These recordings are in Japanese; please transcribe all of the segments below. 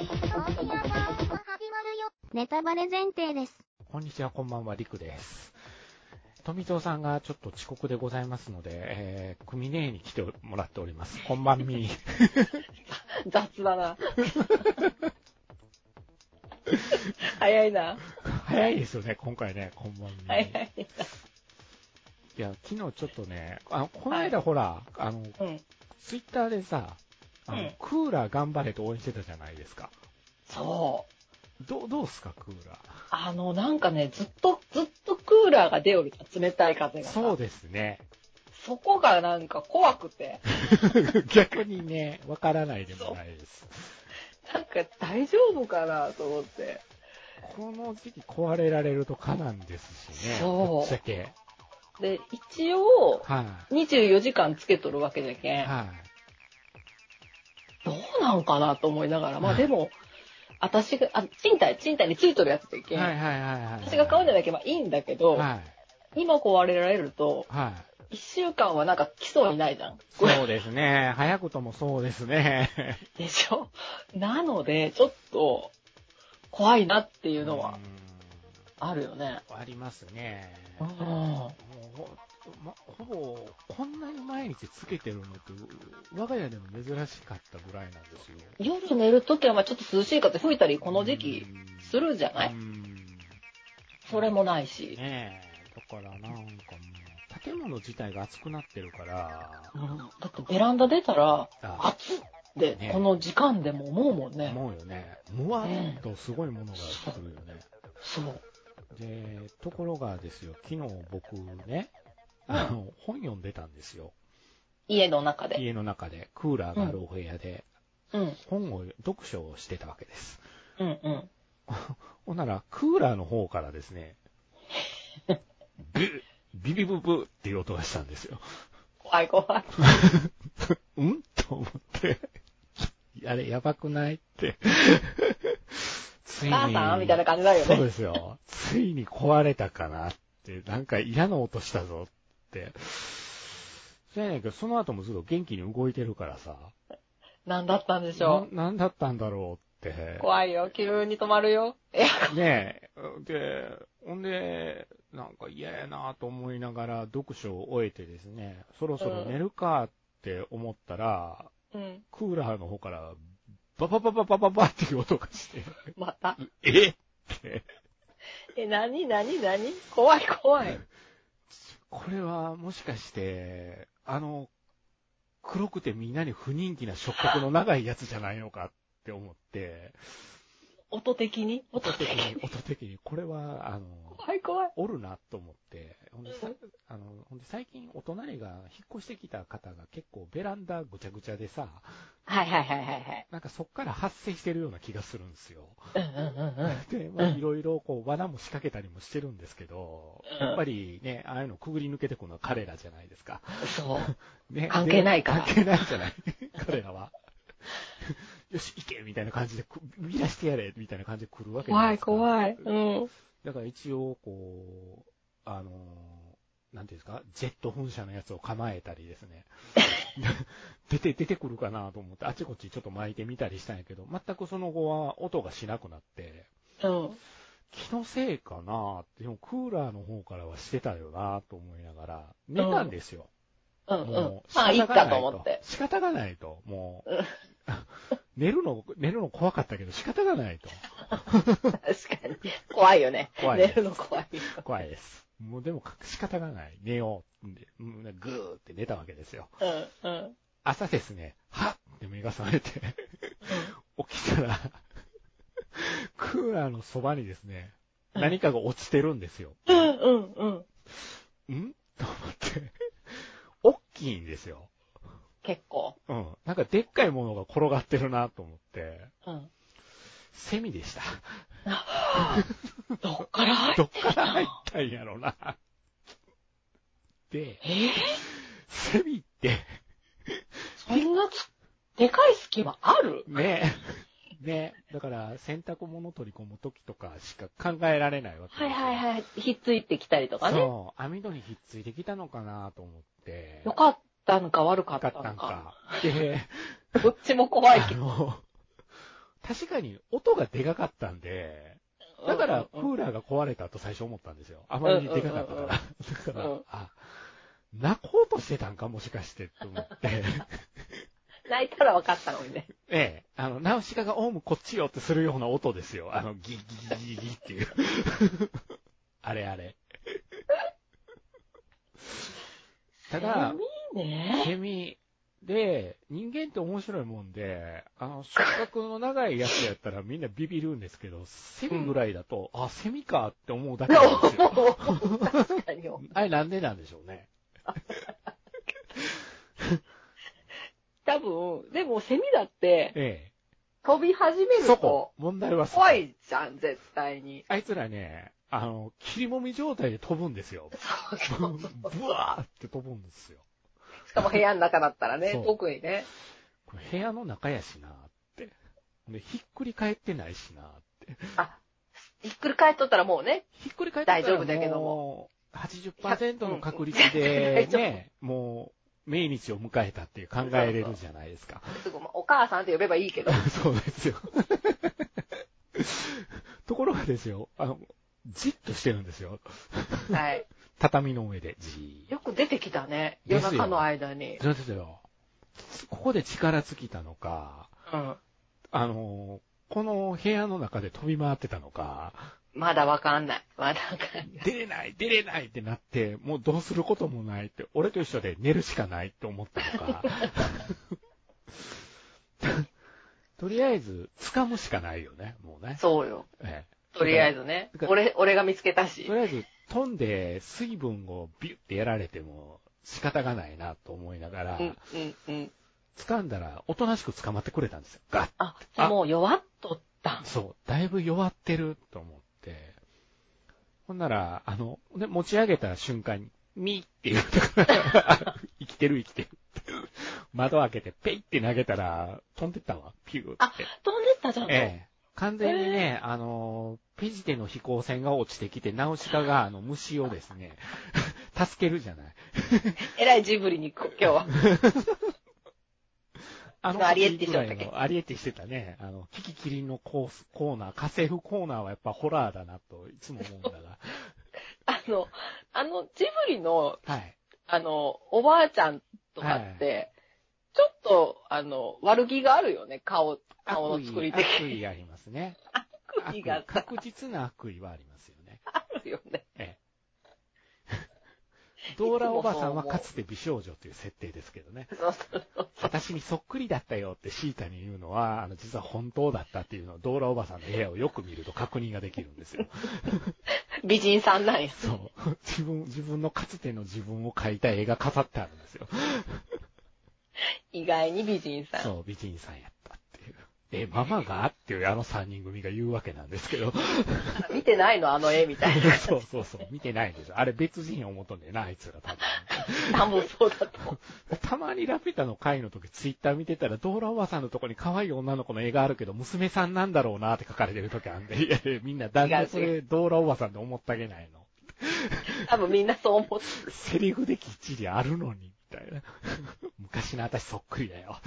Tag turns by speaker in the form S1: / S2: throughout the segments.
S1: ーシアターが始まるよ。ネタバレ前提です。
S2: こんにちは、こんばんは、りくです。富蔵さんがちょっと遅刻でございますので、えー、組姉に来てもらっております。こんばんみ。
S3: 雑 だな。早いな。
S2: 早いですよね、今回ね、こんばんみ。
S3: 早
S2: い、
S3: い
S2: や、昨日ちょっとね、あのこの間ほら、あの、
S3: な。うん。
S2: ツイッターでさ、あの
S3: うん
S2: クーラー頑張れと応援してたじゃないですか。
S3: そう。
S2: どう、どうすか、クーラ
S3: あの、なんかね、ずっと、ずっとクーラーが出より冷たい風
S2: ー。
S3: がさ。
S2: そうですね。
S3: そこがなんか怖くて、
S2: 逆にね、わからないでもないです。
S3: なんか大丈夫かなと思って。
S2: この時期壊れられるとかなんですしね。
S3: そ
S2: ぶ
S3: う
S2: っちゃけ。
S3: で、一応、
S2: はい、
S3: 24時間つけとるわけじゃけん。
S2: はい、
S3: どうなんかなと思いながら。まあでも、私が、あ、賃貸、賃貸についとるやつでけん。
S2: はいはいはいはい。
S3: 私が買うんじゃ
S2: ない
S3: なきゃまあいいんだけど、
S2: はい。
S3: 今壊れられると、
S2: はい。
S3: 一週間はなんか基礎にないじゃん。
S2: そうですね。 早くともそうですね。
S3: でしょなので、ちょっと、怖いなっていうのはあるよね。
S2: うんありますね。
S3: うん。
S2: もうほまほぼ、こんなに毎日つけてるのって、我が家でも珍しかったぐらいなんですよ。
S3: 夜寝るときはまあちょっと涼しい風吹いたり、この時期
S2: うん
S3: するじゃな
S2: う
S3: い
S2: ん
S3: それもないし。
S2: ねえ。だからなんかもう、建物自体が暑くなってるから、
S3: うんだってベランダ出たら、
S2: あ
S3: 暑って
S2: ね、
S3: この時間でも思うもんね。
S2: 思うよね。むわっとすごいものが来るよね。
S3: そう。
S2: で、ところがですよ、昨日僕ね、あの、本読んでたんですよ。
S3: 家の中で。
S2: 家の中で、クーラーがあるお部屋で、
S3: うん。
S2: 本を、読書をしてたわけです。
S3: うんうん。
S2: ほんなら、クーラーの方からです ね、ブビビブブっていう音がしたんですよ。
S3: 怖い怖い。
S2: うんと思 って、あれ、やばくないって。つ
S3: お母さんみたいな感じだよね
S2: そうですよ。ついに壊れたかなって、なんか嫌な音したぞって。じゃないけど、その後もずっと元気に動いてるからさ、
S3: 何だったんでし
S2: な
S3: ょ
S2: なんだったんだろうって
S3: う。。怖いよ。急に止まるよ。え、
S2: ねえ。で、ほんで、なんか嫌やなと思いながら読書を終えてですね、そろそろ寝るかって思ったら、
S3: うん。
S2: クーラーの方から、バババババババっていう音がして、
S3: また。
S2: えって、
S3: え、なになになに怖い怖い。
S2: これはもしかして、あの、黒くてみんなに不人気な触覚の長いやつじゃないのかって思って、
S3: 音的に音
S2: 音
S3: 的
S2: 的に
S3: に。、
S2: 音的に、これは、あの、
S3: 怖い怖い。
S2: おるなと思って、ほんでさ
S3: うん
S2: あのほんで最近お隣が引っ越してきた方が結構ベランダぐちゃぐちゃでさ、
S3: はいはいはいはい
S2: なんかそっから発生してるような気がするんですよ。
S3: はい。うんうんうんうん。
S2: で、まあ、
S3: うん
S2: いろいろ、こう、罠も仕掛けたりもしてるんですけど、
S3: うん
S2: やっぱりね、ああいうのくぐり抜けてくのは彼らじゃないですか。
S3: そう。
S2: ね。
S3: 関係ないから
S2: で関係ないじゃない。 彼らは。よし、行けみたいな感じで、く見出してやれみたいな感じで来るわけじゃな
S3: 怖
S2: で
S3: い
S2: すか
S3: 怖い。うん。
S2: だから一応、こう、あのーなんていうんですか、ジェット噴射のやつを構えたりですね。 出て、出てくるかなと思って、あちこちちょっと巻いてみたりしたんやけど、全くその後は音がしなくなって、
S3: うん。
S2: 気のせいかなって、でもクーラーの方からはしてたよなと思いながら、寝たんですよ。
S3: うんうん
S2: も。う
S3: まあ、
S2: 仕
S3: 行っ
S2: 方が
S3: た
S2: な
S3: と
S2: い
S3: 思って。
S2: 仕方がないと、もう
S3: うん。
S2: 寝るの、寝るの怖かったけど仕方がないと。
S3: 確かに。怖いよね。
S2: 怖い
S3: 寝るの怖いよ。
S2: 怖いです。もうでも仕方がない。寝ようって。うんぐーって寝たわけですよ。
S3: うんうん。
S2: 朝ですね、はっって目が覚めて、起きたら、クーラーのそばにですね、
S3: うん
S2: 何かが落ちてるんですよ。
S3: うんうんうん。
S2: んと思って、大きいんですよ。
S3: 結構。
S2: うん。なんかでっかいものが転がってるなと思って、
S3: うん。
S2: セミでした。
S3: どっから 入
S2: ど
S3: っ
S2: っから入ったんやろな。で、
S3: えー
S2: セミって、
S3: そんなつ、でかい隙間ある
S2: ねえ、ねえ、だから洗濯物取り込む時とかしか考えられないわけ
S3: はいはい
S2: い。
S3: はい。ひっついてきたりとかね。
S2: そう、網戸にひっついてきたのかなと思って。
S3: よかったのか悪か
S2: よ
S3: っ
S2: か
S3: た
S2: った
S3: の
S2: ん
S3: か。
S2: か。で、
S3: どっちも怖い
S2: あ
S3: けど。
S2: の、確かに音がでかかったんで、だからク
S3: うんうんうん
S2: ーラーが壊れたと最初思ったんですよ。あまりにでかかったから。
S3: うんうんうんうん
S2: だから、
S3: うん
S2: あ、泣こうとしてたんかもしかして、と思って。
S3: 泣いたら分かったのにね。
S2: ええ、あの、ナウシカがオウムこっちよってするような音ですよ。あの、ギギギギギって いう。あれあれ。ただ、
S3: セミね。
S2: ケミで、人間って面白いもんで、あの、触覚の長いやつやったらみんなビビるんですけど、セミぐらいだと、あ、セミかって思うだけなんです よ。
S3: 確かによ。
S2: あれなんでなんでしょうね。
S3: 多分、でもセミだって、
S2: え
S3: 飛び始め
S2: え。
S3: る
S2: そ
S3: と
S2: こ、、問題はそこ
S3: 怖。いじゃん、絶対に。
S2: あいつらね、あの、切りもみ状態で飛ぶんですよ。
S3: そう
S2: ブ
S3: そうそう。
S2: ワーって飛ぶんですよ。
S3: しかも部屋の中だったら
S2: そ
S3: ね
S2: う、
S3: 特にね。
S2: これ部屋の中やしなって。で、ひっくり返ってないしなって。
S3: あ、ひっくり返っとったらもうね、
S2: ひっくり返ってたら
S3: 大丈夫だけど
S2: もう、80%の確率
S3: う
S2: で
S3: ん
S2: ね、もう、命日を迎えたっていう考えれるじゃないです か。
S3: すぐもうお母さんって呼べばいいけど。
S2: そうですよ。ところがですよ、あの、じっとしてるんですよ。
S3: はい。
S2: 畳の上で、じーっ
S3: よく出てきたね、
S2: で
S3: 夜
S2: すよ
S3: 中の間に。
S2: と。そうですよ。ここで力尽きたのか、
S3: うん。
S2: あの、この部屋の中で飛び回ってたのか、
S3: まだわかんない。まだわかんない。
S2: 出れない、出れないってなって、もうどうすることもないって、俺と一緒で寝るしかないって思ったの か。とりあえず、掴むしかないよね、もうね。
S3: そうよ。
S2: え
S3: とりあえずね
S2: だか。ら
S3: 俺、俺が見つけた
S2: え
S3: し
S2: と。りあえず、飛んで水分をビュってやられても仕方がないなと思いながら
S3: う、ん、うん、うん。
S2: 掴んだらおとなしく捕まってくれたんですよ。ガッ
S3: あ、
S2: あ
S3: もう弱っとった。
S2: そう、だいぶ弱ってると思って。ほんなら、あの、ね、持ち上げた瞬間に、ミーって言うから、生きてる生きてるって。窓開けて、ペイって投げたら、飛んでったわ、ピューって。
S3: 飛んでったじゃんと。
S2: ええ。完全にね、あの、ペジテの飛行船が落ちてきて、ナウシカが、あの、虫をですね、 助けるじゃない。
S3: えらいジブリに行く、 今日は。
S2: あ
S3: アリエッティしよったっ
S2: 時ぐ
S3: け
S2: らいのアリエッティしてたね。あの、キキキリンのコースコーナー、家政婦コーナーはやっぱホラーだなと、いつも思うんだ が。
S3: あの、あの、ジブリの、
S2: はい。
S3: あの、おばあちゃんとかって、ちょっと、あの、悪気があるよね、顔、顔の作り的
S2: 悪
S3: に。
S2: 意ありますね。
S3: 悪意が
S2: 確実な悪意はありますよね。
S3: あるよね。
S2: ドーラおばさんはかつて美少女という設定ですけどね。
S3: そうそうそう
S2: 私にそっくりだったよってシータに言うのは、あの、実は本当だったっていうのをドーラおばさんの部屋をよく見ると確認ができるんです よ。
S3: 美人さんなんや。
S2: そう。自分、自分のかつての自分を描いた絵が飾ってあるんですよ。
S3: 意外に美人さん。
S2: そう、美人さんやったっていう。え、ママがっていうあの三人組が言うわけなんですけ ど。
S3: 見てないの、あの絵 みたいな。
S2: そうそうそう。見てないんですよ。あれ別人を求んでな、あいつら多分。
S3: 多分そうだと思う。
S2: たまにラピュタの会の時ツイッター見てたら、ドーラおばさんのとこに可愛い女の子の絵があるけど、娘さんなんだろうなって書かれてる時あるんで、いやいや、みんな旦那それドーラおばさんで思ってあげないの。
S3: 多分みんなそう思って。
S2: セリフできっちりあるのに、みたいな。 昔の私そっくり だよ。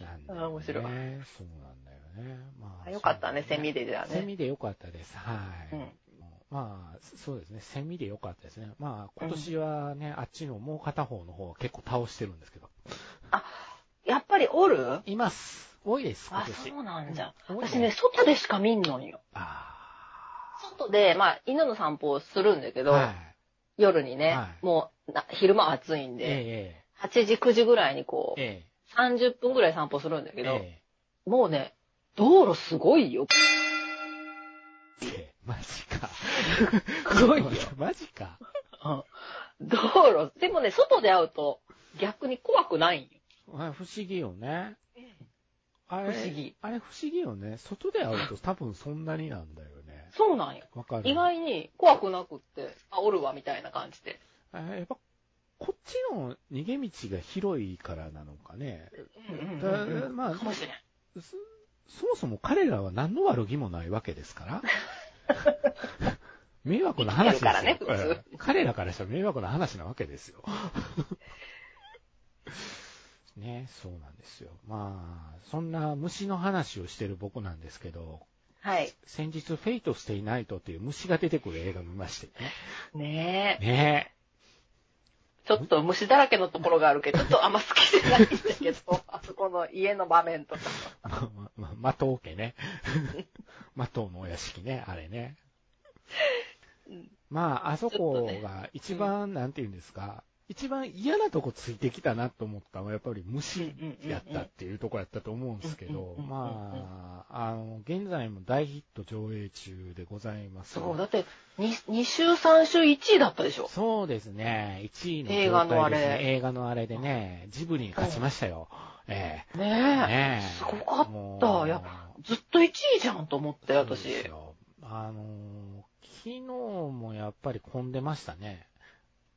S2: なんだよね
S3: あー面白い
S2: そうなんだよね。まあ、
S3: よかったね、セミでじゃあ
S2: セ
S3: ね。
S2: ミで良かったです。はい。
S3: うん
S2: まあ、そうですね。セミで良かったですね。まあ、今年はね、あっちのもう片方の方は結構倒してるんですけど。
S3: やっぱりおる
S2: います。多いです、今
S3: あ、
S2: 年。
S3: そうなんじゃ。
S2: 多い
S3: 私ね、、外でしか見んのんよ。
S2: あ
S3: 外で、まあ、犬の散歩をするんだけ
S2: あ。
S3: ど、
S2: はい。
S3: 夜にね、
S2: はい
S3: もうな昼間暑いんで、
S2: え
S3: 8時、9時ぐらいにこ
S2: え、
S3: う、
S2: え
S3: 30分ぐらい散歩するんだ
S2: え、
S3: けど、
S2: え
S3: もうね、道路すごいよ。
S2: え、ええマジか。
S3: すごいよ。
S2: マジか。
S3: うん 道路、でもね、外で会うと逆に怖くないんよ。
S2: あ不思議よね。あれ、
S3: 不思議。
S2: あれ不思議よね。外で会うと多分そんなになんだよね。
S3: そうなんよ。
S2: わかる。
S3: 意外に怖くなくって、あ、おるわ、みたいな感じで。
S2: あやっぱ、こっちの逃げ道が広いからなのかね。
S3: うんうんうん
S2: だ
S3: うん
S2: まあ
S3: かもしれん。
S2: そそもそも彼らは何の悪気もないわけです から。迷惑な話ですよ、
S3: 生きてるからね普通
S2: ええ彼らからしたら迷惑な話なわけですよ。ね、そうなんですよ。まあ、そんな虫の話をしてる僕なんですけど、
S3: はい。
S2: 先日、フェイトステイナイトっていう虫が出てくる映画見まして
S3: ねえ。
S2: ね。ね
S3: ちょっと虫だらけのところがあるけど、ちょっとあんま好きじゃないんだ けど、あそこの家の場面とか。
S2: え。ま、ま、ま、マトウ家ね。 マトウのお屋敷ね、あれね。
S3: うん
S2: まあ、あそ
S3: ちょっ
S2: こと
S3: ね
S2: が一番、なんて言うんですか、一番嫌なとこついてきたなと思ったのは、やっぱり虫やったっていうとこやったと思うんですけど
S3: うんう、んうんうんうん
S2: まあ、あの、現在も大ヒット上映中でございます。
S3: そう、だって2、2週3週1位だったでしょ。
S2: そうですね。1位の
S3: 映画のあれ
S2: 状態ですね映画のあれでね、ジブリに勝ちましたよ。ええ
S3: ねえ。
S2: ねえ
S3: すごかった
S2: もう
S3: やっずっと1位じゃんと思って、
S2: そうです
S3: 私。
S2: よあのー、昨日もやっぱり混んでましたね。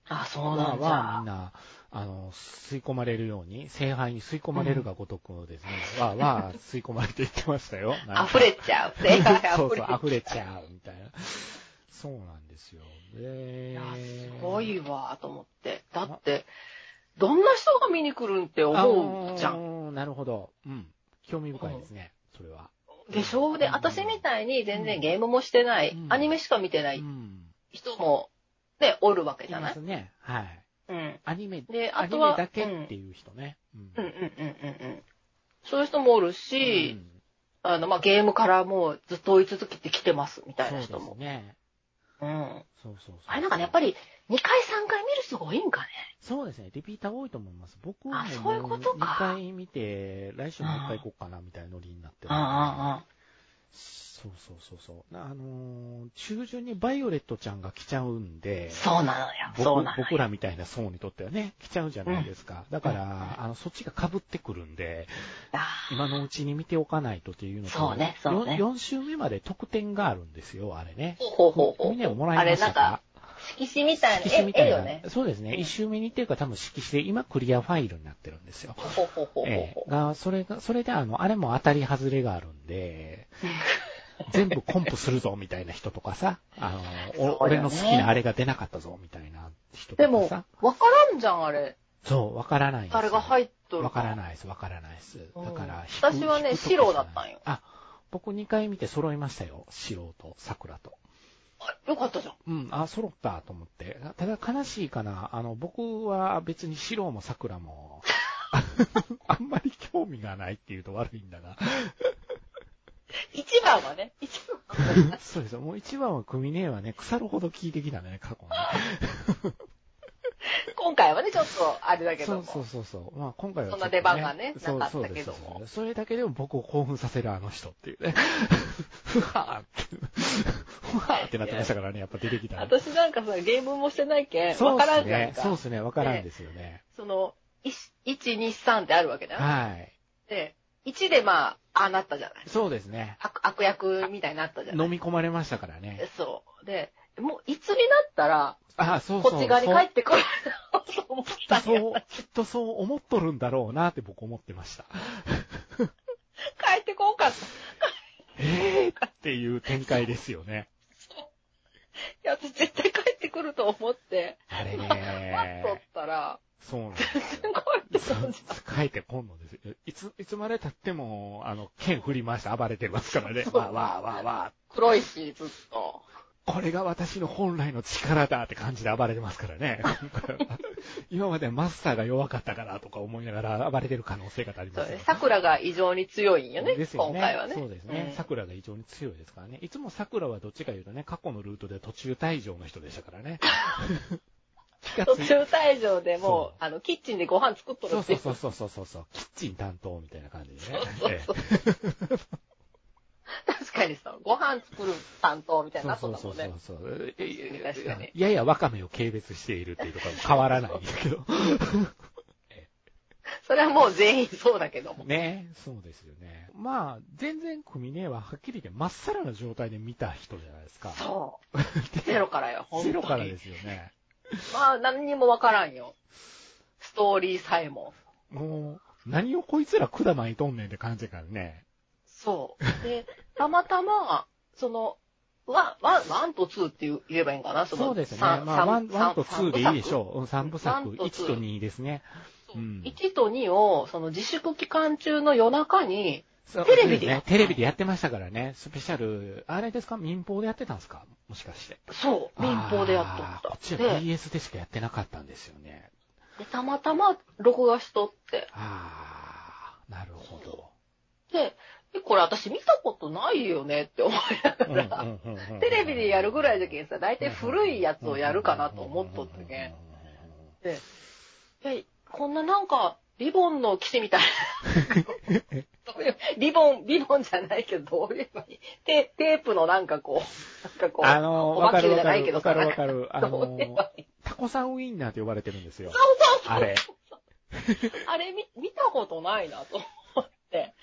S3: あ、そう
S2: ま
S3: な
S2: あ
S3: ん
S2: まあみん
S3: だ。
S2: な、あの、吸い込まれるように、聖杯に吸い込まれるがごとくですね、わあわあ吸い込まれていってました よ。なんか
S3: 溢れちゃう。正解
S2: そうそ
S3: 溢れち
S2: う、
S3: ゃう。
S2: 溢れちゃう、みたいな。そうなんですよ。
S3: い
S2: で
S3: や、すごいわ、と思って。だって、どんな人が見に来るんって思うじゃ
S2: あ
S3: ん。
S2: ーなるほど。うん。興味深いですね、それは。
S3: でしょで、私みたいに全然ゲームもしてない、
S2: うん
S3: アニメしか見てな
S2: う
S3: い
S2: ん。
S3: 人も、ね、おるわけ
S2: い
S3: じゃな
S2: ま
S3: い
S2: すね。はい。
S3: うん。
S2: アニメ、
S3: で、
S2: ア
S3: あ
S2: ニ
S3: と
S2: メ
S3: は、
S2: だけ
S3: うん
S2: っていう人ね。うん
S3: うんうんうんうんうん。そういう人もおるし、あの、まあ、ゲームからもうずっと追い続けてきてます、みたい
S2: そう
S3: な
S2: で
S3: 人
S2: す
S3: も。
S2: ね。
S3: うん。
S2: そうそうそう。
S3: あれなんかね、やっぱり2回3回見る人が多いんかね。
S2: そうですね。リピーター多いと思います。僕
S3: あそういうこと
S2: 2
S3: か
S2: 回見て、来週もう1回行こうかな、みたいなノリになってる
S3: うんうんうん。
S2: そうそうそうそう。なあのー中旬にバイオレットちゃんが来ちゃうんで、
S3: そうなのよ。そう
S2: 僕
S3: なのよ。
S2: 僕らみたいな層にとってはね、来ちゃうじゃないですか。だから、
S3: うん
S2: あの、そっちが被ってくるんで、
S3: あー
S2: 今のうちに見ておかないとっていうのと、
S3: そうねそうね
S2: 4, 週目まで特典があるんですよ、あれね。
S3: ほうほうほうほう。
S2: みんなもらいました
S3: あれなんか、色紙みたいな、
S2: 色紙
S3: え、
S2: みた
S3: え
S2: い
S3: よ
S2: な、
S3: ね。
S2: そうですね。
S3: うん
S2: 1週目にっていうか多分色紙で、今クリアファイルになってるんですよ。
S3: ほうほうほうほう
S2: え
S3: ほ
S2: え、が、それが、それであの、あれも当たり外れがあるん で、全部コンプするぞみたいな人とかさ、あの、
S3: そうよね
S2: お俺の好きなあれが出なかったぞみたいな人
S3: う。で
S2: とか
S3: も
S2: さ、、
S3: わからんじゃん、あれ。
S2: そう、わからないんですよ
S3: あれが入っとる。
S2: わからないです、わからないです。だから、
S3: うん私はね
S2: 引くとか
S3: 白だったんよ
S2: あ、僕2回見て揃いましたよ。白と桜と。
S3: あよかったじゃん。
S2: うん、あ、揃ったと思って。ただ悲しいかな。あの、僕は別に白も桜も、 あんまり興味がないっていうと悪いんだな。
S3: 一番はね、一番は。
S2: そうですよ。もう一番は組ねえはね、腐るほど聞いてきたね、過去
S3: 今回はね、ちょっと、あれだ
S2: に。
S3: けど
S2: そ
S3: も。
S2: うそうそうそう。まあ今回はちょっと、
S3: そんな出番がね
S2: そう
S3: なかった
S2: そうです
S3: けど
S2: そう
S3: も
S2: ですそれだけでも僕を興奮させるあの人っていうね。ふはーって、ふはーってなってましたからね、やっぱ出てきたら。
S3: 私なんかさ、ゲームもしてないけん、
S2: そ
S3: わ
S2: う
S3: から
S2: です
S3: んじゃん
S2: ね。
S3: か。
S2: そうですね。わからんですよね。
S3: その、1、2、3ってあるわけだよ。
S2: はい。
S3: で、1でまあ、ああなったじゃない。
S2: そうですね。
S3: 悪悪役みたいになったじゃない。
S2: 飲み込まれましたからね。
S3: そう。で、もう、いつになったら、
S2: あ、そうそう。
S3: こっち側に帰ってこないなと思っ
S2: きったと
S3: んや
S2: そう、きっとそう思っとるんだろうなって僕思ってました。
S3: 帰ってこんかった。
S2: えーっていう展開ですよね。
S3: いや、私絶対帰ってくると思って、
S2: あれ
S3: 待っとっ
S2: ね。
S3: たら、
S2: そうなんです
S3: 帰
S2: よ。
S3: ってくるんじ
S2: 書いてこんのですよ。いつ、いつまで経っても、あの、剣振り回して暴れてますからね。
S3: そう
S2: わーわーわーわ
S3: 黒いし、ずっと。
S2: ー。これが私の本来の力だって感じで暴れてますから ね。今回は今までマスターが弱かったからとか思いながら暴れてる可能性があり
S3: そ
S2: ま
S3: う
S2: すよ
S3: ね。桜が異常に強いんよね、
S2: ですよね
S3: 今回はね。
S2: そうですね。桜が異常に強いですからね。いつも桜はどっちか言うとね、過去のルートで途中退場の人でしたから ね。気が
S3: うん
S2: つ
S3: 途
S2: い
S3: 中退場でも
S2: そう
S3: う、あの、キッチンでご飯作っとる
S2: そう
S3: って
S2: そ
S3: いうう。
S2: そうそうそうそうそう。キッチン担当みたいな感じでね。ええ
S3: 確かにさ、ご飯作る担当みたいに
S2: そ
S3: な
S2: う
S3: っと
S2: そ
S3: っ
S2: う
S3: た
S2: そ
S3: も
S2: うん
S3: ね。
S2: そう。ええ
S3: 確かに
S2: ややワカメを軽蔑しているっていうところも変わらないんですけど。
S3: それはもう全員そうだけども。
S2: ねそうですよね。まあ、全然組ねははっきり言ってまっさらな状態で見た人じゃないですか。
S3: そう。ゼロからよ、本当
S2: ゼ
S3: に。
S2: ロからですよね。
S3: まあ、何にもわからんよ。ストーリーさえも。
S2: もう、何をこいつら管巻いとんねんって感じだからね。
S3: そ う。で、たまたま、その、ワン、ワン、ワンとツーって言う言えばいいんかなその
S2: そうですね。
S3: 三
S2: まあ、ワン
S3: 三
S2: ワンとツーでいいでしょう。うん、三部
S3: 三
S2: 作。
S3: 部作
S2: 1と2ですね。
S3: 三
S2: う。ん。
S3: 1と2を、その自粛期間中の夜中に、
S2: そう
S3: テレビで
S2: ね。テレビでやってましたからね。スペシャル、あれですか民放でやってたんですかもしかして。
S3: そう、民放でやっ
S2: あー
S3: と
S2: こ
S3: っ
S2: っち
S3: た。
S2: は
S3: で、
S2: BS でしかやってなかったんですよね。
S3: でたまたま録画しとって。
S2: ああ、なるほ ど。
S3: で、えこれ私見たことないよねって思いながら、テレビでやるぐらいだけんさ、大体古いやつをやるかなと思っとってね。で、え、こんななんか、リボンの騎士みたい な。どういうリボン、リボンじゃないけど、どういうのにテテープのなんかこう、なんかこう、
S2: あのー、
S3: お
S2: わ
S3: 化
S2: か
S3: け
S2: る
S3: じ
S2: わ
S3: ゃ
S2: か
S3: ない
S2: る。
S3: けど
S2: わ
S3: さ、
S2: かる
S3: なん
S2: わ
S3: か
S2: かる。あ
S3: ど
S2: の
S3: ういうの
S2: ー、タコさんウインナーって呼ばれてるんですよ。あれ。
S3: あれ見見たことないなと思って。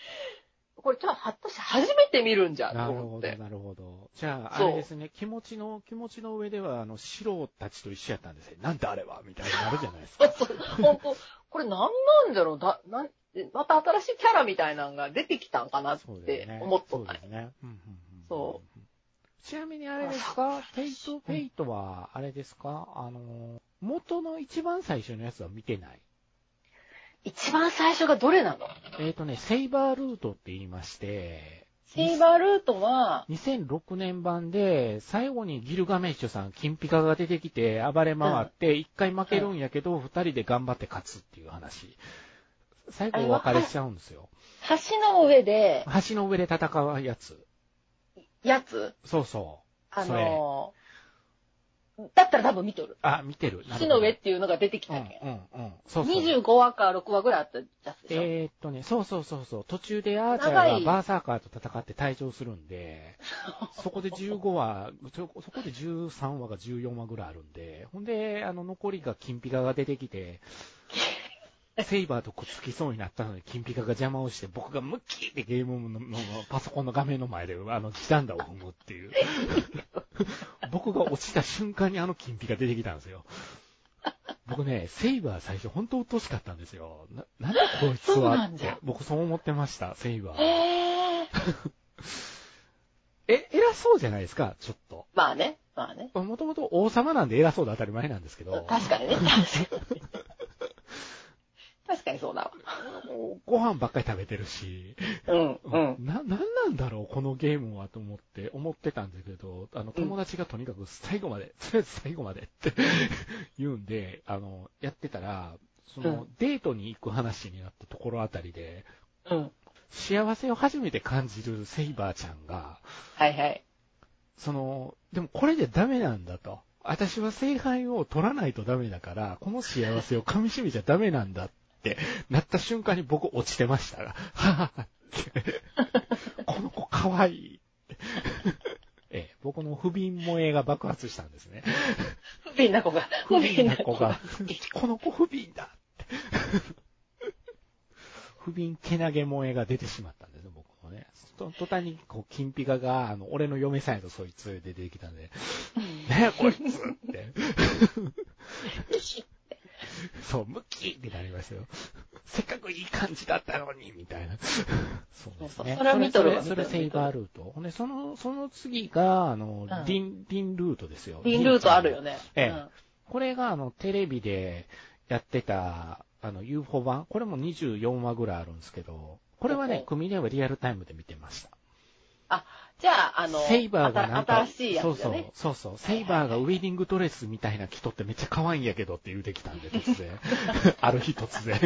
S3: これちょっと私初めて見るんじゃん
S2: な
S3: と
S2: るほ
S3: 思っ
S2: ど、
S3: て。
S2: なるほど。じゃあ、あ
S3: そう
S2: れですね、気持ちの、気持ちの上では、あの、素人たちと一緒やったんですよ。なんだあれはみたいになるじゃないですか。
S3: そう本当これ何なんだろうだなんえまた新しいキャラみたいなのが出てきたんかなっ
S2: そう
S3: て
S2: だよね。
S3: 思っと
S2: そ
S3: っ
S2: う
S3: たん
S2: で
S3: よ
S2: すね。うんうんうん
S3: そ
S2: ちなみにあれですか、フェイト、フェイトは、あれですか、あの、元の一番最初のやつは見てない。
S3: 一番最初がどれなの
S2: えっ、とね、セイバールートって言いまして、
S3: セイバールートは、
S2: 2006年版で、最後にギルガメッシュさん、金ピカが出てきて、暴れ回って、一回負けるんやけど、二人で頑張って勝つっていう話。最後お別れしちゃうんですよ。
S3: 橋の上で、
S2: 橋の上で戦うやつ。
S3: やつ、
S2: そうそう。
S3: あのー、だったら多分見とる。
S2: あ、見てる。なるほ
S3: 橋
S2: ど
S3: の上っていうのが出てき
S2: うん
S3: た
S2: うん
S3: や。
S2: んうん。そうそう。
S3: 25話か6話ぐらいあったやつでしょ、
S2: えーっとね、そうそうそうそう、途中でアーチャーがバーサーカーと戦って退場するん で、そこで15話、そこそこで13話が14話ぐらいあるんで、ほんで、あの、残りが金ピカが出てきて、セイバーとくっつきそうになったので、金ピカが邪魔をして、僕がムッキーってゲームののパソコンの画面の前で、あの、地団打を踏むっていう。僕が落ちた瞬間にあの金ピカ出てきたんですよ。僕ね、セイバー最初本当鬱陶しかったんですよ。な、なんでこいつ
S3: そうな
S2: はっ
S3: ん
S2: て
S3: だ。
S2: 僕そう思ってました、セイバー。
S3: えー
S2: え、偉そうじゃないですか、ちょっと。
S3: まあね、まあね。
S2: もともと王様なんで偉そうで当たり前なんですけど、
S3: 確かにね。確かにそうだわ。
S2: ご飯ばっかり食べてるし、
S3: うん、うん。
S2: な、なんなんだろう、このゲームはと思って、思ってたんですけど、あの、友達がとにかく最後まで、 とりあえず最後までって 言うんで、あの、やってたら、その、
S3: う
S2: デートに行く話になったところあたりで、
S3: うん。
S2: 幸せを初めて感じるセイバーちゃんが、
S3: はいはい。
S2: その、でもこれじゃダメなんだと。私は聖杯を取らないとダメだから、この幸せを噛み締めちゃダメなんだってなった瞬間に僕落ちてましたが、 はははって。この子可愛いって。 ええ、僕の不憫萌えが爆発したんですね。
S3: 不憫な子が、
S2: 不憫な子が、この 子不憫だって。不憫けなげ萌えが出てしまったんですね、僕もね。と、途端に、こう、金ピカが、あの、俺の嫁さんやとそいつ出てきたんで、ねえ、こいつって。そう、ムッキーってなりましたよ。せっかくいい感じだったのに、みたいな。そうですね。
S3: それは見とるわ
S2: それ、それセイバールート。ほんで、その、その次が、あの、
S3: うん
S2: リン、リンルートですよ。
S3: リンルートあるよね。
S2: ええこれがあのテレビでやってたあの UFO 版、これも24話ぐらいあるんですけど、これは
S3: ほう
S2: ね
S3: ほ、う
S2: 組ではリアルタイムで見てました。
S3: じゃあ、あの、
S2: セイバーがなん
S3: あた
S2: か、
S3: 新しいやつだね。
S2: そうそう、そうそう、セイバーがウェディングドレスみたいな着とってめっちゃ可愛いんやけどって言うてきたんで、突 然。ある日突然。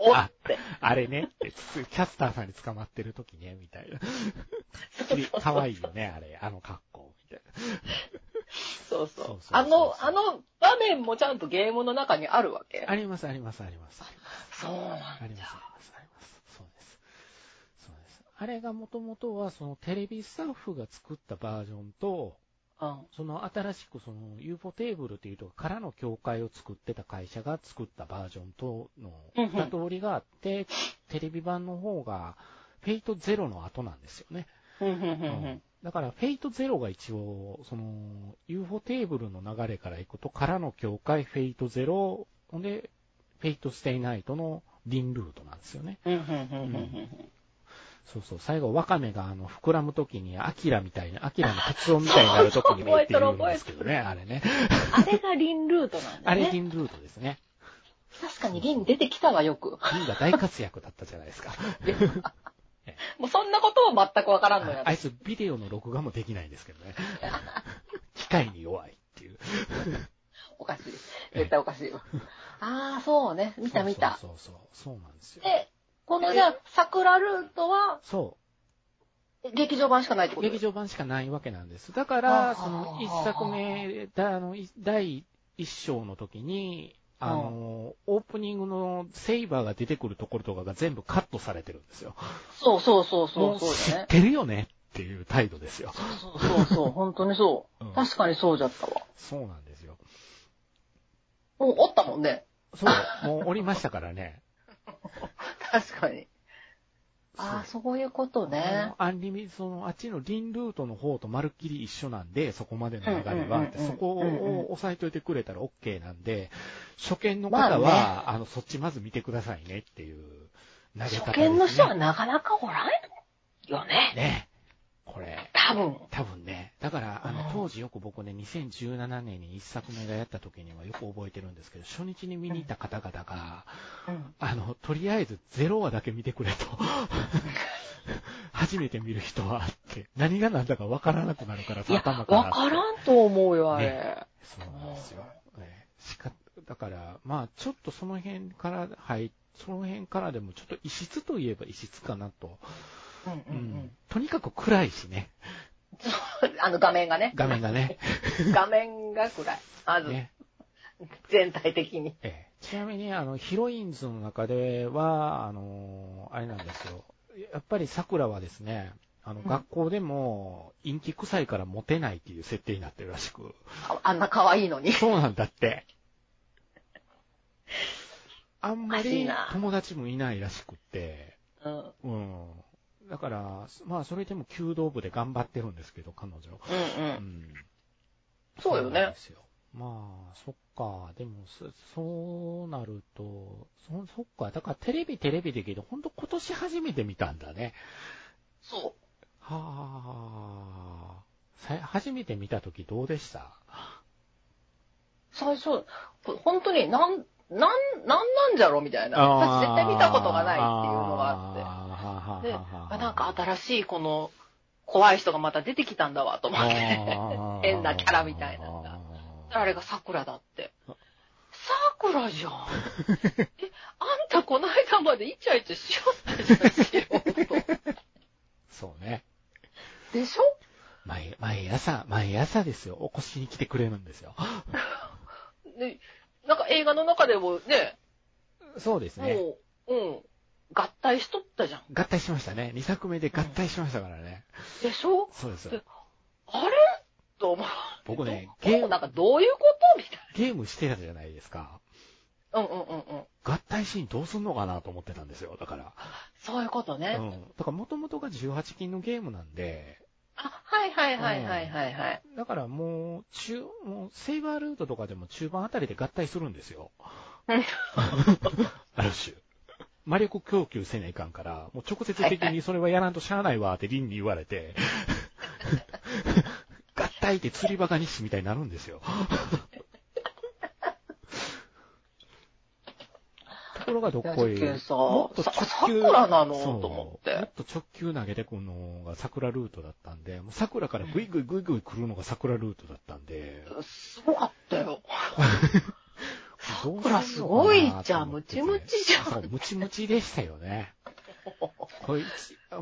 S3: おって。
S2: あれねって、つキャスターさんに捕まってる時ね、みたいな。可愛いよね、あれ、あの格好、みたいな。
S3: そう
S2: そうそ
S3: そうう。
S2: そう
S3: あの、あの場面もちゃんとゲームの中にあるわけ。
S2: あります、あります、あります。
S3: そうなん
S2: あります、あります、あります。そうです。そうです。あれがもともとは、そのテレビスタッフが作ったバージョンと、
S3: うん。
S2: その新しくその UFO テーブルっていうとこからの協会を作ってた会社が作ったバージョンとの
S3: うんう
S2: 二
S3: ん
S2: 通りがあって、テレビ版の方が、フェイトゼロの後なんですよね。
S3: うん、うん、うん
S2: うんだから、フェイトゼロが一応、その、UFO テーブルの流れからいくと、からの境界、フェイトゼロ、ほんで、フェイトステイナイトのリンルートなんですよね。
S3: うん、うん、うん、うん。
S2: そうそう、最後、ワカメがあの膨らむときに、アキラみたいな、アキラのカツオみたいになるときにねっていうんですけどね、あれね。
S3: あれがリンルートなんだ
S2: あれ、
S3: ね。
S2: リンルートですね。
S3: 確かにリン出てきたわ、よく。
S2: リンが大活躍だったじゃないですか。
S3: もうそんなことは全くわからんのや
S2: あいつ、ビデオの録画もできないんですけどね。機械に弱いっていう。
S3: おかしい。絶対おかしいわ。ああ、そうね。見た見た。
S2: そうそうそうそう、そうなんですよ。
S3: で、このじゃあ、桜ルートは
S2: そ
S3: 劇場版しかないって
S2: う。
S3: こと
S2: 劇場版しかないわけなんです。だか
S3: あ
S2: ら、
S3: ー
S2: その一作目、だあのい第一章の時に、あの、オープニングのセイバーが出てくるところとかが全部カットされてるんですよ。
S3: そうそうそうそ
S2: も
S3: う
S2: う
S3: そう
S2: 知
S3: だ
S2: っ
S3: ね。
S2: てるよねっていう態度ですよ。
S3: そうそうそう、本当にそう。
S2: うん
S3: 確かにそうじゃったわ。
S2: そうなんですよ。
S3: もうおったもんね。
S2: そう、もうおりましたからね。
S3: 確かに。 ああ、
S2: そう
S3: そういうことね。
S2: アンリミ、その、あっちのリンルートの方とまるっきり一緒なんで、そこまでの流れ
S3: うんうんうん
S2: は
S3: うん、
S2: そこを押さえといてくれたら OK なんで、初見の
S3: ま
S2: 方は、
S3: あ
S2: あの、そっちまず見てくださいねっていう投げ方です、ね。
S3: 初見の人はなかなかおらんよね。
S2: ね、これ。
S3: 多分。
S2: 多分ね。だから、あ
S3: う
S2: の
S3: ん、
S2: 当時よく僕ね、2017年に一作目がやった時にはよく覚えてるんですけど、初日に見に行った方々が、
S3: うん
S2: あの、とりあえず0話だけ見てくれと。 初めて見る人はって、何が何だかわからなくなるから
S3: い
S2: さ、
S3: や、
S2: 頭
S3: わ
S2: から。
S3: からんと思うよ、あれ
S2: ね。そうなんですよ。ね、しか、だから、まあ、ちょっとその辺から、はい、その辺からでも、ちょっと異質といえば異質かなと。
S3: うん
S2: う。
S3: うんん
S2: とにかく暗いしね、
S3: うん。あの画面がね。
S2: 画面が ね。
S3: 画面が暗い。まず、
S2: ね
S3: 全体的に。
S2: ええ、ちなみに、あの、ヒロインズの中では、あの、あれなんですよ。やっぱり桜はですね、あの、
S3: うん
S2: 学校でも、陰気臭いからモテないっていう設定になってるらしく。
S3: ああんな可愛いのに。
S2: そうなんだって。あんま
S3: おかしい
S2: り
S3: な
S2: 友達もいないらしくって。
S3: うん。うん
S2: うん。だから、まあ、それでも弓道部で頑張ってるんですけど、彼女。
S3: う。
S2: うんん。
S3: そうよ
S2: なん
S3: ね
S2: で。すよ。まあ、そっか。でも、そそうなると、そ、そっか。だからテレビテレビでけど、ほんと今年初めて見たんだね。
S3: そ
S2: はあ。さ初めて見たときどうでした
S3: う。最初、こ本当になん、なん、なんなんじゃろみたいな。私絶対見たことがないっていうのがあ
S2: あ
S3: っ。
S2: ってて
S3: で、あなんか新しいこの、怖い人がまた出てきたんだわ、と思って。
S2: い
S3: 変なキャラみたいなのがあれが桜だって。桜じ ゃん。え、あんたこの間までイチャイチャしよったじゃん、しようと。
S2: そうね。
S3: でしょ
S2: 毎、毎朝、毎朝ですよ。起こしに来てくれるんですよ。
S3: で、なんか映画の中でもね、
S2: そうですね。
S3: もう、うん、合体しとったじゃん。
S2: 合体しましたね。2作目で合体しましたからね。
S3: でしょ
S2: そうですよ。
S3: あれと思う。
S2: 僕ね
S3: ど
S2: ゲーム
S3: なんかどういうことみたい
S2: ゲームしてたじゃないですか。
S3: な。うんうんうんうん。
S2: 合体シーンどうすんのかなと思ってたんですよ、だから。
S3: そういうことね。
S2: うん。だから元々が18金のゲームなんで、
S3: あ、はいはいはいはいはいはい。
S2: だからもう、中、もう、セイバールートとかでも中盤あたりで合体するんですよ。
S3: うん
S2: ある種。魔力供給せないかんから、もう直接的にそれはやらんとしゃあないわってリンに言われて、合体って釣りバカ日誌みたいになるんです よ。ところがどっこい。
S3: 19さ
S2: もっと
S3: さ
S2: 直球
S3: 桜なの
S2: そう
S3: と思っ
S2: も
S3: て
S2: っ。と直球投げてくるのが桜ルートだったんで、もう桜からグイグイグイグイ来るのが桜ルートだったんで、
S3: すごかったよ。
S2: どう
S3: 桜
S2: す
S3: す
S2: んのかな
S3: ごいじゃん。
S2: と思
S3: ム
S2: って
S3: チ
S2: て
S3: ムチじゃ
S2: そ
S3: ん。
S2: う、ムチムチでしたよね。これ一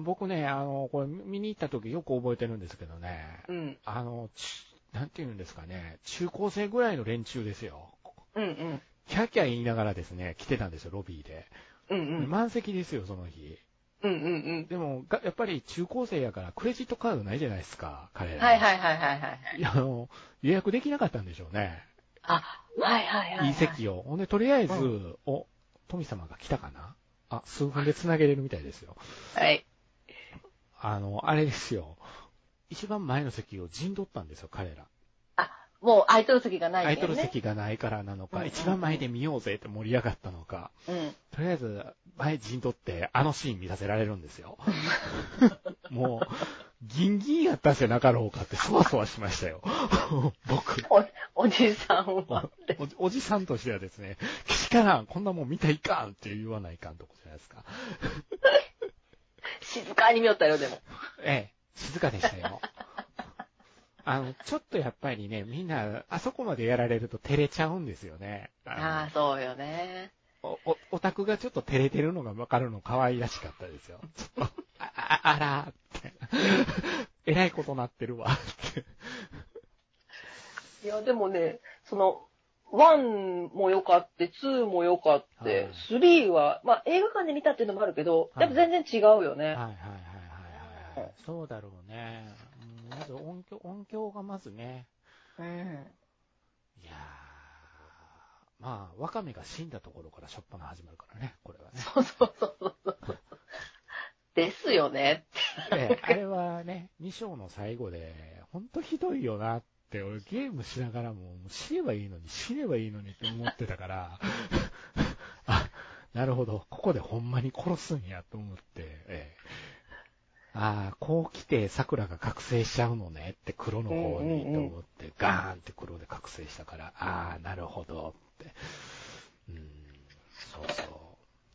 S2: 僕ね、あの、これ見に行った時よく覚えてるんですけどね、
S3: うん。
S2: あの、ちなんていうんですかね、中高生ぐらいの連中ですよ。
S3: うんうん。
S2: キャーキャー言いながらですね、来てたんですよ、ロビーで。
S3: うんうん。
S2: 満席ですよ、その日。
S3: うんうん
S2: でも、がやっぱり中高生やからクレジットカードないじゃないですか、彼
S3: うん。
S2: ら。
S3: はいはいはいはいはい。
S2: いや、あの、予約できなかったんでしょうね。
S3: あ、はいはいはい、はい。
S2: いい席を。ほんで、とりあえず、
S3: う
S2: お、富様が来たかなあ、数分で繋げれるみたいですよ。
S3: はい。
S2: あの、あれですよ。一番前の席を陣取ったんですよ、彼ら。
S3: もう空いとる席がない
S2: 空
S3: ん
S2: い
S3: だ
S2: て
S3: よ
S2: る
S3: ね。
S2: 席がないからなの
S3: うん
S2: か、
S3: うん
S2: 一番前で見ようぜって盛り上がったのか、
S3: うん。
S2: とりあえず、前陣取って、あのシーン見させられるんです よ。もう、ギンギンやったんじゃなかろうかって、そわそわしました よ。僕。
S3: お、おじさんは。
S2: おおじさんとしてはですね、 からん、こんなもん見たらいかんって言わないかんとこじゃないですか。
S3: 静かに見よったよ、でも。
S2: ええ、静かでしたよ。 あの、ちょっとやっぱりね、みんな、あそこまでやられると照れちゃうんですよね。
S3: ああ、
S2: あ
S3: そうよね。
S2: のお、お、オタクがちょっと照れてるのがわかるの可愛らしかったですよ。 ちょっと、あ、ああらーって。 えらいことなって るわ、って。
S3: いや、でもね、その、1も良かって、2も良かって、3は、まあ映画館で見たっていうのもあるけど、
S2: はい
S3: やっぱ全然違うよ
S2: はい
S3: ね。
S2: はいはいはいはい。そうだろうね。うんまず音響、音響がまずね。
S3: うん。
S2: いやー、まあ、ワカメが死んだところからしょっぱな始まるからね、これはね。
S3: そうそうそうそうそう。ですよね。
S2: ええあれはね、2章の最後で、ほんとひどいよなって、俺ゲームしながらも、もう死ねばいいのに、死ねばいいのにって思ってたから、 あ、なるほど、ここでほんまに殺すんやと思って、ええああ、こう来て桜が覚醒しちゃうのねって黒の方にと思って、ガーンって黒で覚醒したから、ああ、なるほどって。うん、そうそ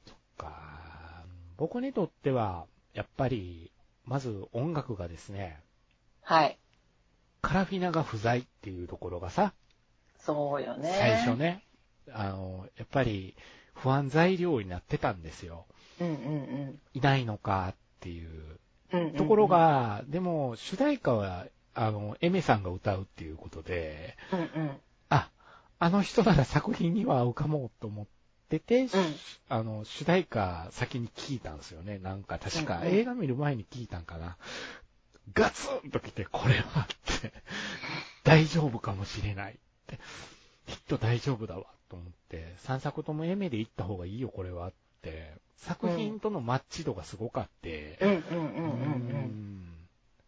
S2: う。そっか。僕にとっては、やっぱり、まず音楽がですね、
S3: はい。
S2: カラフィナが不在っていうところがさ、
S3: そうよね。
S2: 最初。ね、あの、やっぱり不安材料になってたんですよ。
S3: うんうん
S2: いないのかっていう。
S3: うん。うんうんうん
S2: ところ、が、でも主題歌は、あの、エメさんが歌うっていうことで、
S3: うんうん。
S2: あ、あの人なら作品には合うかもと思ってて、
S3: うん
S2: あの、主題歌先に聞いたんですよね。なんか確か
S3: うんうん
S2: 映画見る前に聞いたんかな。ガツンと来て、これはって、大丈夫かもしれないって、きっと大丈夫だわと思って、3作ともエメで行った方がいいよ、これはって、作品とのマッチ度がすごかって、
S3: うんうんうん
S2: う
S3: うんうん。
S2: ん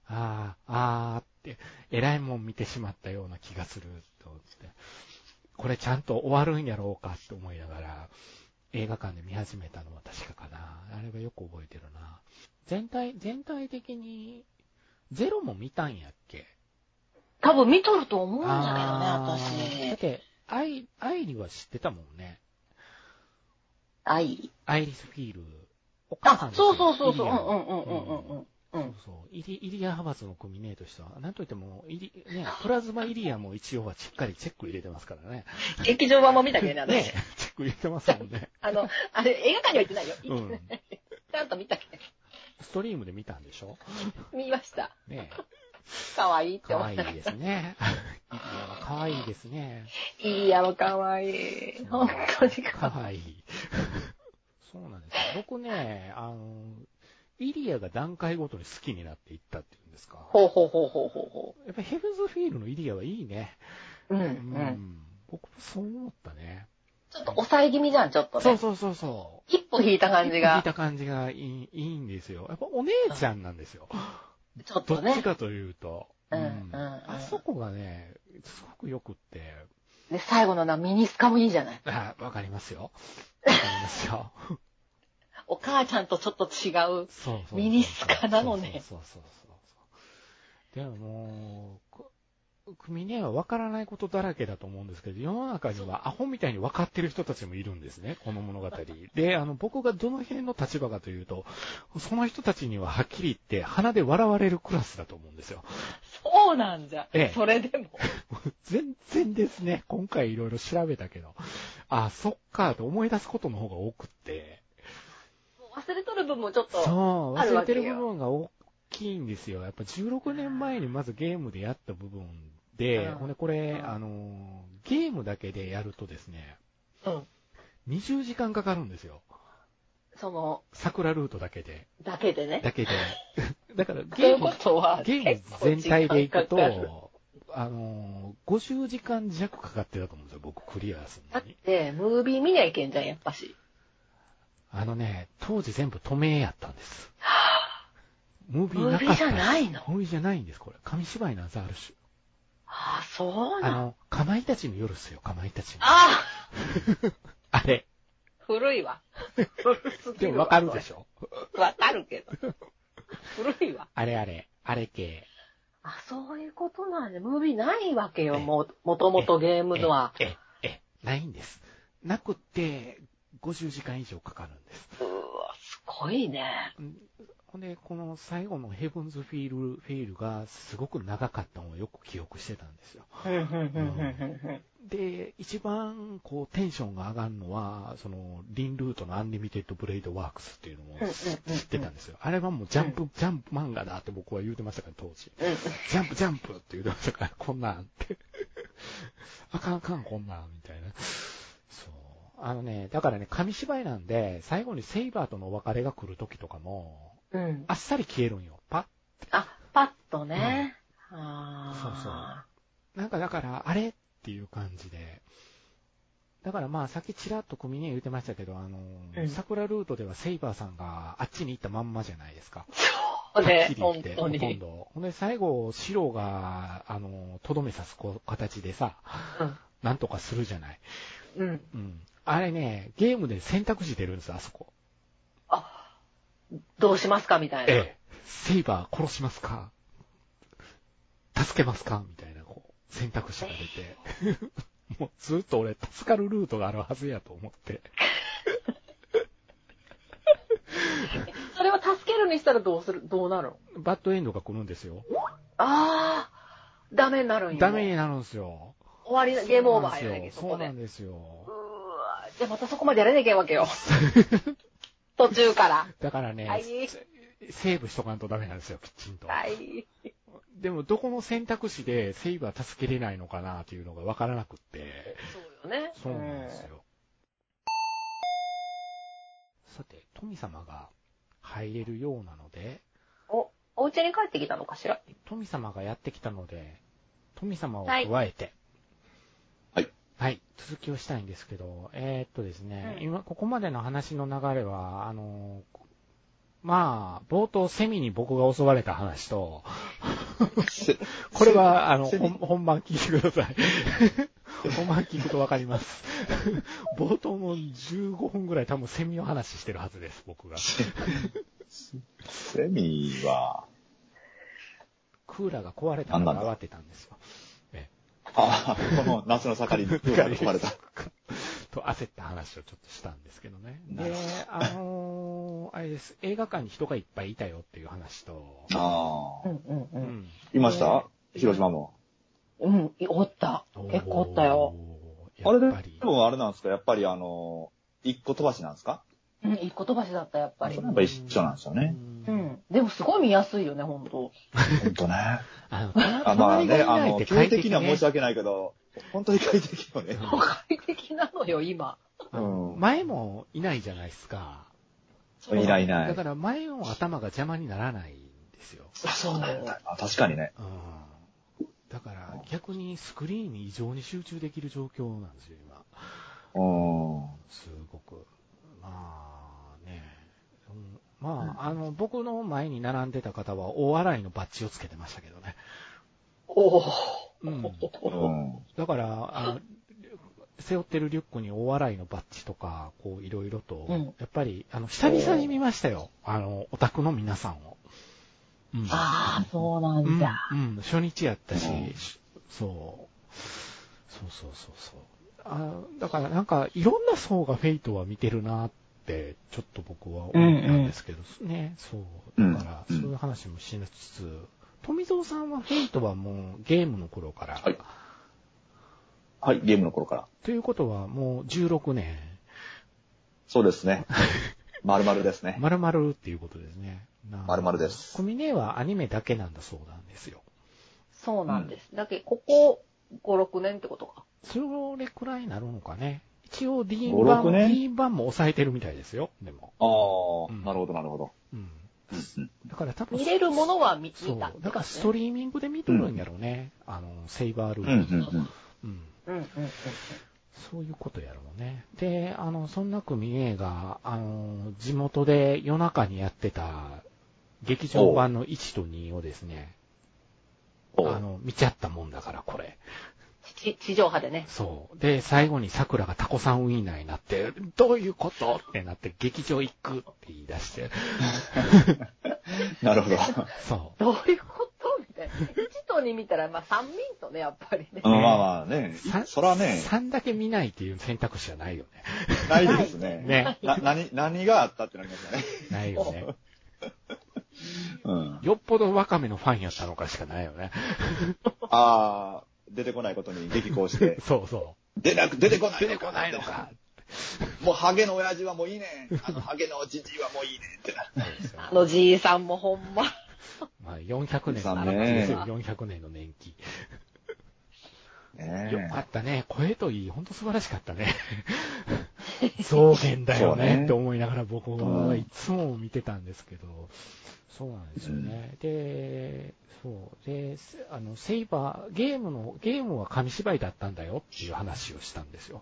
S2: ああ、ああって、偉いもん見てしまったような気がすると思って、これちゃんと終わるんやろうかって思いながら、映画館で見始めたのは確かかな。あれはよく覚えてるな。全体、全体的に、ゼロも見たんやっけ
S3: 多分見とると思うん
S2: あー
S3: だけどね、
S2: だっ
S3: 私。
S2: て、アイ、アイリは知ってたもんね。
S3: 愛
S2: アイリスフィール。お母さん
S3: あ、
S2: ですよ
S3: そうそうそうそう。
S2: イ
S3: う
S2: リア
S3: んうんうんうんうん
S2: そ
S3: う。
S2: うんそう。イリイリア派閥のコミネートしたなんといっても、イリ、ね、プラズマイリアも一応はしっかりチェック入れてますからね。
S3: 劇場版も見たけどね、
S2: ね
S3: 私。
S2: チェック入れてますもんね。
S3: あの、あれ、映画館には行ってないよ。
S2: うん。
S3: ちゃんと見たけ
S2: ストリームで見たんでし ょ
S3: ど。見ました。
S2: ね
S3: かわいいって
S2: 可
S3: 思っ
S2: 愛い
S3: た。
S2: ですね。 イリアは可愛いですね。
S3: いいやろ、かわいい。本当にかわい
S2: 可愛い。そうなんですよ。僕ね、あの、イリアが段階ごとに好きになっていったっていうんですか。
S3: い。ほうほうほうほうほうほ
S2: やっぱヘブンズフィールのイリアはいいね。
S3: う。うんう。。
S2: うん僕もそう思ったね。
S3: ちょっと抑え気味じゃん、ちょっと
S2: そう
S3: ね。
S2: そうそうそう。
S3: 一歩引いた感じ
S2: 聞い
S3: が。
S2: た感じがいいいいんですよ。やっぱお姉ちゃんなんですよ。
S3: ちょっ
S2: ど
S3: と
S2: っち
S3: ね。
S2: かというと。
S3: うんうんうん
S2: あそこがね、すごくよくって、
S3: で、最後のな、ミニスカもいいじゃない。
S2: あわかります よ。わかりますよ。
S3: お母ちゃんとちょっと違う。
S2: そうそうそう
S3: ミニスカなのね
S2: そうそうそうそうそう。でももう、く組ねは分からないことだらけだと思うんですけど、世の中にはアホみたいに分かってる人たちもいるんですね、この物語。で、あの、僕がどの辺の立場かというと、その人たちにははっきり言って鼻で笑われるクラスだと思うんですよ。
S3: そうなんじゃ
S2: ええ。
S3: それでも。
S2: 全然ですね、今回いろいろ調べたけど、あ、そっか、と思い出すことの方が多くって、
S3: もう忘れとる分もちょっと。
S2: そう、
S3: ある
S2: 忘
S3: わ
S2: れて
S3: けよ
S2: る部分が大きいんですよ。やっぱ16年前にまずゲームでやった部分で、
S3: うん
S2: ほんでこれ
S3: う、ん
S2: あの、ゲームだけでやるとですね、
S3: うん。
S2: 20時間かかるんですよ。
S3: その、
S2: 桜ルートだけで。
S3: だけでね。
S2: だけで。 だから
S3: とい
S2: ゲー
S3: う
S2: ム
S3: こ、とは、
S2: ゲーム全体でいく
S3: 結構時間かかる
S2: と、あの、50時間弱かかってたと思うんですよ、僕クリアす
S3: だ
S2: る
S3: っ
S2: のに。
S3: て、ムービー見にゃいけんじゃん、やっぱし。
S2: あのね、当時全部止めやったん です。ムービー
S3: ムー
S2: な
S3: ビ
S2: か
S3: ー
S2: っ
S3: じ
S2: た
S3: ゃ
S2: んです
S3: ないの
S2: ムービーじゃないんです、これ。紙芝居なんです、ある種。
S3: ああ、そう
S2: あ
S3: なん
S2: の、かまいたちの夜っすよ、かまいたちの。
S3: あ
S2: あれ。
S3: あ古いわ。古すぎ
S2: で
S3: る
S2: もわかるで
S3: ょ。
S2: しょ
S3: わかるけど。古いわ。
S2: あれあれ、あれ系。
S3: あ、そういうことなんで、ムービーないわけよ、
S2: ええ
S3: もう、もともとゲームのは。
S2: え、え、ないんです。なくて、50時間以上かかるんです。
S3: うわ、すごいね。
S2: ほんで、この最後のヘブンズフィール、フィールがすごく長かったのをよく記憶してたんですよ。で、一番こうテンションが上がるのは、その、リンルートのアンリミテッドブレイドワークスっていうのも
S3: うんうんうんうん
S2: 知ってたんですよ。あれはもうジャンプ、ジャンプ漫画だって僕は言うてましたから、当時。ジャンプ、ジャンプって言うてましたから、こんなんって。 あかんあかん、こんなん、みたいな。そう。あのね、だからね、紙芝居なんで、最後にセイバーとのお別れが来る時とかも、
S3: うん
S2: あっさり消えるんよ。パ
S3: あ、パッとね。あ
S2: ッ。なんかだから、あれっていう感じで。だからまあ、さっきちらっと組に言ってましたけど、あの、
S3: うん
S2: 桜ルートではセイバーさんがあっちに行ったまんまじゃないですか。
S3: あ。
S2: はっ
S3: ね
S2: き、り言
S3: 本
S2: って、
S3: 当
S2: ほとん
S3: に。
S2: ど。ほんで、最後、シロが、あの、とどめさすこ形でさ、
S3: うん
S2: なんとかするじゃない。
S3: うん。
S2: うん。あれね、ゲームで選択肢出るんです、あそこ。
S3: あ、どうしますかみたいな。
S2: ええ。セイバー殺しますか助けますかみたいな、こう、選択肢が出て。 もうずっと俺、助かるルートがあるはずやと思って。
S3: それは助けるにしたらどうする、どうなるの
S2: バッドエンドが来るんですよ。
S3: ああ、ダメになるんや。
S2: ダメになるんですよ。
S3: 終わりな、ゲームオーバーやねんけど、そ
S2: そ
S3: こ
S2: うな
S3: で。
S2: ん
S3: う
S2: ですよ。
S3: ーわじゃあまたそこまでやれなきゃいけんわけよ。途中から。
S2: だから
S3: は
S2: ね
S3: い、
S2: セーブしとかんとダメなんですよ、きちんと。
S3: はい。
S2: でも、どこの選択肢でセイバー助けれないのかなっていうのがわからなくって。
S3: そうよね。
S2: そうなんですよ。さて、富様が入れるようなので、
S3: うん。お、お家に帰ってきたのかしら。
S2: 富様がやってきたので、富様を加えて、
S4: はい。
S2: はい、続きをしたいんですけど、えーっとですね、
S3: うん
S2: 今、ここまでの話の流れは、あの、まあ、冒頭セミに僕が襲われた話と、
S4: せ
S2: これは、あの、
S4: セ
S2: ほ
S4: ミ
S2: ん本番聞いてください。 本番聞くとわかります。 冒頭の15分ぐらい多分セミの話してるはずです、僕が。
S4: セミは、
S2: クーラーが壊れたの
S4: なん
S2: が
S4: なんだ
S2: 慌てたんですよ。
S4: ああ、この夏の盛りに空が含まれた。
S2: と焦った話をちょっとしたんですけどね。
S4: な
S2: で
S4: るほ、
S2: あのーあれです。映画館に人がいっぱいいたよっていう話と、
S4: ああ。
S3: んう
S2: うんん。
S4: いました広島も。
S3: うん。うん、おった。結構おったよ。
S4: あ
S2: おー。
S4: れで
S2: やっぱり、
S4: もあれなんですかやっぱりあの、一個飛ばしなんですか
S3: うん、一個飛ばしだった、やっぱ
S4: あ
S3: り
S4: れ。やっぱ一緒なんですよね。
S3: う
S2: うん
S3: ん。でもすごい見やすいよね、ほんと。
S4: ほんとね。
S2: あの、
S4: あまあ
S2: 隣が
S4: ね、
S2: いな
S4: あ
S2: いっ
S4: の、
S2: て
S4: 距
S2: 快
S4: 離的
S2: 適
S4: には
S2: ね
S4: 申し訳ないけど、本当に快適よね。
S3: 快適なのよ、今。
S4: うん
S2: 前もいないじゃないですか。
S4: いないいな
S2: だ
S4: い
S2: か。ら前の頭が邪魔にならないんですよ。
S4: あそうなんだ。あ確かにね。
S2: うん。だから逆にスクリーンに異常に集中できる状況なんですよ、今。
S4: うん。は
S2: すごく。まあね。うんまあ、あの、僕の前に並んでた方は大洗いのバッジをつけてましたけどね。
S3: おお。
S2: うん。
S4: うん
S2: だから、あの、背負ってるリュックに大洗いのバッジとか、こういろいろと、
S3: うん
S2: やっぱり、あの、久々に見ましたよ。あの、オタクの皆さんを。うん。
S3: ああ、そうな
S2: うんん、
S3: だ。
S2: うん、初日やったし、
S4: うん
S2: そう、そうそうそうそう。あだからなんか、いろんな層がフェイトは見てるなって、ちょっと僕は思ったんですけど、ね、そう。だから、
S4: うん
S2: そういう話もしつつ、富蔵さんはフェイトはもうゲームの頃から、
S4: はいはい、ゲームの頃から。
S2: ということはもう16年、
S4: そうで すね。まるまるですね。
S2: 丸々っていうことですね。
S4: 丸々です
S2: コミネはアニメだけなんだそうなんですよ。
S3: そうなんです。だけどここ5、6年ってことか。
S2: それくらいになるのかね。一応 D
S4: 5 6
S2: 版、
S4: 年
S2: D 版も抑えてるみたいですよ、でも。
S4: ああ
S2: うん、
S4: なるほど、なるほど。
S2: うん。
S4: うん
S2: だから多分、
S3: 見れるものは見
S2: そ
S3: 見た
S2: う。だからスト
S3: リ
S2: リーミングで見とるんやろうね。あの、セイバール
S4: う
S2: ー
S4: ん
S2: ル、
S4: うん
S2: うん
S3: うんうんうん。
S2: そういうことやろうね。で、あの、そんな組 A が、あの、地元で夜中にやってた劇場版の1と2をですね、あ
S4: うん。
S2: の、見ちゃったもんだから、これ。
S3: 地地上波でね。
S2: そう。で、最後に桜がタコさんウィンナーになって、どういうことってなって、劇場行くって言い出して、
S4: なるほど。
S2: そ
S3: どういうことみたいな。1とのに見たら、まあ、三民とね、やっぱりね
S4: う。ん、まあまあね
S2: さ。
S4: そらね、
S2: 3だけ見ないっていう選択肢はないよ
S4: ないですね。
S2: ね。ね。
S4: な、何、何があったってなりますよね。
S2: ないよね。
S4: うん。
S2: よっぽどワカメのファンやったのかしかないよね。
S4: ああ、出てこないことに激 高して。
S2: そうそ
S4: 出なく、出てこな
S2: う。出
S4: い。
S2: てこないのか。。
S4: もうハゲの親父はもういいねん。あのハゲのじじいはもういいねんってな。
S2: そうですよ
S3: あのじいさんもほんま。
S2: まあ、400年の
S4: 残
S2: 年
S4: 念
S2: 季ですよ、400年の年季。
S4: ねえ
S2: よかったね。声といい、ほんと素晴らしかったね。 造言だよ
S4: そう
S2: ね
S4: ね
S2: って思いながら僕
S4: う
S2: は
S4: ん
S2: いつも見てたんですけど、そうなんですよね。で、そう。で、せあの、セイバー、ゲームの、ゲームは紙芝居だったんだよっていう話をしたんですよ。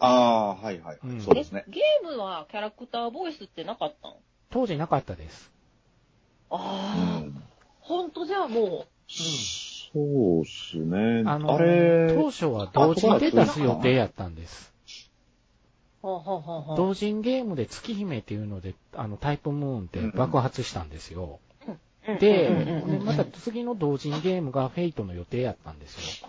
S4: ああー、はいはい、
S2: うん
S4: そうですね。
S5: ゲームはキャラクターボイスってなかったの
S2: 当時なかったです。
S4: う
S3: ああ、
S4: ん。
S3: ほんとじゃあも
S4: そうっすね。
S2: あ
S4: あ
S2: の、
S4: れ、
S2: 当初は同時に出出す予定やったんです。
S3: う、はんはんはんはん。
S2: 同人ゲームで月姫っていうので、あの、タイプムーンって爆発したんですよ。で、
S3: うんうんうんう
S2: で
S3: ん
S2: また次の同人ゲームがフェイトの予定やったんですよ。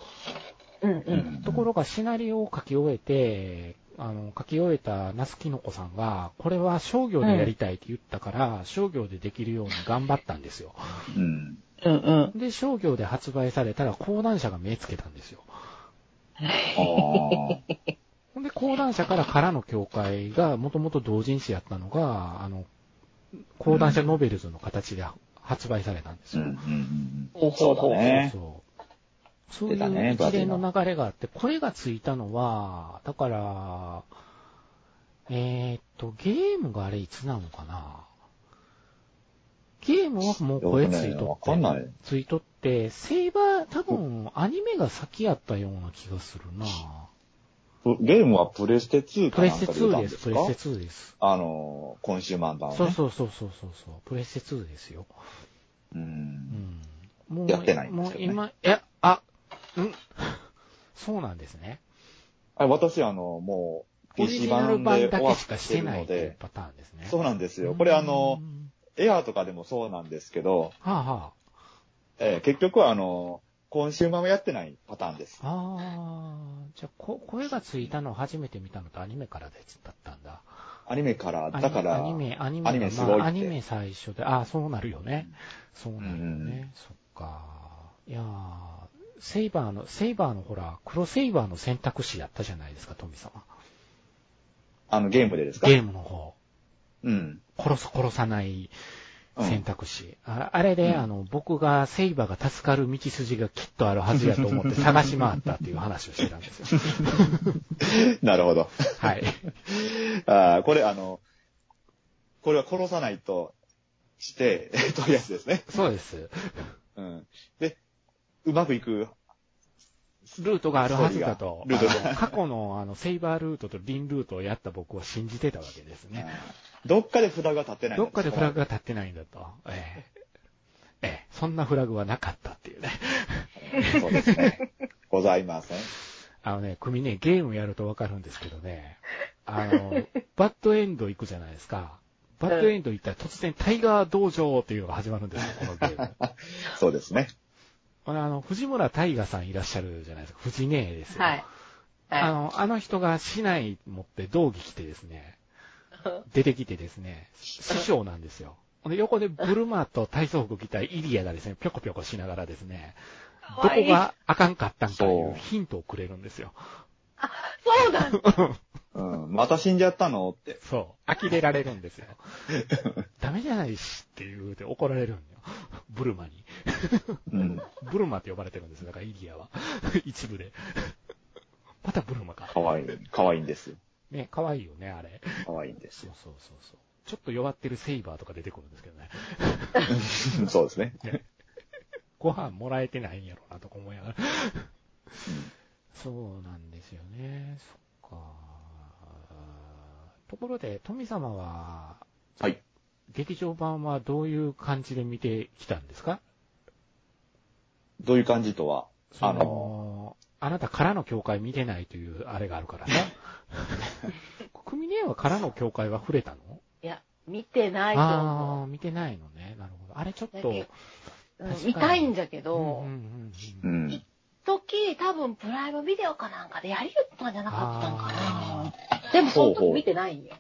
S3: うんうん。
S2: ところがシナリオを書き終えて、あの、書き終えたナスキノコさんが、これは商業でやりたいって言ったから、商業でできるように頑張ったんですよ。
S4: うん。
S3: うんうん。
S2: で、商業で発売されたら講談社が目つけたんですよ。
S4: ああ。
S2: ほんで、講談社からからの協会が、もともと同人誌やったのが、あの、講談社ノベルズの形で発売されたんです
S4: うん
S2: よ。
S4: うんうん
S3: ほうほうほう
S4: そうだね
S2: そうそう。そう
S4: 出た
S2: いう
S4: ね
S2: 一連の流れがあって、これがついたのは、だから、えーっと、ゲームがあれいつなのかなゲームはもう
S4: よ
S2: 声
S4: く
S2: つ
S4: ね
S2: いと
S4: わ
S2: って、
S4: かんない。
S2: ついとって、セイバー、多分アニメが先やったような気がするな
S4: プゲームはプレステ2
S2: プ
S4: か
S2: レ
S4: なん
S2: ステ
S4: かで出
S2: 2
S4: たん
S2: で、
S4: ですす
S2: プ
S4: か
S2: レステ2です。
S4: あの、コンシューマン版をね。
S2: そうそうそうそうそうそう、プレステ2ですよ。
S4: う。
S2: うんん。もう、
S4: やってないんですよね
S2: もう今、いや、あ、うん。 そうなんですね。
S4: あれ、私、あの、もう、
S2: オリ
S4: PC
S2: ジナル
S4: 版
S2: 版
S4: で
S2: だ
S4: 終
S2: け
S4: わっ
S2: しかして
S4: てる
S2: ない
S4: の
S2: っていう
S4: で、
S2: パターンですね。
S4: そううなんです
S2: ん
S4: よ。これ、あの、、エアーとかでもそうなんですけど、
S2: はあは
S4: えー結局は、あの、コンシューマーもやってないパターンです。
S2: あ。ああ、じゃあ、こ、声がついたのを初めて見たのとアニメからでだったんだ。
S4: アニメから、だから、
S2: アニメ、アニメ、
S4: アニメすごいって
S2: まあアニメ最初で、ああ、そうなるよね。そうなるよね。そっか。いやーセイバーの、セイバーのほら、黒セイバーの選択肢やったじゃないですか、トミ様。
S4: あの、ゲームでですか
S2: ゲームの方。
S4: うん。
S2: 殺す、殺さない
S4: うん
S2: 選択肢。ああれで、
S4: うん
S2: あの、僕がセイバーが助かる道筋がきっとあるはずやと思って探し回ったっていう話をしてたんですよ。
S4: なるほど。
S2: はい。
S4: あーこれ、あの、これは殺さないとして、 というやつですね。
S2: そうです。
S4: うん。で、うまくいく。
S2: ルートがあるはずだと。
S4: ストーリーがルートが
S2: あの過去の、あの、セイバールートとリンルートをやった僕を信じてたわけですね。
S4: どっかでフラグが立ってない。
S2: どっかでフラグが立ってないんだと。ええええ、そんなフラグはなかったっていうね。
S4: うんそうですね。ございません。
S2: あのね、組ね、ゲームやるとわかるんですけどね、あ の、バッドエンド行くじゃないですか。バッドエンド行ったら突然タイガー道場っていうのが始まるんですよ、このゲーム。
S4: そうですね。
S2: これあの、藤村大河さんいらっしゃるじゃないですか。藤姉ですよ。
S3: はい。
S2: あ
S3: は
S2: の、あの人が市内持って道着着てです ね、出てきてですね、師匠なんですよ。ほんで横でブルマと体操服着たイリアがですね、ぴょこぴょこしながらですね、
S3: い。
S2: ど
S3: かわい
S2: こ
S3: い
S2: があかんかったんかい
S4: そう
S2: うヒントをくれるんですよ。
S3: そうなんだ。
S4: うん。また死んじゃったのって。
S2: そう。呆れられるん ですよ。ダメじゃないしって言うて怒られるんよ。ブルマに。
S4: うん。
S2: ブルマって呼ばれてるんですよ。だからイギアは。 一部で。またブルマか。
S4: かわいい。かわいいんですよ。
S2: ね、可愛いよね、あれ。
S4: かわいいんです
S2: そう
S4: よ。
S2: そうそうそう。ちょっと弱ってるセイバーとか出てくるんですけどね。
S4: そうですね。
S2: ご飯もらえてないんやろうなとか思いながら。そうなんですよね。そっか。ところで、富様は、
S4: はい。
S2: 劇場版はどういう感じで見てきたんですか
S4: どういう感じとは、
S2: そ
S4: あの、
S2: の、あなたからの教会見てないというあれがあるからね。国ねはからの教会は触れたの
S3: いや、見てないと思
S2: ああー、見てないのね。なるほど。あれちょっと
S3: だけ、うん
S2: 確かに
S3: 見たいんだけど
S2: うんう、んう
S4: う
S2: んうん
S4: ん。
S3: 時多分プライムビデオかなんかでやりよったんじゃなかったんか
S2: あ
S3: な。でもその時見てないんよ。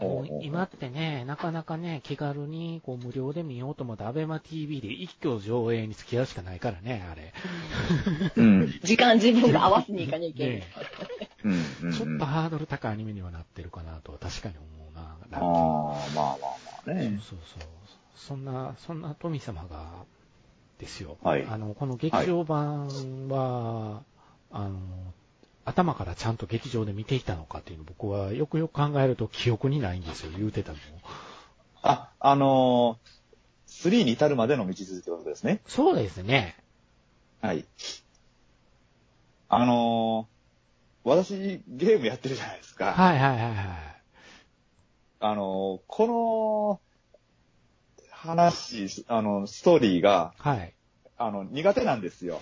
S2: もう今ってね、なかなかね、気軽にこう無料で見ようと思って、アベマ TV で一挙上映に付き合うしかないからね、あれ。
S4: うん。
S3: 時間自分が合わせにいかにゃいけない。
S2: ね
S4: うん。うん
S2: ちょっとハードル高いアニメにはなってるかなとは確かに思うな。
S4: ああ、まあまあまあね。
S2: そうそう。そんな、そんな富様が、ですよ。
S4: はい
S2: あの、この劇場版は、あの、頭からちゃんと劇場で見ていたのかっていうの僕はよくよく考えると記憶にないんですよ、言うてたの。
S4: あ、あのー、3に至るまでの道筋ってことですね。
S2: そうですね。
S4: はい。あのー、私、ゲームやってるじゃないですか。
S2: はいはいはいはい。
S4: あのー、この、話、あの、ストーリーが、
S2: はい。
S4: あの、苦手なんで すよ。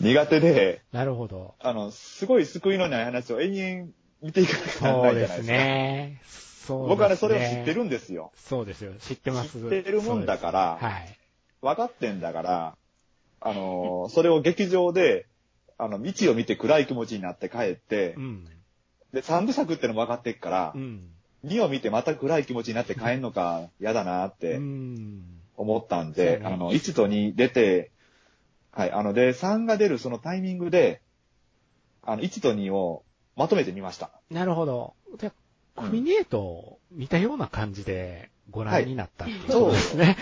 S4: 苦手で、
S2: なるほど。
S4: あの、すごい救いのない話を延々見ていかなきゃな
S2: そ
S4: ら
S2: う
S4: ないじ
S2: で
S4: ゃない
S2: す
S4: ですか。
S2: ね。そうですね。
S4: 僕はね、それを知ってるんですよ。
S2: そうですよ。知ってます。
S4: 知ってるもんだから
S2: そうですはい。
S4: 分かってんだから、あの、それを劇場で、あの、道を見て暗い気持ちになって帰って
S2: う、ん。
S4: で、三部作ってのも分かってっから
S2: う、ん。
S4: 2を見てまた暗い気持ちになって帰んのか嫌だなっ
S2: う
S4: て
S2: ん。
S4: 思ったんで、
S2: うん
S4: あの、1と2出て、はい、あの、で、3が出るそのタイミングで、あの、1と2をまとめてみました。
S2: なるほど。じゃあ、
S4: うん
S2: クミネートを見たような感じでご覧になったっていう
S4: そ
S2: こと
S4: う
S2: で
S4: ですす
S2: ね
S4: ね。。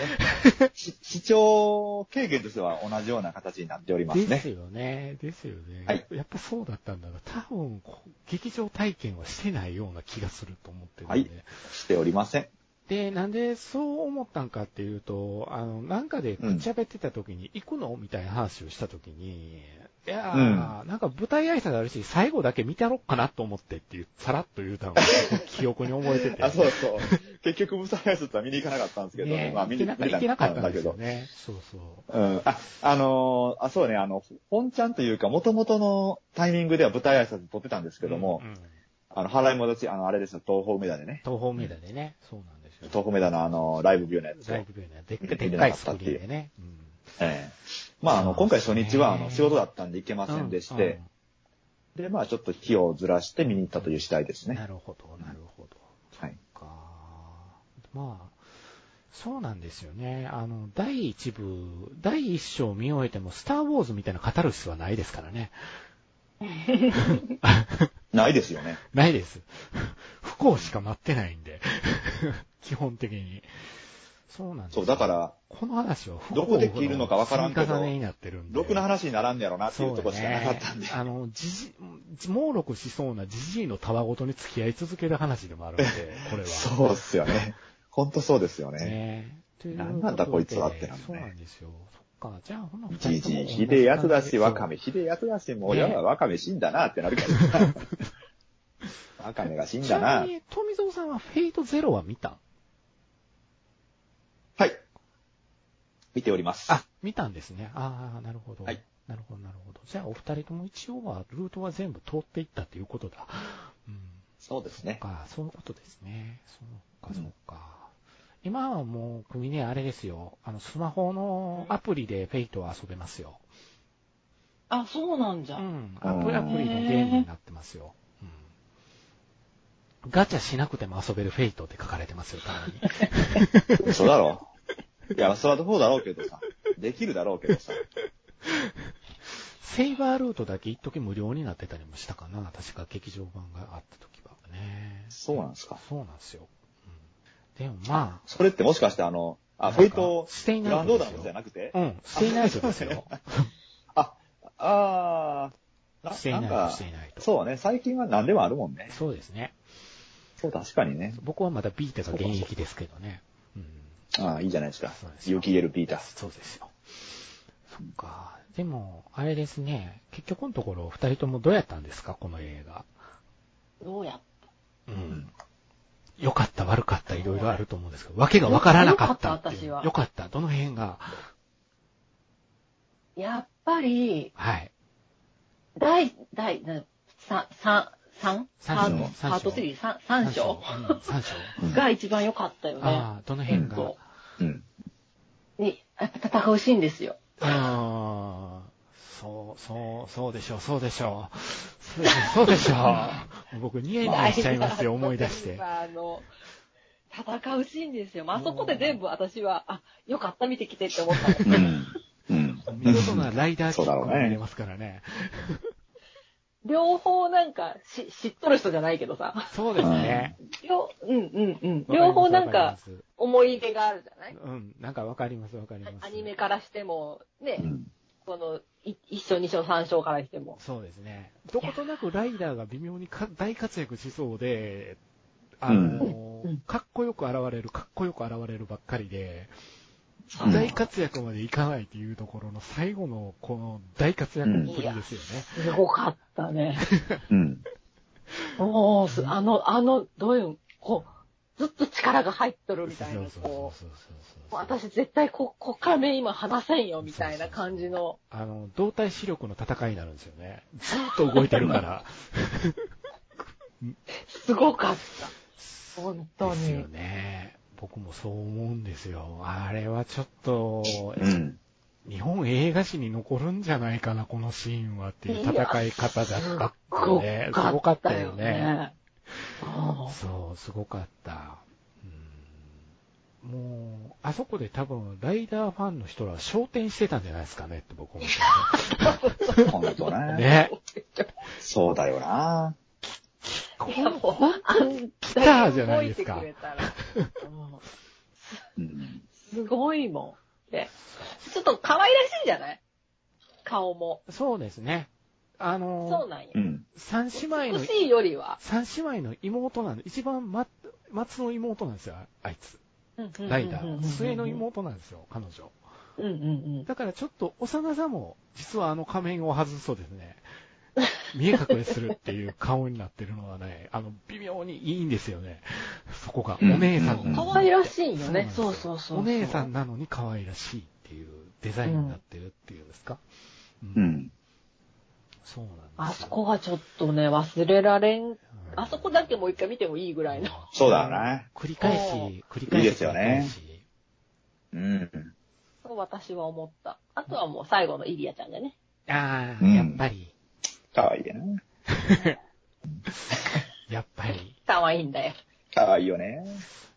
S4: し視聴経験としては同じような形になっております
S2: で
S4: ね
S2: す。よね。ですよね。
S4: はい
S2: やっぱそうだったんだが、多分、こう劇場体験はしてないような気がすると思ってるんで。
S4: はいしておりません。
S2: で、なんでそう思ったんかっていうと、あの、なんかで
S4: うん
S2: 口喋ってた時に、行くのみたいな話をした時に、いやー、なんか舞台挨拶あるし、最後だけ見たろっかなと思ってっていう、さらっと言うたのが記憶に覚えてて。
S4: あ、そうそう。 結局、舞台挨拶は見に行かなかったんですけど、
S2: ね
S4: まあ見
S2: 行
S4: に
S2: け
S4: 行
S2: なか行けなかったん
S4: だ
S2: で
S4: け
S2: すよ
S4: ど。
S2: ね。そうそう。
S4: うん。あ、あのーあ、そうね、あの、本ちゃんというか、元々のタイミングでは舞台挨拶撮ってたんですけども、
S2: うんうん
S4: あの、払い戻し、あの、あれですよ、東宝梅田でね。
S2: 東方メダでね、そうなんですよ。
S4: 東宝梅田のあの、ライブビューのやつを
S2: ライブビューのでっかでっかいスクリーンでね。うん
S4: ええまあ、あの、
S2: そう
S4: 今
S2: で
S4: 回
S2: す
S4: 初
S2: ね
S4: 日は、あの、仕事だったんで行けませんでして、で、まあ、ちょっと日をずらして見に行ったという次第です
S2: うんうんな
S4: ね。
S2: るほど、なるほど。
S4: はい。
S2: か。まあ、そうなんですよね。あの、第1部、第1章見終えても、スター・ウォーズみたいな語る必要はないですからね。
S4: ないですよね。
S2: ないです。不幸しか待ってないん で。基本的に。そうなんです
S4: そ
S2: よ
S4: う、だか、ら、
S2: この話は不幸
S4: どこで切るのかわからんけど
S2: の積み重ねになってるんで。
S4: ろくな話にならんねやろなって
S2: そ
S4: いうう
S2: ね
S4: とこしかなかったんで。
S2: あの、じじ、猛録しそうなじじいのたわごとに付き合い続ける話でもあるんで、これは。
S4: そうっすよね。ほんとそうですよね。
S2: ねえ。
S4: なんなんだこいつはってなるね
S2: そうなんですよ。そっか、じゃあほな、
S4: じじい、ひでえやつだし、わか
S2: め。
S4: めひでえやつだし、もう
S2: ね
S4: やばい、わかめ死んだなってなるから。わかめが死ん
S2: ち
S4: だ
S2: な
S4: な
S2: み。に、富蔵さんはフェイトゼロは見た
S4: はい。見ております。
S2: あ、見たんですね。ああ、なるほど。
S4: はい
S2: なるほど、なるほど。じゃあ、お二人とも一応は、ルートは全部通っていったということだ。うん。
S4: そうです
S2: そっ
S4: ね。
S2: か、そういうことですね。そうか、
S4: う
S2: そ
S4: ん
S2: うか。今はもう、組ね、あれですよ。あの、スマホのアプリでフェイトは遊べますよ。
S5: あ、そうなんじ
S2: う
S5: ゃ。
S2: ん。
S4: あ
S2: アプリアプリのゲームになってますよ。うん。ガチャしなくても遊べるフェイトって書かれてますよ、た まに。
S4: 嘘だろ。いや、それはどうだろうけどさ。できるだろうけどさ。
S2: セイバールートだけ一時無料になってたりもしたかな。確か劇場版があった時はね。
S4: そうなんですか。
S2: そうなんですよ。うん、でもまあ。
S4: それってもしかしてあの、あ、
S2: なん
S4: フ
S2: か
S4: ェイト、
S2: してい
S4: グ
S2: な
S4: ラ
S2: い
S4: ン
S2: と
S4: ド
S2: で
S4: オー
S2: す
S4: ダーのことじゃ
S2: よ。
S4: なくて
S2: うん、していないとですよ。
S4: あ、あ ー、な
S2: していない
S4: なん
S2: と
S4: か
S2: していないと。
S4: そうね、最近は何でもあるもんね。
S2: そうですね。
S4: そう、確かにね。
S2: 僕はまだビータが現役ですけどね。うん。
S4: ああ、いいじゃないですか
S2: そうで。すよ
S4: 勇気入れるビータ。
S2: そうですよ。そっか。でも、あれですね。結局のところ、二人ともどうやったんですかこの映画。
S5: どうやっ
S2: うん。良かった、悪かった、いろいろあると思うんですけど、わけがわからなかったっていう。
S5: 良かった私は
S2: 良かった、どの辺が。
S5: やっぱり、
S2: はい。
S5: 第、第、なさ、さ、
S3: 三
S2: 三
S3: ハ
S4: 章
S3: ート
S2: 三章
S3: ハート3、三三章
S2: うん三章。
S4: うん
S3: が一番良かったよね。
S2: ああ、どの辺が。
S3: 本
S4: うん。
S3: 当に、やっぱ戦うシーンですよ。
S2: ああ、そう、そう、そうでしょう、そうでしょう。そうでしょう、そうでしょう。僕、ニヤニヤしちゃいます よ、思い出して。
S3: あの、戦うシーンですよ。まああそこで全部私は、あ、よかった見てきてって思ったの。
S4: うん。うん。
S2: 見事なライダーキックが見れますからね。
S3: 両方なんかし、知っとる人じゃないけどさ。
S2: そうですね。
S3: 両、うんうんうん。
S2: わります
S3: 両方なん
S2: わ
S3: か
S2: ります
S3: 思い出があるじゃない
S2: うん、なんかわかります、わかります。
S3: アニメからしても、ね
S4: う、ん。
S3: この、い一章、二章、三章からしても。
S2: そうですね。どことなくライダーが微妙にか大活躍しそうで、あの
S3: うんうん、
S2: かっこよく現れる、かっこよく現れるばっかりで、
S4: うん
S2: 大活躍までいかないっていうところの最後のこの大活躍っぷりですよね。
S3: すごかったね。
S4: うん。
S3: もうす、あの、あの、どういう、こう、ずっと力が入っとるみたい
S2: そ
S3: な、
S2: うそう
S3: こ
S2: そう
S3: う、
S2: そう。
S3: 私絶対こ、こっから目今離せんよ、みたいな感じの。
S2: あの、動体視力の戦いになるんですよね。ずっと動いてるから。
S3: すごかった。本当
S2: ですよ
S3: に。
S2: ね。僕もそう思うんですよ。あれはちょっと、
S4: うん。
S2: 日本映画史に残るんじゃないかな、このシーンはっていう戦い方だったっていうね。すごかったよね。。
S3: あ
S2: そう、すごかった。うんもう、あそこで多分、ライダーファンの人らは焦点してたんじゃないですかねって僕思って
S4: 本当
S2: ま
S4: ね
S2: す。ね。
S4: そうだよな。
S3: あいやもう、あん
S2: 来たじゃないですか
S3: 動てくれたらうん
S4: うん。
S3: すごいもん。で、ちょっと可愛らしいんじゃない顔も。
S2: そうですね。あ
S3: そう
S2: の、
S3: なんや
S4: う。ん。
S2: 三姉妹
S3: 欲
S2: の
S3: し、いよりは。
S2: 三姉妹の妹なんで、一番、ま、松の妹なんですよ、あいつ。ライダー。末の。妹なんですよ、彼女。
S3: うんうんうん。
S2: だからちょっと幼さも、実はあの仮面を外すとです ね、見え隠れするっていう顔になってるのはね、あの、微妙にいいんですよね。そこが、お
S4: うん
S2: 姉さんなのに
S3: 可愛らしいよね。
S2: な
S3: そ
S2: ん
S3: う
S2: ですよ
S3: そうそうそう。
S2: お姉さんなのに可愛らしいっていうデザインになってるっていうんですか。
S4: う。ん。
S2: そうなんですよ
S3: あそこはちょっとね、忘れられん。
S2: うん
S3: あそこだけもう一回見てもいいぐらいの。
S4: そうだよね。
S2: 繰り返し、繰り返し。
S4: いいですよね
S2: 繰り返し
S4: うん。
S3: そう私は思った。あとはもう最後のイリアちゃんだね。
S2: ああ、
S4: うん
S2: やっぱり、
S4: かわいいよね。
S2: やっぱり、
S3: 可愛いんだよ。
S4: かわいいよね。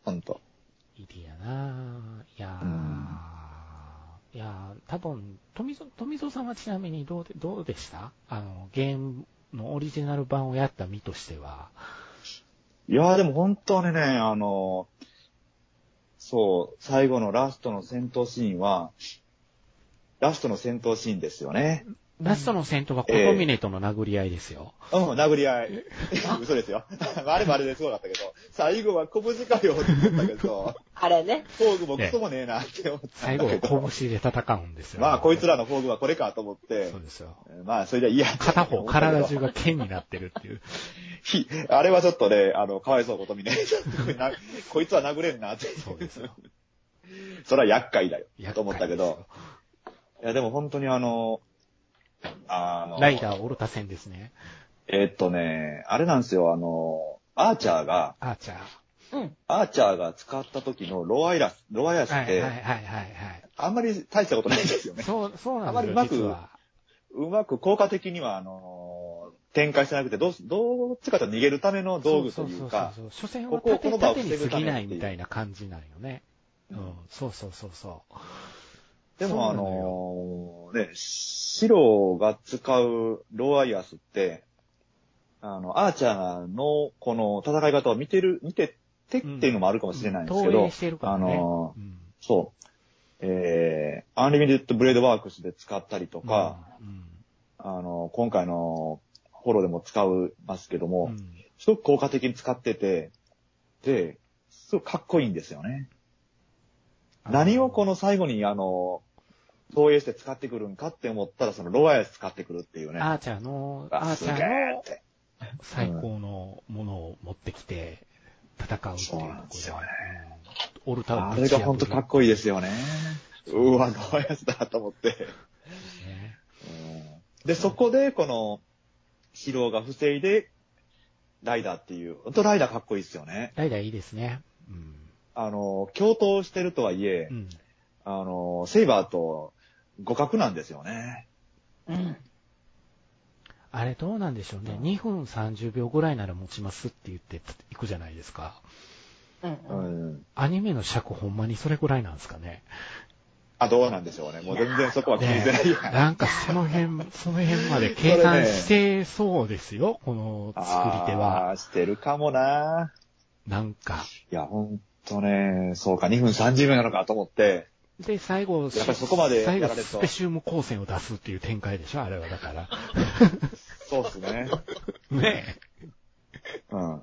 S4: ほんと。
S2: いいやないやー、
S4: うん
S2: いやー多分、富蔵、富蔵さんはちなみにどうで、どうでしたあの、ゲームのオリジナル版をやった身としては。
S4: いやーでも本当にね、あのーそう、最後のラストの戦闘シーンは、ラストの戦闘シーンですよね。
S2: ラストの戦闘はコトミネとの殴り合いですよ。
S4: うん、殴り合い。 嘘ですよ。あれもあれですごかったけど、最後は拳かよって思ったけ ど、
S3: あれね。
S4: フォーグもクソもねえなって思った
S2: 最
S4: ん
S2: 後
S4: だけ
S2: は
S4: ど。
S2: 拳で戦うんですよ。
S4: まあ、こいつらのフォーグはこれかと思って
S2: そう、ですよ。
S4: まあ、それじゃいいや。
S2: 片方、体中。が剣になってるっていう。
S4: ひあれはちょっとね、あの、かわいそう ことみね。なこいつは殴れんなって。
S2: そうですよ。
S4: それは厄介だよ。
S2: や
S4: と思ったけど。。いや、でも本当にあの、あの、
S2: ライダーオルタ戦ですね。
S4: えっとね、あれなんですよ、あの、アーチャーが、
S2: アーチャー。
S3: うん。
S4: アーチャーが使った時のロアイラス、ロアイラスっ
S2: はい
S4: て、
S2: はいはいはいはい。
S4: あんまり大したことないんですよね。
S2: そう、そうなんですよ、
S4: あまりうまく
S2: 実は。
S4: うまく効果的には、あのー展開してなくて、どうす、どっちかというと逃げるための道具というか、
S2: そうそうそうそう、所詮は
S4: ここを
S2: 縦
S4: この場を
S2: 縦に
S4: 防
S2: 過
S4: ぐた
S2: ぎ
S4: めっていう
S2: ないみたいな感じなんよね。うん、そうそうそうそう。
S4: で
S2: そう
S4: もあ
S2: なの
S4: のーね、白が使うロアイアスって、あの、アーチャーのこの戦い方を見てる、見ててっていうのもあるかもしれないんですけ
S2: 投
S4: ど、
S2: 影してるから
S4: あ
S2: ね。
S4: の
S2: うん
S4: ーそう、えー、アンリミテッドブレードワークスで使ったりとか、、
S2: うん
S4: あのー今回のフォローでも使うますけども、
S2: うん
S4: すごく効果的に使ってて、で、すごくかっこいいんですよね。何をこの最後に、あの、投影して使ってくるんかって思ったら、そのロアイアス使ってくるっていうね。
S2: アーチャーの、ア
S4: あ
S2: ー
S4: す
S2: チ
S4: げ
S2: ャ
S4: ー
S2: ーの
S4: って。
S2: 最高のものを持ってきて戦うっていうと
S4: そ
S2: こ
S4: う
S2: ろ
S4: なんですよね
S2: うんオルタを
S4: あ
S2: ぶ
S4: れ
S2: ち破
S4: が
S2: る
S4: ほんとかっこいいですよね。うわ、ロアイアスだと思って。
S2: ね
S4: で、そこで、この、四郎が防いで、ライダーっていう。ほんとライダーかっこいいっすよね。
S2: ライダーいいですね。うん。
S4: あの、共闘してるとはいえ、
S2: うん。
S4: あの、セイバーと互角なんですよね。
S5: うん。
S2: あれどうなんでしょうね。2分30秒ぐらいなら持ちますって言っていくじゃないですか。
S5: うん
S4: う
S5: うん。
S4: ん。
S2: アニメの尺ほんまにそれぐらいなんですかね。
S4: あ、どうなんでしょうね。もう全然そこは気にしてないや。
S2: なんかその辺、その辺まで計算してそうですよ。この作り手は。
S4: あーしてるかもな
S2: なんか。
S4: いや、ほんとね、そうか、2分30秒なのかと思って、
S2: で、最後、
S4: やっぱりそこまで
S2: 最
S4: や
S2: 後、
S4: られると
S2: スペシウム光線を出すっていう展開でしょあれはだ から。
S4: そうっすね。
S2: ね
S4: う
S2: え。
S4: ん。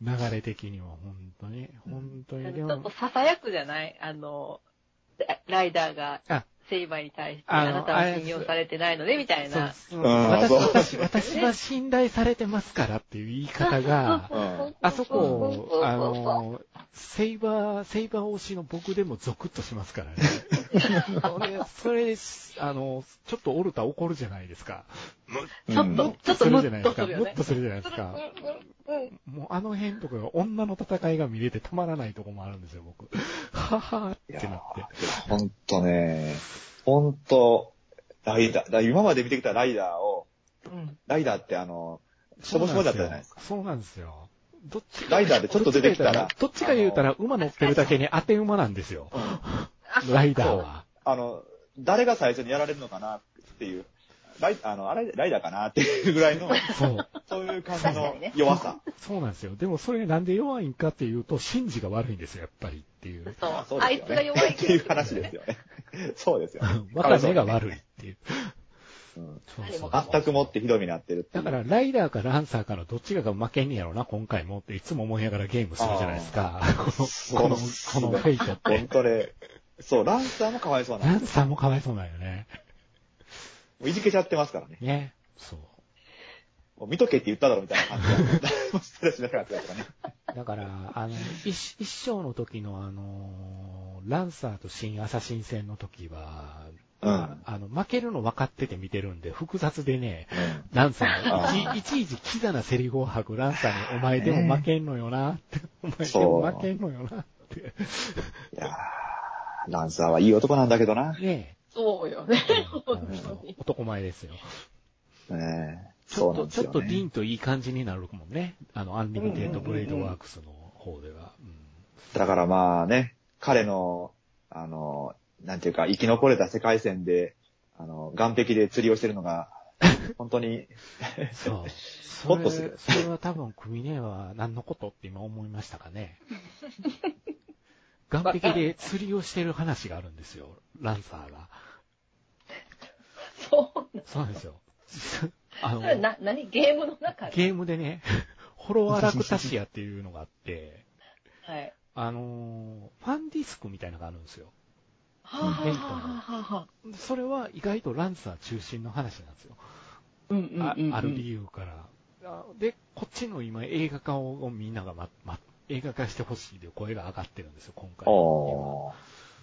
S2: 流れ的には本当に、本当
S5: あ
S2: に。
S5: のち
S2: で
S5: ょっと
S2: も、
S5: 囁くじゃないあの、ラライダーが
S2: あ、
S5: セイバーに対して、
S2: あ
S5: あ
S2: の
S5: なたは信用されてないので、みたい
S2: そう
S5: な。
S2: そう
S4: うん
S2: 私
S4: そう
S2: 私私は信頼されてますからっていう言い方 が、
S4: うん。
S2: あそこ、あの、セイバー、セイバー推しの僕でもゾクッとしますからね。それ、それ、あの、ちょっとオルタ怒るじゃないですか。
S5: ちょっと、ちょっと
S2: す
S5: ム
S2: るじゃな
S5: ッ
S2: いで
S5: と
S2: す
S5: す
S2: か。
S5: るよ
S2: ムッ
S5: ね
S2: と。するじゃないですか。もうあの辺とかが女の戦いが見れてたまらないとこもあるんですよ、僕。ははーってなって。
S4: ほんとね、ほんと、ライダー、だから今まで見てきたライダーを、
S5: うん。
S4: ライダーってあの、しょぼしょぼだったじゃないですか。
S2: そうなんですよ。どっちか
S4: ライダーでちょっと出てきたら
S2: どっちか言うたら、どっちか言うたら馬乗ってるだけに当て馬なんですよ。ライダーは。
S4: あの、誰が最初にやられるのかなっていう、ライあのあれライダーかなっていうぐらい の、
S2: そう。
S4: そういう感じ
S5: 確か
S4: の
S5: にね
S4: 弱さ。
S2: そうなんですよ。でもそれなんで弱いんかっていうと、シンジが悪いんですよ、やっぱりって いう。
S5: そう
S4: ま。そう
S5: あ
S4: で
S5: い
S4: すよ
S5: つ
S4: ね
S5: が弱い
S4: っ
S5: け
S4: て
S5: ど
S4: いう話ですよね。 そうですよね。
S2: 若目が悪いっていう。
S4: うん
S2: そうそう
S4: 全くもってひどみになってるってい
S2: だ
S4: う。
S2: から、ライダーかランサーかのどっちかが負けんねやろな、今回もっていつも思いながらゲームするじゃないですか。この、この、このフェイトって。
S4: 本当ね、そう、ランサーもかわいそうな
S2: ラ
S4: ん
S2: ン
S4: です。
S2: サーもかわいそうなんよね。
S4: もういじけちゃってますからね。
S2: ね。そう。
S4: もう見とけって言っただろみたいな感じで。誰もストレスなかったですかね。
S2: だから、あの、一一章の時のあの、ランサーと新アサシン戦の時は、
S4: うん
S2: あの、負けるの分かってて見てるんで、複雑でね、ランサーがいち、いちいちキザなセリフを吐くランサーに、お前でも負けんのよなって、お前でも負けんのよなって。
S4: いやーランサーはいい男なんだけどな。
S2: ね
S5: そうよね。
S2: え
S5: 本当に。
S2: 男前ですよ。
S4: ね
S2: ち
S4: そ
S2: ょ
S4: う
S2: っ
S4: な
S2: と、
S4: んで
S2: ち
S4: す
S2: ょ
S4: よ、ね。
S2: っとディーンといい感じになるもんね。あの、アンリミテッドブレードワークスの方では。
S4: だからまあね、彼の、あの、なんていうか、生き残れた世界線で、あの、岸壁で釣りをしてるのが、本当に、
S2: うんそう。そ
S4: ほ
S2: れ
S4: っとする
S2: それは多分、クミネは何のことって今思いましたか ね。岸壁で釣りをしてる話があるんですよ、ランサーが。
S5: そうな
S2: そうなん ですよ。あ
S5: の。それな、何ゲームの中で
S2: ゲームでね、フォロワーラクタシアっていうのがあって、
S5: はい。
S2: あのーファンディスクみたいなのがあるんですよ。
S5: はぁはぁはぁはぁ。
S2: でそれは意外とランサー中心の話なんですよ。
S5: うんうん
S2: あ
S5: うんうん。
S2: ある理由から。あで、こっちの今映画化をみんながま、ま、映画化してほしいという声が上がってるんですよ、今回。
S4: お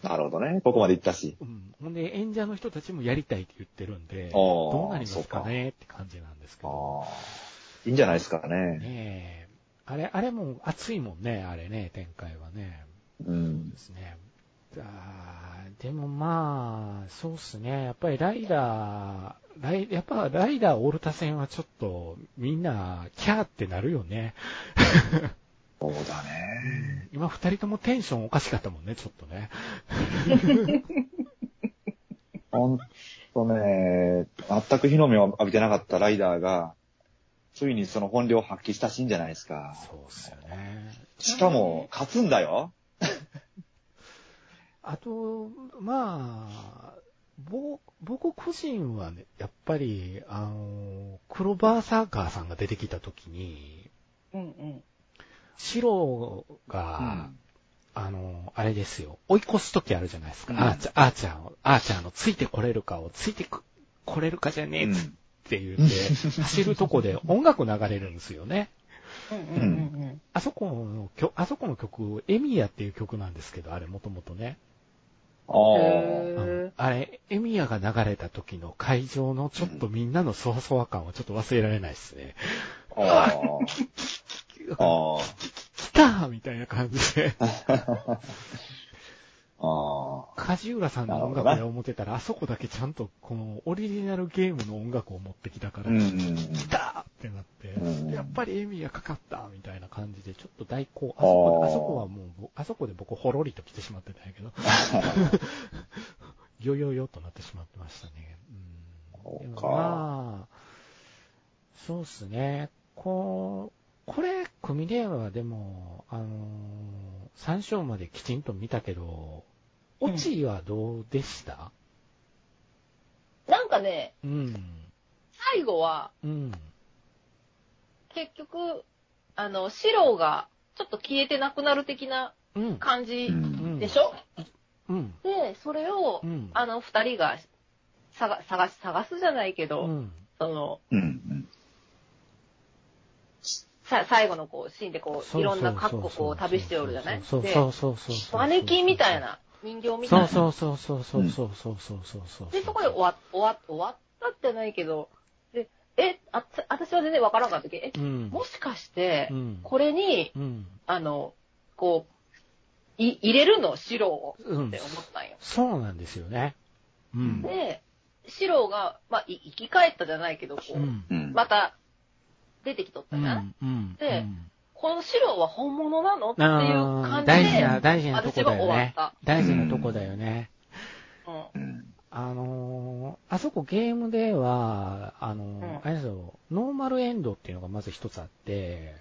S4: ーなるほどね。ここまで行ったし。
S2: うん。ほんで、演者の人たちもやりたいって言ってるんで、
S4: おー
S2: どうなりますかねって感じなんですけ
S4: あ
S2: ど。
S4: ーいいんじゃないですかね。
S2: ねえ。あれ、あれも熱いもんね、あれね、展開はね。
S4: う
S2: そうんで。すね。あーでもまあ、そうっすね。やっぱりライダー、ライやっぱライダーオルタ戦はちょっとみんなキャーってなるよ ね。
S4: そうだね。
S2: 今二人ともテンションおかしかったもんね、ちょっとね。
S4: ほんとね、全く火の目を浴びてなかったライダーが、ついにその本領を発揮したシーンじゃないですか。
S2: そうっすよね。
S4: しかも、勝つんだよ。
S2: あと、まあ、ぼ僕個人はね、やっぱり、あの、黒バーサーカーさんが出てきた時に、
S5: うんうん。
S2: 白が、あの、あれですよ。追い越すときあるじゃないですか。
S4: うん
S2: アーチャー、アーチャーを、アーチャーのついてこれるかを、ついてく、これるかじゃねえっつって言って、走るとこで音楽流れるんですよね。
S5: うんうんうんうん。
S2: あそこの曲、あそこの曲、エミヤっていう曲なんですけど、あれもともとね。
S4: ああ。
S2: うん
S5: へ
S2: あれ、エミヤが流れた時の会場のちょっとみんなのそわそわ感はちょっと忘れられないですね。
S4: ああ。ああ。
S2: 来たみたいな感じで。
S4: ああ。
S2: 梶浦さんの音楽で思ってたら、あそこだけちゃんと、このオリジナルゲームの音楽を持ってきたから、
S4: うんうんう
S2: 来
S4: ん。
S2: たってなって、
S4: うん
S2: やっぱりエミがかかったみたいな感じで、ちょっと大好、あそこ
S4: あー
S2: あそこはもうぼ、あそこで僕ほろりと来てしまってたんやけ ど、よよよとなってしまってましたね。うん。で
S4: そう
S2: も
S4: か
S2: まあ、そうっすね。こう、これ、組ではでも、あのー、3章まできちんと見たけど、
S5: うん
S2: オチはどうでした
S3: なんかね、
S2: うん。
S3: 最後は、
S2: うん。
S3: 結局、あの、白が、ちょっと消えてなくなる的な
S2: うん。
S3: 感
S4: う
S3: じ
S4: ん
S3: でしょ、
S2: うん。
S3: で、それを
S2: う、ん。
S3: あの、二人が、探、探し、探すじゃないけど、
S2: うん。
S3: その、
S4: うんうん。
S3: さ、最後のこう、シーンでこう、
S2: そうそ
S3: い
S2: う
S3: ろ
S2: んそう
S3: な各国を旅しておるじゃない
S2: そう
S3: で
S2: そうそうそうそう。
S3: マネキンみたい。な、人形みたい
S2: そ
S3: な。
S2: うそうそうそうそうそうそうそうそうそう。
S3: で、そこで終わっ終わっ終わったってないけど、で、え、あ、つ私は全然わからんかったけど、え、
S2: うん。
S3: もしかして
S2: う、ん。
S3: これに、
S2: うん。
S3: あの、こう、い、入れるの白をっ
S2: うん
S3: て。思ったんよ。
S2: そうなんですよね。うん。
S3: で、白が、まあ、い生き返ったじゃないけど、こう、
S2: うん。
S4: うん。
S3: また、出てきとっ
S2: う
S3: たじゃん、
S2: ん。うん。
S3: でこの白は本物なのっていう
S2: あ
S3: 感
S2: ー
S3: じ
S2: 大事
S3: で、
S2: な、大事なとこ
S3: 私
S2: だ
S3: は終
S2: よ
S3: わっ
S2: ね。
S3: た。
S2: 大事なとこだよね。
S3: うん。
S4: うん
S2: あのーあそこゲームでは、あのー
S3: うん
S2: あれですよ、ノーマルエンドっていうのがまず一つあって、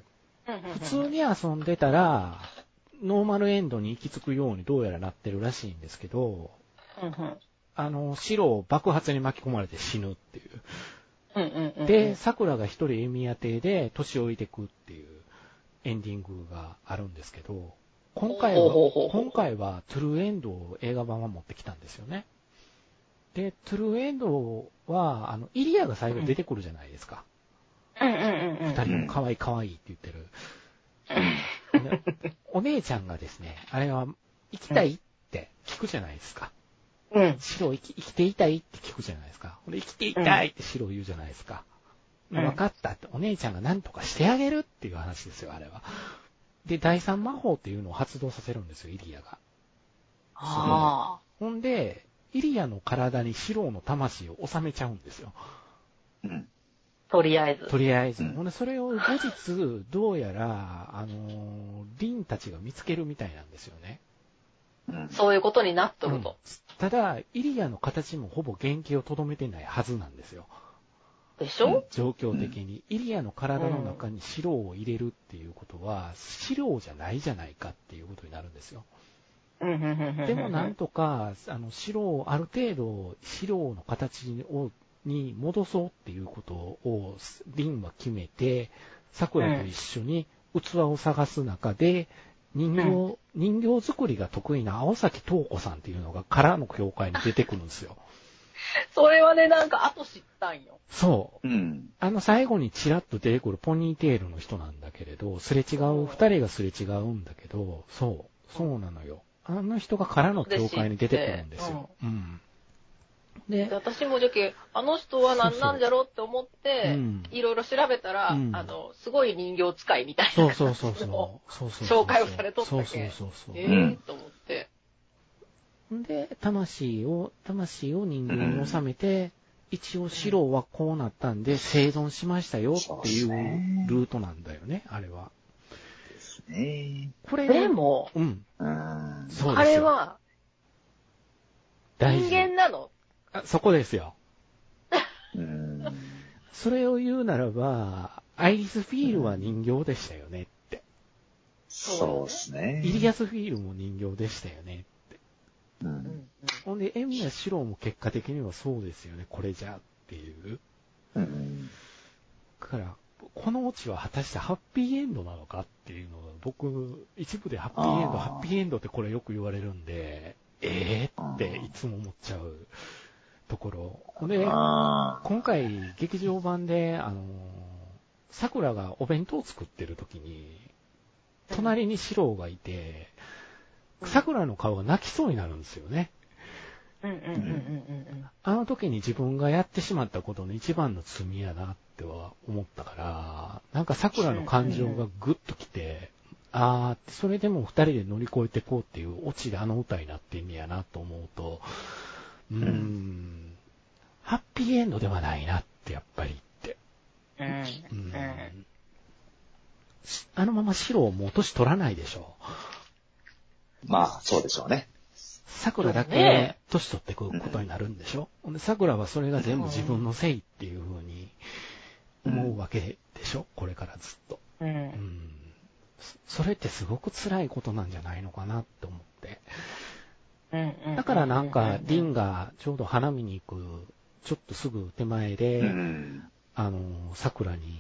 S3: うんうんうん
S2: 普通に遊んでたら、ノーマルエンドに行き着くようにどうやらなってるらしいんですけど、
S3: うんうん
S2: あの、白を爆発に巻き込まれて死ぬっていう。
S3: うんうんうん
S2: で、桜が一人弓矢邸で年老いてくっていうエンディングがあるんですけど、今回
S3: ほう
S2: は
S3: ほうほう、ほう
S2: 今回はトゥルーエンドを映画版は持ってきたんですよね。で、トゥルーエンドは、あの、イリアが最後出てくるじゃないですか。
S3: うんうんうんうん。
S2: 二人も可愛い可愛いって言ってる。ねお姉ちゃんがですね、あれは、行きたいって聞くじゃないですか。
S3: うん。
S2: 白生き、生きていたいって聞くじゃないですか。ほんで生きていたいって白言うじゃないですか。
S3: うん
S2: 分かったって、お姉ちゃんが何とかしてあげるっていう話ですよ、あれは。で、第三魔法っていうのを発動させるんですよ、イリアが。
S3: あ
S2: ほんで、イリアの体にシローの魂を収めちゃうんですよ。
S4: うん。
S3: あ、とりあえず。
S2: とりあえず。
S4: うん
S2: ほんで、それを後日、どうやら、あのーリンたちが見つけるみたいなんですよね。
S4: うん。
S3: そういうことになっとると。
S2: ただ、イリアの形もほぼ原型をとどめてないはずなんですよ。
S3: でしょ
S2: 状況的に、イリアの体の中に白を入れるっていうことは、白じゃないじゃないかっていうことになるんですよ。
S3: うんうん うんうん。
S2: でもなんとか、あの、白をある程度、白の形を、に戻そうっていうことを、リンは決めて、桜と一緒に器を探す中で、人形、人形作りが得意な青崎東子さんっていうのが、からの教会に出てくるんですよ。
S3: それはね、なんか後知ったんよ。
S2: そう。
S4: うん。
S2: あの、最後にチラッと出てくるポニーテールの人なんだけれど、すれ違
S3: う
S2: う、
S3: ん
S2: 二人がすれ違うんだけど、そう、そうなのよ。あの人がからの教会に出てくるんですよ。うん。
S3: で
S2: で、
S3: 私もじゃけ、あの人は何なんじゃろうって思って
S2: うん、
S3: いろいろ調べたら、あ
S2: うん
S3: の、すごい人形使いみたいな。
S2: そうそうそうそう。そうそうそう
S3: 紹介をされとったけん
S2: そうそうそう
S3: え
S2: そ
S3: え
S4: うん
S3: と思って。
S2: う。で、魂を、魂を人形に収めて、一応白はこうなったんで生存しましたよってい
S4: そうです
S2: う
S4: ね
S2: ルートなんだよね、あれは。
S4: ね
S2: これ、
S3: で、も、
S2: うん、
S4: え。うん。
S2: そうで
S3: あ
S2: す
S3: れ
S2: よ。
S3: は
S2: 大
S3: 人
S2: 事
S3: 間なの
S2: あそこですよ。
S4: うん。
S2: それを言うならば、アイリスフィールは人形でしたよねって。
S4: そうですね。
S2: イリアスフィールも人形でしたよね。
S4: う。
S3: うんん
S2: ほんで、エミやシローも結果的にはそうですよね、これじゃっていう。
S4: うん。
S2: だから、このオチは果たしてハッピーエンドなのかっていうのが、僕、一部でハッピーエンド、
S4: あー
S2: ハッピーエンドってこれよく言われるんで、えー、っていつも思っちゃうところ。ほんで、
S4: あ
S2: 今回、劇場版で、あのー、桜がお弁当を作ってる時に、隣にシローがいて、桜の顔が泣きそうになるんですよね。
S3: うんうんうんうんうんうん。
S2: あの時に自分がやってしまったことの一番の罪やなっっては思ったから、なんか桜の感情がグッときて、あー、それでも二人で乗り越えてこうっていうオチであの歌になって意味やなと思うと、うーん、ハッピーエンドではないなって、やっぱりって。
S3: うん。
S2: う
S3: うん
S2: ん。あのまま白をもう年取らないでしょ。
S4: まあ、そうでしょうね。
S2: 桜だ
S3: そう
S2: け
S3: ね
S2: 年取ってくることになるんでしょ、ほんで桜はそれが全部自分のせいっていう風に思うわけでしょこれからずっと。
S3: う。
S2: うんん。そそれってすごく辛いことなんじゃないのかなって思って。
S3: うん。
S2: だからなんか、リン
S3: が。
S2: がちょうど花見に行く、ちょっとすぐ手前で、
S4: うん。
S2: あの、桜に、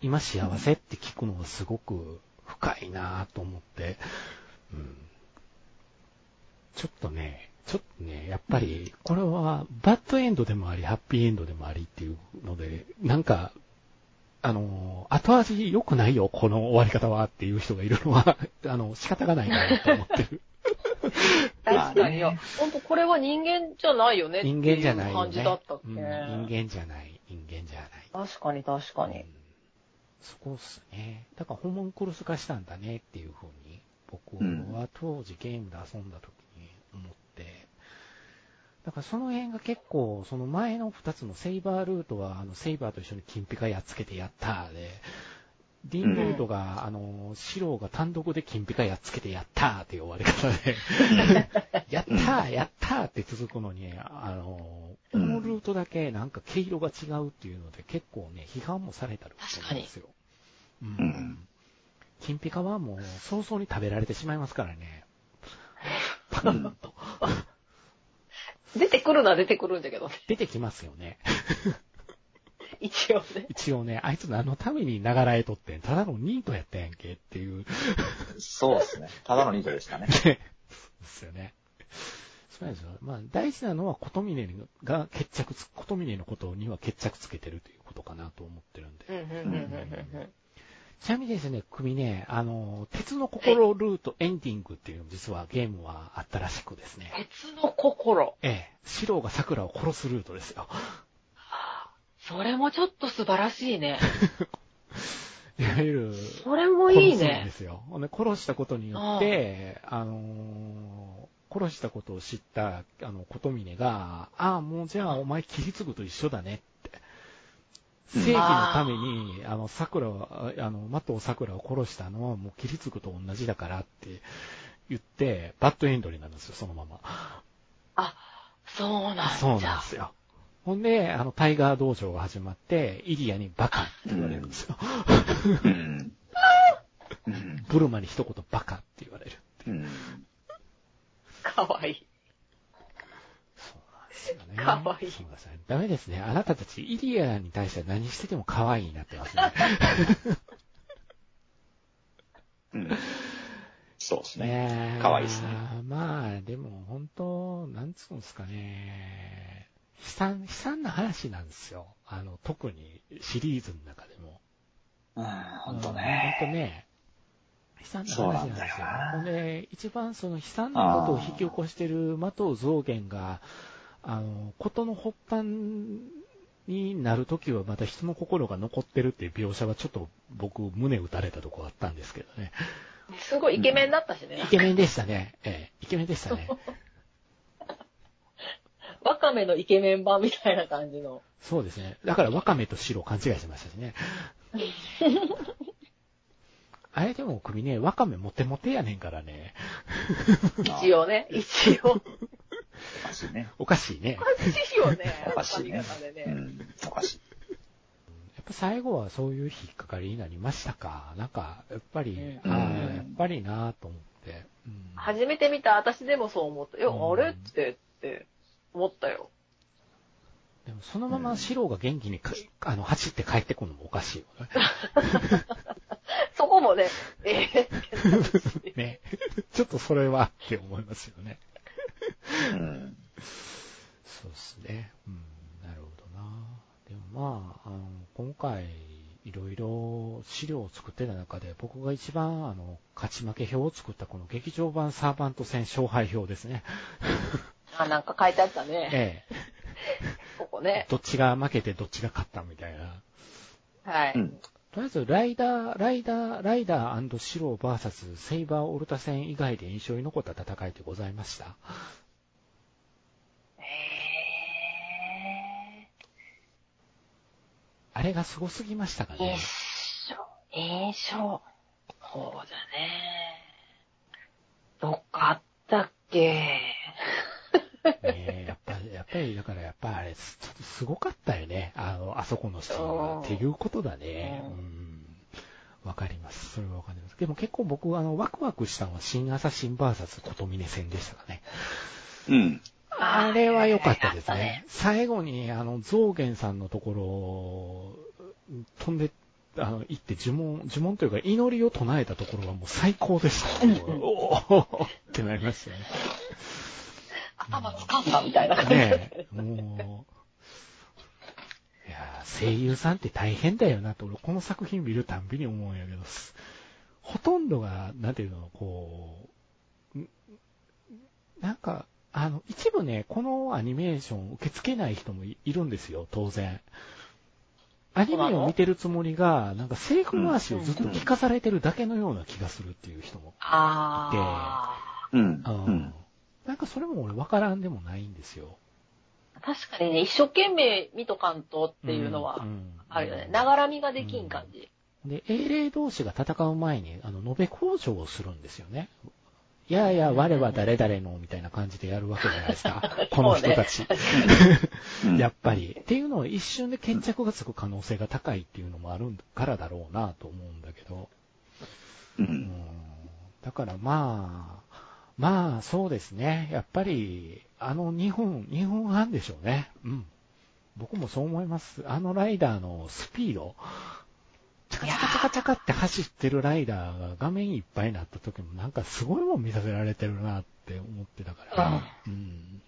S2: 今幸せって聞くのがすごく深いなぁと思って、うん。ちょっとね、ちょっとね、やっぱり、これは、バッドエンドでもあり、ハッピーエンドでもありっていうので、なんか、あの、後味良くないよ、この終わり方はっていう人がいるのは、 あの、仕方がないなと思 ってる。
S3: 確かに、いや、ほんとこれは人間じゃないよねって
S2: 人間じ
S3: い
S2: ゃな
S3: う
S2: いよ
S3: 感
S2: ね。
S3: じだったっ
S2: うん
S3: け。
S2: 人間じゃない、人間じゃない。
S3: 確かに確かに
S2: うん。そこっすね。だから、ホモンクルス化したんだねっていうふうに、僕は当時ゲームで遊んだ時に思って、だからその辺が結構、その前の2つのセイバールートは、あのセイバーと一緒に金ピカやっつけてやったーで、ディンルートが、あの、シローが単独で金ピカやっつけてやったーっていう終わり方で、やったー、やったーって続くのに、あの、このルートだけなんか毛色が違うっていうので結構ね、批判もされたりするんですよ。う
S4: に
S2: ん。金ピカはもう早々に食べられてしまいますからね。パクッと。
S3: 出てくるのは出てくるんだけどね。
S2: 出てきますよね。
S3: 一応ね。
S2: 一応ね、あいつ何のために長らえとってんただのニートやったやんけっていう。
S4: そうですね。ただのニートでしたね。
S2: ですよね。そうなんですよ。まあ、大事なのは、琴峰が決着つ、琴峰のことには決着つけてるということかなと思ってるんで。
S3: うんうんうんうん
S2: ちなみにですね、組ね、あの、鉄の心ルートエンディングっていうのも実はゲームはあったらしくですね。
S3: 鉄の心。
S2: ええ、四郎が桜を殺すルートですよ。
S3: それもちょっと素晴らしいね。
S2: いわゆる、
S3: それもいい
S2: 殺すんで
S3: ね。
S2: すよ。ほんで殺したことによって、あのー殺したことを知った、あの、琴峰が、ああ、もうじゃあお前切り継ぐと一緒だねって。正義のために、あの、桜を、ああの、的を桜を殺したのはもう切り継ぐと同じだからって言って、バッドエンドになるんですよ、そのまま。
S3: あ、そうなん
S2: そうなん
S3: だ
S2: で。すよ。ほんで、あの、タイガー道場が始まって、イリアにバカって言われるんですよ。
S4: うん。
S2: ブルマに一言バカって言われる。
S4: うん。
S3: かわいい。
S2: そうなんですよね。
S3: かわいい
S2: そうですね。ダメですね。あなたたち、イリアに対しては何してても可愛いになってますね。
S4: うん。そうですね。
S2: ねえ
S4: 可愛いですね。
S2: まあ、でも本当、なんつうんですかね。悲惨、悲惨な話なんですよ。あの、特にシリーズの中でも。
S4: うん、ほんとね。
S2: うんほんとね。悲惨な話なんですよ。
S4: そうなんだよな
S2: ほんで、一番その悲惨なことを引き起こしてる的を増減が、あの、ことの発端になるときはまた人の心が残ってるっていう描写はちょっと僕胸打たれたとこあったんですけどね。
S3: すごいイケメンだったしね
S2: イ。ケメンでしたね。ええ、イケメンでしたね。
S5: ワカメのイケメン版みたいな感じの。
S2: そうですね。だからワカメと白を勘違いしてましたし ね。あれでも組ね、ワカメモテモテやねんからね。
S3: 一応ね。一応。
S4: おかしいね。
S2: おかしいね。
S3: おかしいよね。
S4: おかしい
S3: 髪
S4: ね
S3: 型で
S4: う
S3: ね。
S4: ん。おかしい。
S2: やっぱ最後はそういう引っかかりになりましたか。なんか、やっぱり、
S4: うん
S2: あーやっぱりなぁと思って。うん
S3: 初めて見た私でもそう思った。いや、
S2: うん
S3: あれって、って思ったよ。
S2: でもそのまま白が元気にかあの走って帰ってくるのもおかしいよ
S3: そこもね、えー
S2: ね。 ね。 ちょっとそれはって思いますよね。
S4: うん。
S2: そうですね。うん、なるほどな。でもまあ、あの今回、いろいろ資料を作ってた中で、僕が一番あの勝ち負け表を作ったこの劇場版サーバント戦勝敗表ですね。
S3: あ、なんか書いてあったね。
S2: ええ。
S3: ここね。
S2: どっちが負けてどっちが勝ったみたいな。
S3: はい。
S4: うん。
S2: とりあえず、ライダー、ライダー、ライダーシロー VS セイバーオルタ戦以外で印象に残った戦いでございました。
S3: え
S2: あれがすごすぎましたか
S3: ー、
S2: ね
S3: 印。象、印象。そうだね。どっかあったっけ
S2: ねえやっぱり、やっぱり、だからやっぱりあれ、すちょっとすごかったよね。あの、あそこのシーン
S3: う
S2: は。
S3: ん
S2: っていうことだね。
S3: う
S2: うん。わかります。それはわかります。でも結構僕、あの、ワクワクしたのは新朝新 VS 琴峰戦でしたかね。
S4: うん。
S2: あれは良かったです
S3: あー
S2: ね。最後に、あの、増元さんのところを、飛んで、あの、行って呪文、呪文というか祈りを唱えたところはもう最高でした、ね。 おーってなりましたね。
S3: 頭掴んだみたいな感じ。
S2: ねえ、もう、いやー声優さんって大変だよなと、俺この作品見るたんびに思うんやけど、すほとんどが、なんていうの、こう、んなんか、あの、一部ね、このアニメーション受け付けない人もいいるんですよ、当然。アニメを見てるつもりが、なんかセーフ回しをずっと聞かされてるだけのような気がするっていう人も
S3: あ
S4: う
S2: う
S4: ん。うんん。
S2: なんかそれも俺分からんでもないんですよ。
S3: あ。確かにね、一生懸命見とかんとっていうのは
S2: ん、ん
S3: あるよね。ながらみができん感じ。
S2: で、英霊同士が戦う前に、あの、延べ交渉をするんですよね。いやいや、我は誰々の、みたいな感じでやるわけじゃないですか。 この人たち。
S4: うん
S2: やっぱり。っていうのを一瞬で決着がつく可能性が高いっていうのもあるからだろうなと思うんだけど。
S4: う
S2: うん
S4: ん。
S2: だからまあ、まあそうですね。やっぱり、あの2本、2本半でしょうね。うん。僕もそう思います。あのライダーのスピード。チャカチャカチャカチャカって走ってるライダーが画面いっぱいになった時もなんかすごいもん見させられてるなって思ってたから。うん。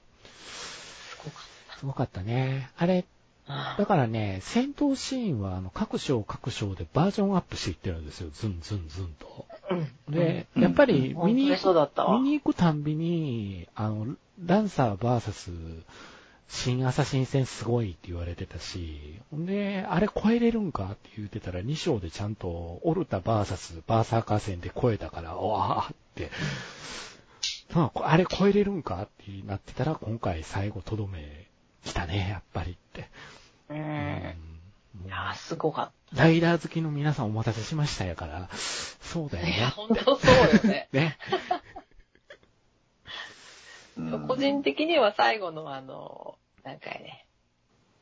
S2: すごかったね。あれ、だからね、戦闘シーンはあの各章各章でバージョンアップしていってるんですよ。ズンズンズンと。
S3: うん。
S2: で、
S4: うん
S2: やっぱり見
S3: 本当
S2: に
S3: に
S2: 行
S3: そう
S2: く、
S3: だったわ。
S2: 見に行くたんびに、あの、ランサー VS 新アサシン戦すごいって言われてたし、ほんで、あれ超えれるんかって言ってたら2章でちゃんとオルタ VS バーサーカー戦で超えたから、おわーって。まあ、あれ超えれるんかってなってたら、今回最後とどめ来たね、やっぱりって。
S3: う。
S2: うんん
S3: いやー、すごかっ
S2: ライダー好きの皆さんお待たせしましたやから、そうだよ
S3: た。いや、
S2: ね。
S3: 本当そうよね。
S2: ね。
S4: うん
S3: 個人的には最後のあの、なんかね、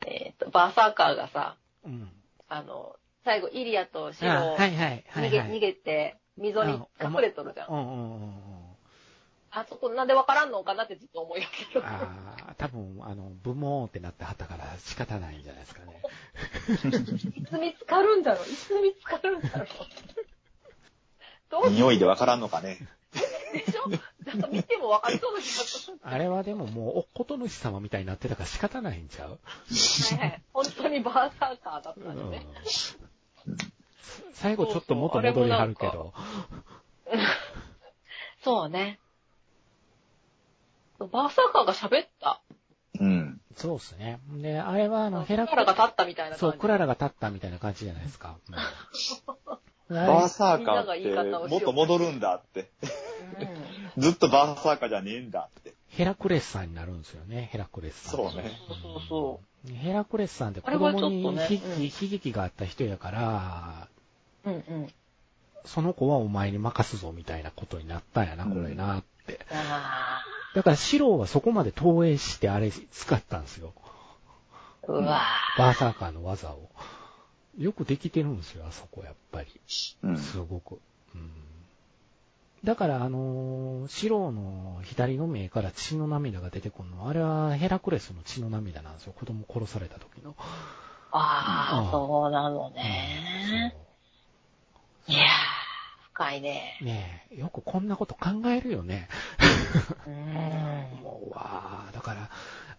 S3: えっ、と、バーサーカーがさ、
S2: うん。
S3: あの、最後、イリアとシロ
S2: あ
S3: を
S2: はいはいは
S3: 逃
S2: い、
S3: げ、
S2: はい。
S3: 逃げて、溝に隠れとるじゃん
S2: う。んうんうんうん。
S3: あそこなんでわからんのかなってずっと思いやけど。
S2: ああ、多分、あの、ブモーってなってはったから仕方ないんじゃないです かね。
S3: いつ見つかるんだろういつ見つかるんだ ろうどう
S4: 匂いでわからんのかね。
S3: でしょなんか見てもわかりそうな気がする。
S2: あれはでももう、おっこと主様みたいになってたから仕方ないんちゃう
S3: はいはい。本当にバーサーカーだった
S2: うん
S3: んでね。
S2: 最後ちょっと元戻りはるけ
S3: そう
S2: ど。
S3: そうね。バーサーカーが喋った。
S4: うん。
S2: そうっすね。で、あれはあの、ヘ
S3: ク
S2: ラ
S3: ラ
S2: ク
S3: ラが立ったみたいな感じ。
S2: そう、クララが立ったみたいな感じじゃないですか。 うんあれ
S4: バーサーカーって、もっと戻るんだって。
S3: うん
S4: ずっとバーサーカーじゃねえんだって。
S2: ヘラクレスさんになるんですよね、ヘラクレスさん。
S4: そうね
S3: そうそうそ
S2: ヘラクレスさんって子
S3: あれはちょっ
S2: 供
S3: と
S2: に
S3: ね
S2: 悲劇,、
S3: うん
S2: 悲劇があった人やから、
S3: う。うんうん。
S2: その子はお前に任すぞみたいなことになったんやな、
S4: うん
S2: これなって。
S3: あ
S2: だから、シローはそこまで投影してあれ使ったんですよ。
S3: あ。うわ
S2: バーサーカーの技を。よくできてるんですよ、あそこ、やっぱり。
S4: うん。
S2: すごく。うんだから、あのーシローの左の目から血の涙が出てくるのは、あれはヘラクレスの血の涙なんですよ。子供殺された時の。
S3: あ。あ
S2: うん
S3: あ、そうなの
S2: うん
S3: ね
S2: そ。う
S3: いやー深いね。
S2: ねえ、よくこんなこと考えるよね。
S3: うん。
S2: もう、わあ、だから、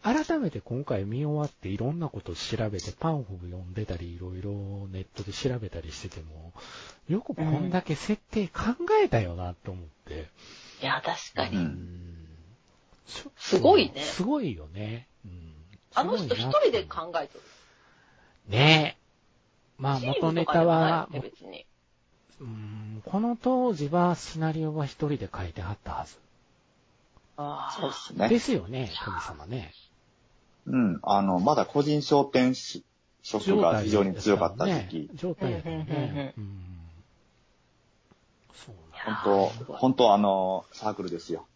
S2: 改めて今回見終わっていろんなことを調べて、パンフを読んでたり、いろいろネットで調べたりしてても、よくこんだけ設定考えたよなと思って。
S3: いや、確か
S4: う
S3: に。
S4: ん
S2: ちょっと
S3: すごいね
S2: すごいよね。うん
S3: あの人一人で考えとる。
S2: ねまあ
S5: チームと
S2: 元ネ
S5: かで
S2: タ
S5: な
S2: は
S5: い、よね別に。
S2: うんこの当時はシナリオは一人で書いてはったはず。
S3: あ
S4: そう
S3: あ
S4: で。すね
S2: で。すよね、神様ね。
S4: うん。あの、まだ個人商店し職が非常に強かった時期。
S2: 状態です
S3: うんうんうん
S2: ね
S3: う。
S2: うんそうなん
S4: 本当、本当あの、サークルですよ。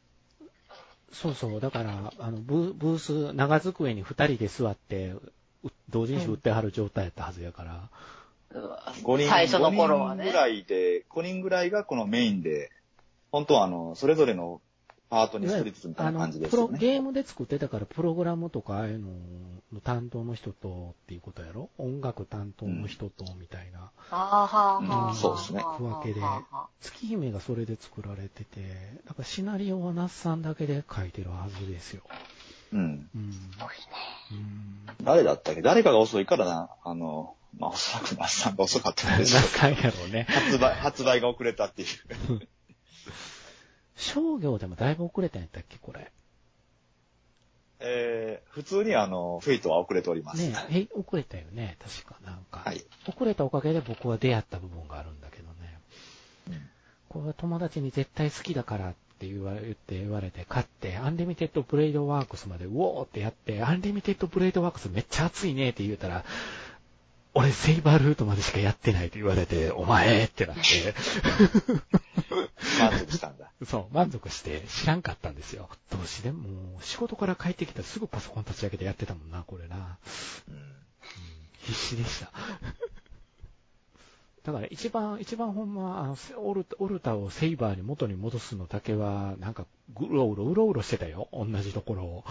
S2: そうそう、だから、あのブーブース、長机に二人で座って、う同人誌売ってはる状態やったはずやから、
S4: 5人、
S3: 最初の頃は
S4: 五人
S3: ね
S4: ぐ。らいで、5人ぐらいがこのメインで、本当はあの、それぞれのパートにスプリッツみた
S2: あ
S4: いな感
S2: の
S4: じで
S2: プ
S4: す
S2: ロ
S4: よね。
S2: ゲームで作ってたから、プログラムとかああいうのの担当の人とっていうことやろ音楽担当の人とみたいな。
S3: あーはーはーはー
S4: うんそうですね
S3: はーはーはー
S2: 区分けで月姫がそれで作られてて、だからシナリオはナッさんだけで書いてるはずですよ。
S4: うん。
S2: うん。
S4: 誰だったっけ誰かが遅いからな、あの、まあ、おそらくマスさんが遅かったん
S2: 何
S4: ですよ
S2: 回やろうね。
S4: 発売、発売が遅れたっていう。
S2: 商業でもだいぶ遅れたんやったっけ、これ。
S4: えー、普通にあの、フェイトは遅れております。
S2: ねえ、え遅れたよね、確かなんか。
S4: はい。
S2: 遅れたおかげで僕は出会った部分があるんだけどね。
S4: うん
S2: これは友達に絶対好きだからって言われて、言われて、買って、アンリミテッドブレイドワークスまで、うおーってやって、アンリミテッドブレイドワークスめっちゃ熱いねって言うたら、俺セイバールートまでしかやってないって言われて、お前ってなって、
S4: 満足したんだ。
S2: そう、満足して知らんかったんですよ。どうしでも、仕事から帰ってきたらすぐパソコン立ち上げてやってたもんな、これな。
S4: うん
S2: 必死でした。 だから一番、一番ほんま、あの、せオルタオルタをセイバーに元に戻すのだけは、なんか、ぐろうろうろうろしてたよ。同じところを。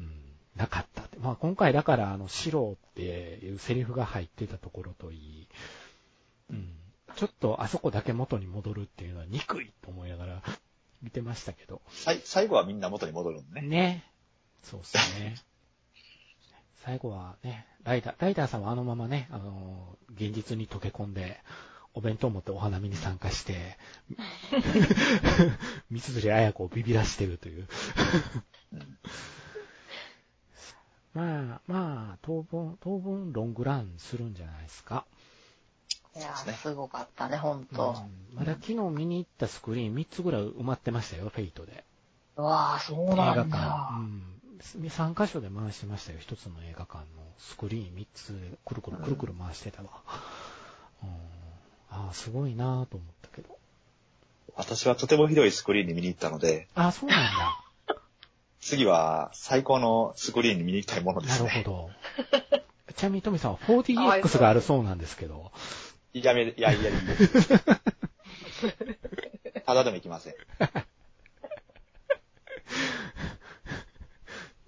S2: うん。なかったって。まあ今回だから、あの、白っていうセリフが入ってたところといい、うん。ちょっとあそこだけ元に戻るっていうのは憎いと思いながら見てましたけど。
S4: さい最後はみんな元に戻るのね。
S2: ね。そうっすね。最後はね、ライダー、ライダーさんはあのままね、あのー現実に溶け込んで、お弁当持ってお花見に参加 して、三辻彩子をビビらしてるという。まあ、まあ、当分、当分ロングランするんじゃないですか。
S3: いや
S4: そうです
S3: ー、
S4: ね
S3: すごかったね、
S2: う
S3: 本
S2: ん
S3: 当。
S2: まだ昨日見に行ったスクリーン3つぐらい埋まってましたよ、フェイトで。
S3: うわあ、そう
S2: 映画
S3: な
S2: 館
S3: んだ。。
S2: うん。3箇所で回してましたよ。1つの映画館のスクリーン3つでくるくるくるくる回してたわ。うん。ああ、すごいなぁと思ったけど。
S4: 私はとてもひどいスクリーンに見に行ったので、
S2: ああ、そうなんだ。
S4: 次は最高のスクリーンに見に行きたいもので
S2: な
S4: す
S2: る
S4: ね。
S2: ほど。ちなみにトミさんは 4DX があるそうなんですけど。
S4: いやめ、いやいやいや。ただでも行きません。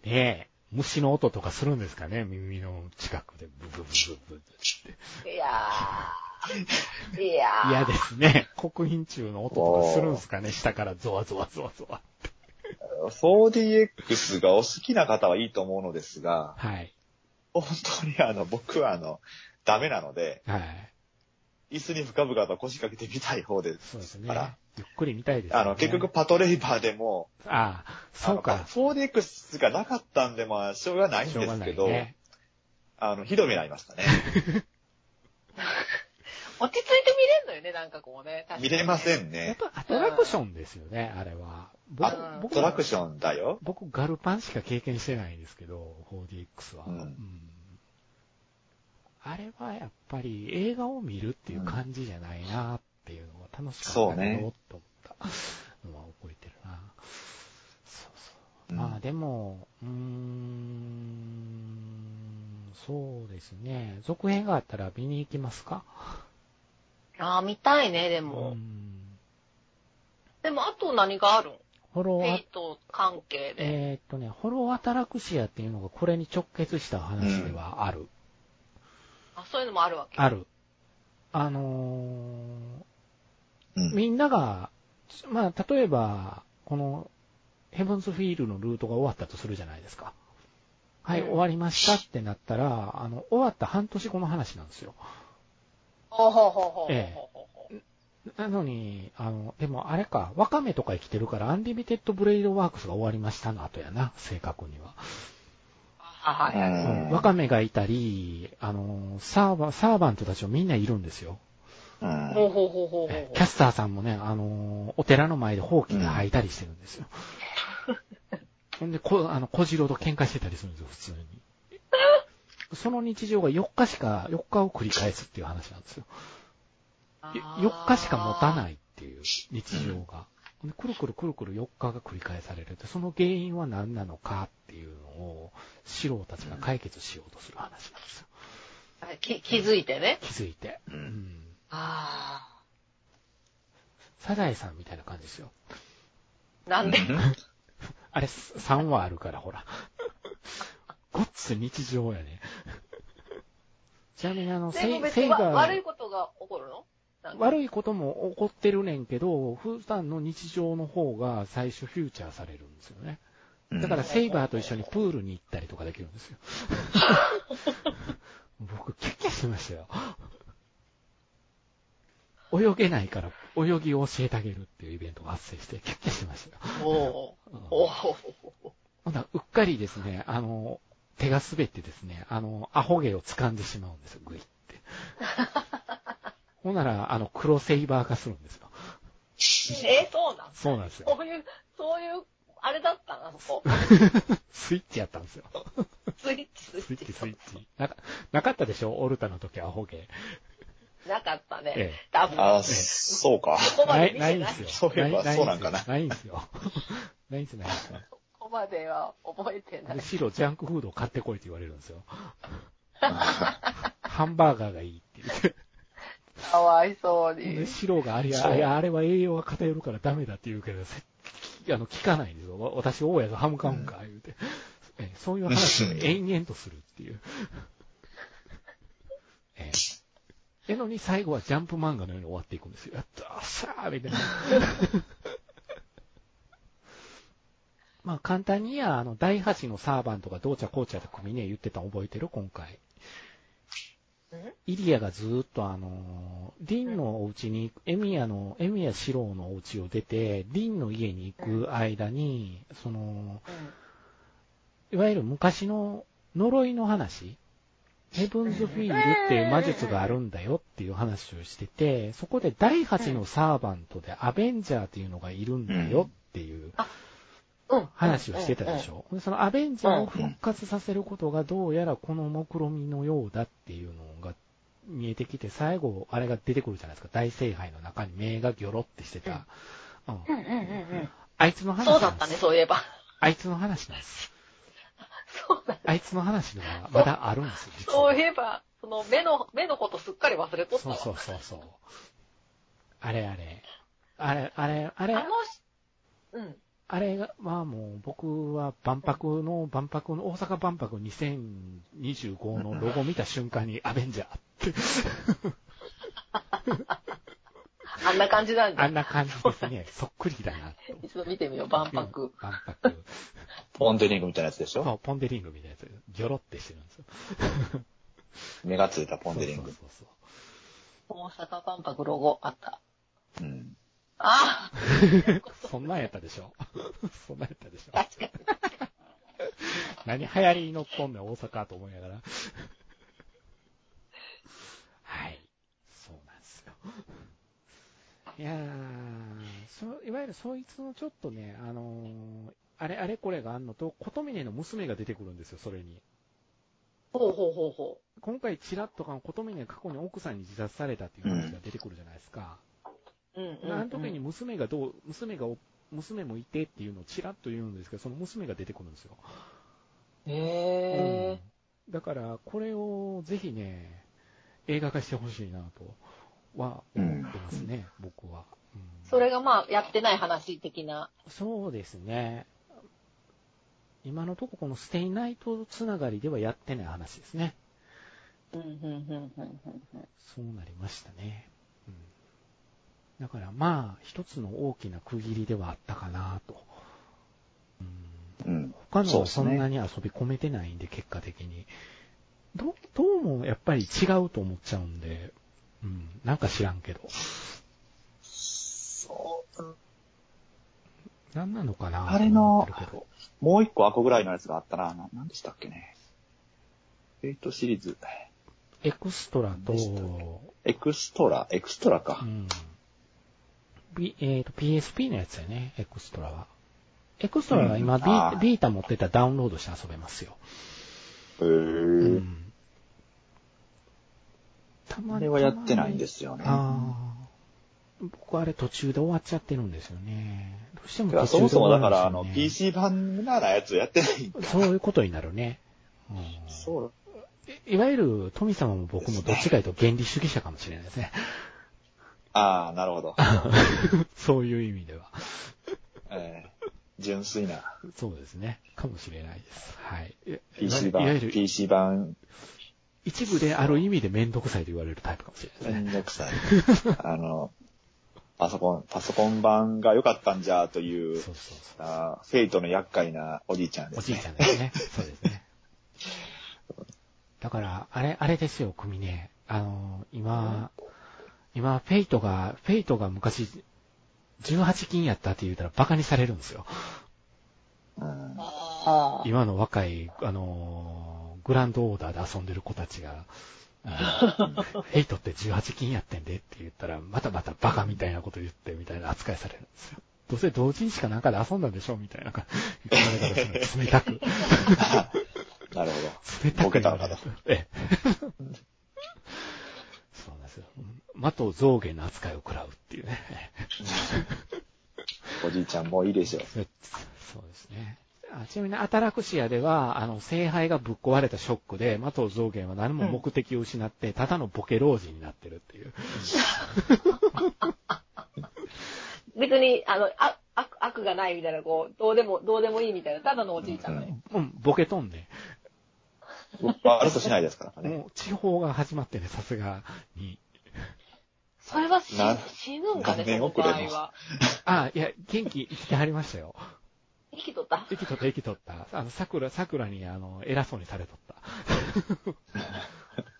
S2: ねえ。虫の音とかするんですかね耳の近くで。ブブブブブって。
S3: いやー。いやー。
S2: 嫌ですね。国賓中の音とかするんですかね下からゾワゾワゾワゾワ。
S4: 4DX がお好きな方はいいと思うのですが、
S2: はい。
S4: 本当にあの、僕はあの、ダメなので、
S2: はい。
S4: 椅子に深々と腰掛けてみたい方で
S2: そうです
S4: す
S2: ね
S4: から、。
S2: ゆっくり見たいです、ね。
S4: あの、結局、パトレイバーでも、
S2: ああ、そう
S4: あの
S2: か。
S4: 4DX がなかったんで、まあ、しょうがないん
S2: しょう
S4: で
S2: が
S4: す
S2: な
S4: け
S2: い
S4: ど、
S2: ね。
S4: あの、ひどめになりましたね。
S3: 落ち着いて見れんのよね、なんかこうね。確か
S4: 見
S3: に
S4: れませ
S3: ね。
S4: ん
S2: やっ
S4: ね。
S2: ぱアトラクションですよね、あれは。僕
S4: あ
S2: 僕
S4: トラクションだよ。
S2: 僕、ガルパンしか経験してないですけど、4DX は。
S4: うん
S2: んあれはやっぱり映画を見るっていう感じじゃないなっていうのが楽しかった
S4: そうね
S2: なと思ったのは覚えてるな。そうそう。
S4: うん
S2: まあでも、うーん、そうですね。続編があったら見に行きますか
S3: あー、見たいね、でも。
S2: うん
S3: でも、あと何があるん
S2: フォロ
S3: フ
S2: ー
S3: ェ
S2: ア
S3: イ、ト関係で。
S2: えーっとね、フォローアタラクシアっていうのがこれに直結した話ではある。
S3: あ、そういうのもあるわけ。
S2: ある。あの
S4: う
S2: ー
S4: ん。
S2: みんなが、まあ、例えば、この、ヘブンズフィールのルートが終わったとするじゃないですか。はい、
S3: うん
S2: 終わりましたってなったら、あの、終わった半年後の話なんですよ。
S3: ほうほうほうほうほう
S2: ええ
S3: ほうほうほう。
S2: なのに、あの、でもあれか、ワカメとか生きてるから、アンリミテッドブレイドワークスが終わりましたの後やな、正確には。
S3: ああ、はいはい。
S4: うん
S2: ワカメがいたり、あの、サーバー、サーバントたちもみんないるんですよ。
S4: うん
S3: ほうほうほうほうほ
S2: え
S3: う。。
S2: キャスターさんもね、あのーお寺の前でほうきが吐いたりしてるんですよ。ほんで、こあの小次郎と喧嘩してたりするんですよ、普通に。その日常が4日しか、4日を繰り返すっていう話なんですよ。よ4日しか持たないいっていう日常が。ほんでくるくるくるくる4日が繰り返されるって、その原因は何なのかっていうのを、素人たちが解決しようとする話なんですよ。
S3: はいき気づいてね。
S2: 気づいて。うん。
S3: あ
S2: サザエさんみたいな感じですよ。
S3: あ。なんで、
S2: あれ、3話あるから、ほら。 ごっつ日常やね。 ちなみに、あの、
S3: でも
S2: セイ
S3: 別
S2: セ
S3: に
S2: イ
S3: わ
S2: バー
S3: 悪いことが起こるのなんか
S2: 悪いことも起こってるねんけど、普段の日常の方が最初フューチャーされるんですよね。だから、セイバーと一緒にプールに行ったりとかできるんです よ。僕、キャッキャしましたよ。泳げないから、泳ぎを教えてあげるっていうイベントが発生して、キャッキャしてましたよ。
S3: お
S2: うん
S3: おおお
S2: ほな、うっかりですね、あの、手が滑ってですね、あの、アホ毛を掴んでしまうんですよ、グイって。ほんなら、あの、黒セイバー化するんですよ。
S3: えー、そうなん
S2: そうなんですよ。
S3: そういう、そういう、あれだったな、そこ。
S2: スイッチやったんですよ。
S3: スイッチ、
S2: ス
S3: ス
S2: イ
S3: イ
S2: ッ
S3: ッ
S2: チ、
S3: チ。
S2: スイッチ。なかなかったでしょオルタの時、アホ毛。え
S3: なかったね。
S2: え。
S3: 多分。
S4: あー、そうか。
S3: そこま
S2: な
S3: で
S2: い、
S3: 見て
S2: な
S3: ないい。
S2: んですよ。
S4: そういえば
S2: い
S4: そうなんかな
S2: ないんですよ。ないんですよ、ないんですよ。
S3: ここまでは覚えてない
S2: で。白ジャンクフードを買ってこいって言われるんですよ。ハンバーガーがいいって言って。
S3: かわいそう
S2: で
S3: に。
S2: 白があれ
S4: そう
S2: あれあれは栄養が偏るからダメだって言うけど、せあの聞かないんですよ。わ私、大家がハムカムか、言うて、えそういう話を延々とするっていう。えええのに最後はジャンプ漫画のように終わっていくんですよ。やったーしゃーみたいな。まあ簡単に言えばあの、第8のサーバンとかどうちゃこうちゃとかみんな言ってたの覚えてる今回。イリアがずーっとあのー、リンのお家に、エミヤの、エミヤ四郎のお家を出て、リンの家に行く間に、その、いわゆる昔の呪いの話、ヘブンズフィールっていう魔術があるんだよっていう話をしてて、そこで第8のサーバントでアベンジャーっていうのがいるんだよっていう
S3: うん。
S2: 話をしてたでし
S3: ょ。
S2: ょ。でそのアベンジャーを復活させることがどうやらこの目論見みのようだっていうのが見えてきて、最後、あれが出てくるじゃないですか。大聖杯の中に目がギョロってしてた。うん。
S3: うんうんうんうん。
S2: あいつの話
S3: そう
S2: な
S3: だ
S2: ん
S3: っ
S2: で
S3: たね、
S2: す。
S3: そういえば。
S2: あいつの話なんです。
S3: そう だ。
S2: あいつの話がまだあるんですよ。実は
S3: そういえば、その目の、目のことすっかり忘れとった
S2: そう
S3: わ。
S2: そうそうそう。あれあれ。あれ、あれ、あれ
S3: あ、のし、うん。
S2: あれが、まあもう僕は万博の、万博の、大阪万博2025のロゴ見た瞬 間にアベンジャーって、
S3: あんな感じなん
S2: あ
S3: だ。
S2: んな感じですね。そっくりだなと。
S3: 一度見てみよう、万博。
S2: 万博。
S4: ポンデリングみたいなやつでし
S2: そ
S4: ょ
S2: う、ポンデリングみたいなやつ。ギョロってしてるんですよ。
S4: 目がついたポンデリン
S2: そ
S4: グ。
S2: うそうそ
S3: 大阪万博ロゴあった。
S4: うん。
S3: ああ
S2: う。そんなんやったでしょ そんなんやったでしょ
S3: 確かに。
S2: 何流行りに乗っとんねん、大阪と思いながら。 はい。そうなんですよ。いやー、そういわゆるそいつのちょっとね、あのーあれあれこれがあんのと、琴峰の娘が出てくるんですよ、それに。
S3: ほうほうほうほ
S2: 今回ちらっとか琴峰が過去に奥さんに自殺されたっていう話が出てくるじゃないですか。
S3: う。うんうん、うん。
S2: あの時に娘がどう、娘がお、娘もいてっていうのをちらっと言うんですけど、その娘が出てくるんですよ。
S3: へえ。
S2: だから、これをぜひね、映画化してほしいなとは思ってますね、僕は、うん
S3: それがまあ、やってない話的な。
S2: そうですね。今のところこのステイナイトつながりではやってない話ですね。
S3: うん、うん、うん、うん、うん。
S2: そうなりましたね。うん、だからまあ、一つの大きな区切りではあったかなと。
S4: うん。
S2: 他の
S4: そう
S2: は
S4: です
S2: そ
S4: ね
S2: んなに遊び込めてないんで、結果的に。どう、どうもやっぱり違うと思っちゃうんで、うん、なんか知らんけど。
S4: そう。
S2: なんなのかな
S4: あれ
S2: と思
S4: の
S2: ってるけど
S4: もう一個アコぐらいのやつがあったな。ななんでしたっけね。エイトシリーズ。
S2: エクストラと、
S4: エクストラ、エクストラか。
S2: うん。B、えっ、と、PSP のやつだよね、エクストラは。エクストラは今、
S4: うん
S2: ビ
S4: あ
S2: ー
S4: ー
S2: ビータ持ってたらダウンロードして遊べますよ。
S4: へ
S2: う
S4: え。
S2: ん。たま。
S4: あれはやってないんですすよね。
S2: ああ。僕あれ途中で終わっちゃってるんですよね。どうしても
S4: いや
S2: 途
S4: そ
S2: 中で
S4: もそ
S2: 終
S4: も
S2: わ
S4: だ
S2: るん
S4: か
S2: です
S4: ら、あ
S2: よ、ね。
S4: の、。PC 版ならやつやってない。
S2: そういうことになるね。うん、
S4: そう。
S2: いいわゆる、富様も僕もどっちかというと原理主義者かもしれないです ね。
S4: ああ、なるほど。
S2: そういう意味では。
S4: えー純粋な
S2: そうですね。かもしれないです。はい。い
S4: PC
S2: いわ
S4: 版
S2: ゆ、る
S4: PC 版、
S2: 一部である意味でめんどくさいと言われるタイプかもしれない
S4: め
S2: ですね。
S4: んどく さい。あの、パソコン、パソコン版が良かったんじゃという、
S2: そうそうそう。
S4: あーフェイトの厄介なおじいちゃんで
S2: お
S4: す
S2: じい
S4: ね
S2: ち。ゃんですね。そうですね。だから、あれ、あれですよ、組ね。あの、今、今、フェイトが、フェイトが昔、18金やったって言うたらバカにされるんですよ。
S4: うん
S3: ああ。
S2: 今の若い、あのーグランドオーダーで遊んでる子たちが、ヘイトって18金やってんでって言ったら、またまたバカみたいなこと言ってみたいな扱いされるんですよ。どうせ同人誌かなんかで遊んだんでしょみたいな感じ言われ方するんです冷たく。
S4: なるほ
S2: 冷た
S4: ボ
S2: く
S4: ケ
S2: 言
S4: た
S2: わ
S4: の
S2: れ
S4: か
S2: る
S4: と。
S2: ええそうなんですよ。的を象牙の扱いを食らうっていうね。
S4: ど。おじいちゃんもういいでしょう。
S2: そうですね。あちなみに、アタラクシアでは、あの、聖杯がぶっ壊れたショックで、的増減は何も目的を失って、ただのボケ老人になってるっていう。
S5: 別に、あの、あ悪、悪がないみたいな、こう、どうでも、どうでもいいみたいな、ただのおじいちゃんの。
S2: うん、ボケとんで、
S4: 悪としないですからね。
S2: もう、地方が始まってね、さすがに。
S5: それは死
S4: な
S5: 死ぬんかね、
S4: 何年
S5: その
S4: 遅
S5: 場合
S4: れの
S5: は。
S2: あ、いや、元気生きてはりましたよ。
S5: 生きとった。
S2: 生きとった、生きとった。あの、桜、桜に、あの、偉そうにされと っ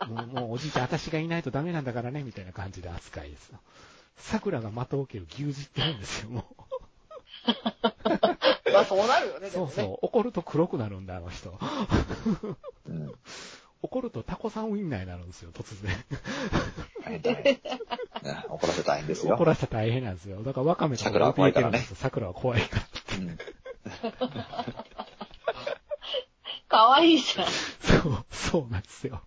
S2: た。もう、もうおじいちゃん、私がいないとダメなんだからね、みたいな感じで扱いですよ。桜が的を受ける牛耳ってるんですよ、もう。
S5: まあそうなるよね、で
S2: そ
S5: も
S2: う
S5: ね。
S2: そう。怒ると黒くなるんだ、あの人。
S4: うん。
S2: 怒るとタコさんウインナーになるんですよ、突然。
S4: 大変大変ね怒らせたいんですよ
S2: 怒。らせたら大変なんですよ。だからワカメと
S4: 桜は怖いから
S2: 怯
S4: ね
S2: えてるんですよ桜は怖いから。
S4: うん
S5: かわいいじゃん。
S2: そう、そうなんですよ。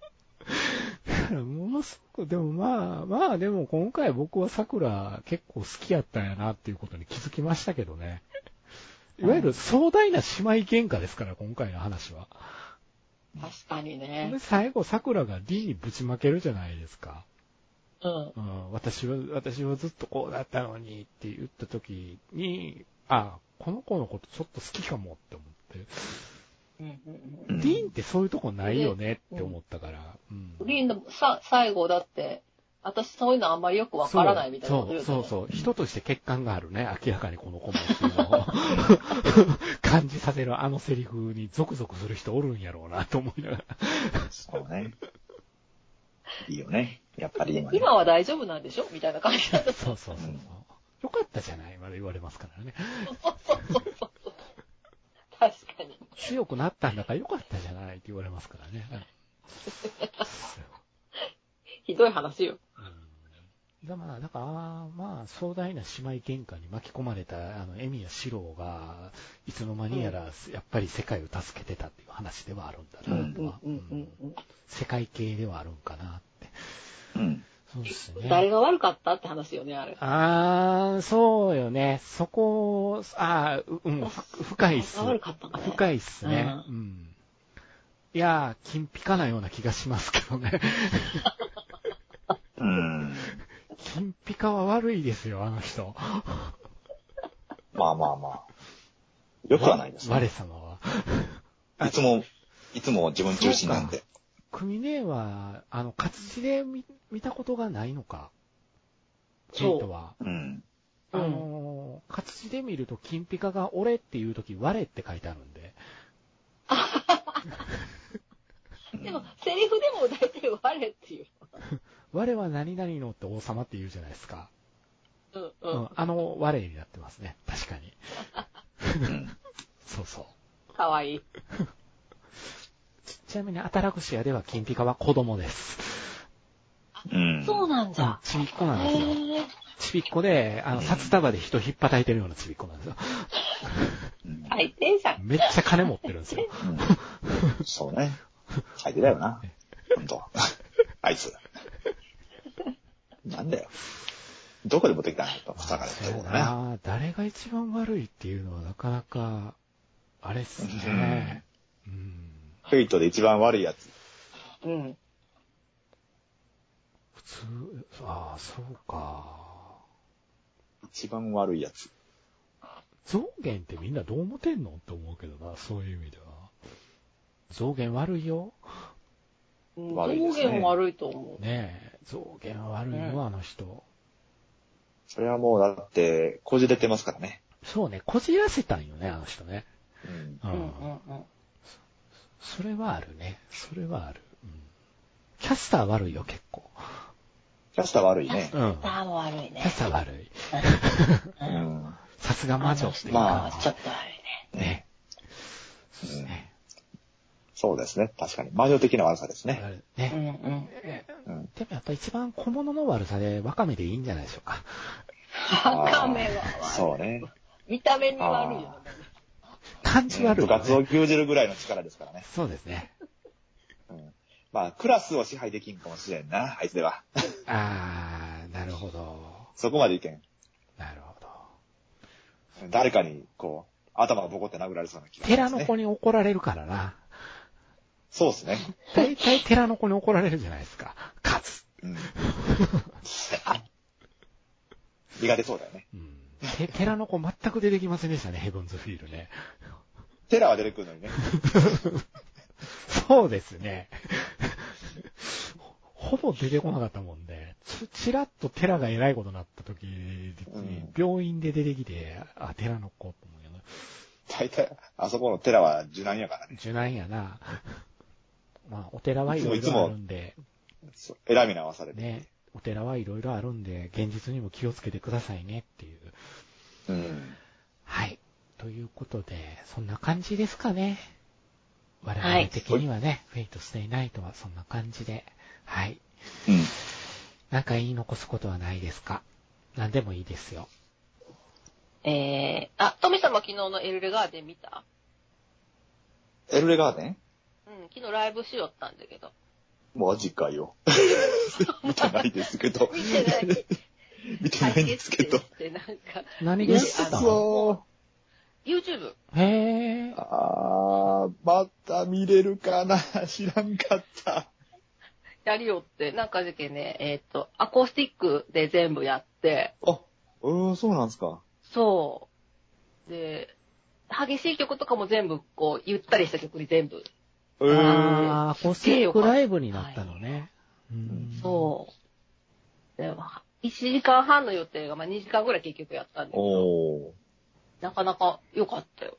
S2: だからものすごく、でもまあ、まあでも今回僕は桜結構好きやったんやなっていうことに気づきましたけどね。いわゆる壮大な姉妹喧嘩ですから、今回の話は。
S5: 確かに
S2: で
S5: ね。
S2: 最後桜が D にぶちまけるじゃないですか。
S5: うん。
S2: うん、私は、私はずっとこうだったのにって言った時に、あ、この子のことちょっと好きかもって思って、
S5: うんうん
S4: う
S2: ディーン
S4: ん
S2: ってそういうとこないよねって思ったから、うん。
S5: うん。リンのさ最後だって、私そういうのあんまりよくわからないみたいなこと
S2: そう
S5: 言
S2: そう
S5: う
S2: そうそう。人として欠陥があるね、明らかにこの子もっていうのを 感じさせるあのセリフにゾクゾクする人おるんやろうなと思いながら。
S4: そうね。いいよね。やっぱり今ね。
S5: 今は大丈夫なんでしょみたいな感じだった。
S2: そうそうそうそう。よかったじゃないまで言われますからね。
S5: 確かに。
S2: 強くなったんだからよかったじゃないって言われますからね。
S5: ひどい話よ。
S2: だまあ、だから、まあ、壮大な姉妹喧嘩に巻き込まれた、あの、エミやシローが、いつの間にやら、やっぱり世界を助けてたっていう話ではあるんだな、とは。
S5: うん
S2: 世界系ではあるんかなって。
S4: うん。
S2: そうです
S5: うん。誰
S2: ね。
S5: が悪かったって話よね、あれ。
S2: あー、そうよね。そこ、あー、うん、ふ深いっす。
S5: 誰が悪かったかね。
S2: 深いっすね。
S5: う
S2: うん。いやー、金ピカなような気がしますけど ね。
S4: うん。
S2: 金ピカは悪いですよ、あの人。
S4: まあまあまあ。よくはないですね。
S2: 我様は。
S4: いつも、いつも自分中心なんで。
S2: 組ねは、あの、活字で見見たことがないのか。ジ
S5: そう
S2: ェイトは。
S4: うん。
S2: あ
S5: うん
S2: のー、活字で見ると、金ピカが俺っていうとき、我って書いてあるんで。
S5: でも、セリフでも大体我っていう。
S2: 我は何々のって王様って言うじゃないですか。
S5: うん
S2: う
S5: うん
S2: ん。。あの、我になってますね。確かに。
S4: うん。
S2: そうそう。
S5: かわいい。
S2: ちっちちなみにアタラクシアでは金ピカは子供です。
S4: うん。
S3: そうなん
S2: うん
S3: だ。
S2: ちびっこなんですよ。
S3: へえ。
S2: ちびっこで、あの、札束で人引っ叩いてるようなちびっこなんですよ。
S4: うん
S3: 最低じゃん。
S2: めっちゃ金持ってるんです よ。
S4: うんそうね。最低だよな。本当 あいつ。なんだよ。どこで持ってきたのと、草が出て
S2: そう
S4: こ
S2: や
S4: な。
S2: な誰が一番悪いっていうのはなかなか、あれっすね。うん。
S4: フェイトで一番悪いやつ。
S3: うん。
S2: 普通、ああ、そうか。
S4: 一番悪いやつ。
S2: 増減ってみんなどう思ってんのって思うけどな、そういう意味では。増減悪いよ。
S4: 悪いで
S3: 表
S4: すね
S3: 現悪いと思
S2: ねえ、増減悪いよ、あの人。
S4: それはもうだって、こじれてますからね。
S2: そうね、こじらせたんよね、あの人ね。
S4: うん。
S2: う
S3: う。うん
S2: ん。
S3: うんうん。
S2: それはあるね。それはある。うん、キャスター悪いよ、結構。
S4: キャスター悪いね。
S2: うん。
S3: ああ、もう悪い
S2: キャ
S3: ね。
S2: スター悪い。
S4: うん。
S2: さすが魔女っていう
S4: ま
S2: 感
S4: あ
S2: じ。
S3: ちょっと悪いね。
S2: ね。そうですね。
S4: そうですね。確かに。魔女的な悪さですね。
S2: あれね
S3: うんうん。
S4: うん。
S2: でもやっぱ一番小物の悪さで、ワカメでいいんじゃないでしょうか。
S3: わかめは悪
S4: そうね。
S3: い。見た目に悪いよね。
S2: 感じ悪
S4: 部
S2: いよ
S4: 活を
S2: ね。
S4: 牛耳るぐらいの力ですからね。
S2: そうですね。
S4: うん。まあ、クラスを支配できんかもしれんな、あいつでは。
S2: あー、なるほど。
S4: そこまでいけん。
S2: なるほど。
S4: 誰かに、こう、頭がボコって殴られそうな気がしま
S2: 寺
S4: す
S2: の
S4: ね。
S2: 子に怒られるからな。
S4: そうですね。
S2: 大体寺の子に怒られるじゃないですか。勝つ。
S4: うん。 苦手そうだよね。
S2: うん。て寺の子全く出てきませんでしたね、ヘブンズフィールね。
S4: テラは出てくるのにね。
S2: そうですね。 ほぼ出てこなかったもんで、ち、ちらっと寺が偉いことになった時に、
S4: うん
S2: 病院で出てきて、あ、寺の子と思うよな。
S4: 大体、あそこのテラは受難やからね。
S2: 受難やな。まあ、お寺はいろい
S4: いつ
S2: ろ
S4: も
S2: あるんで、
S4: そう選び直されて。
S2: ね、お寺はいろいろあるんで、現実にも気をつけてくださいねっていう。
S4: うん。
S2: はい。ということで、そんな感じですかね。我々
S3: はい
S2: 的にはね、フェイトステイナイトはそんな感じで。はい。
S4: うん。
S2: なんか言い残すことはないですか何でもいいですよ。
S3: えー、あ、トミさんも昨日のエルレガーデン見た
S4: エルレガーデン
S3: うん、昨日ライブしよったんだけど。
S4: マジかよ。 見てないですけど。
S3: 見てない。
S4: 見てないんですけど
S3: 解。決ってなんか、
S2: 何
S4: う
S2: で
S4: っ
S2: してた
S4: そ
S3: YouTube。
S2: へぇ
S4: ー。あー、また見れるかな。 知らんかった。
S3: やりよって、なんかだけね、えーっ、と、アコースティックで全部やって、
S4: あ、うーん、そうなんですか。
S3: そう。で、激しい曲とかも全部、こう、ゆったりした曲に全部。
S4: え
S2: ー。
S4: ー。
S2: あー、コスティックライブになったのね。うん
S3: そう。で、まあ1時間半の予定が、まあ、2時間ぐらい結局やったんで、
S4: おー。
S3: なかなか良かったよ。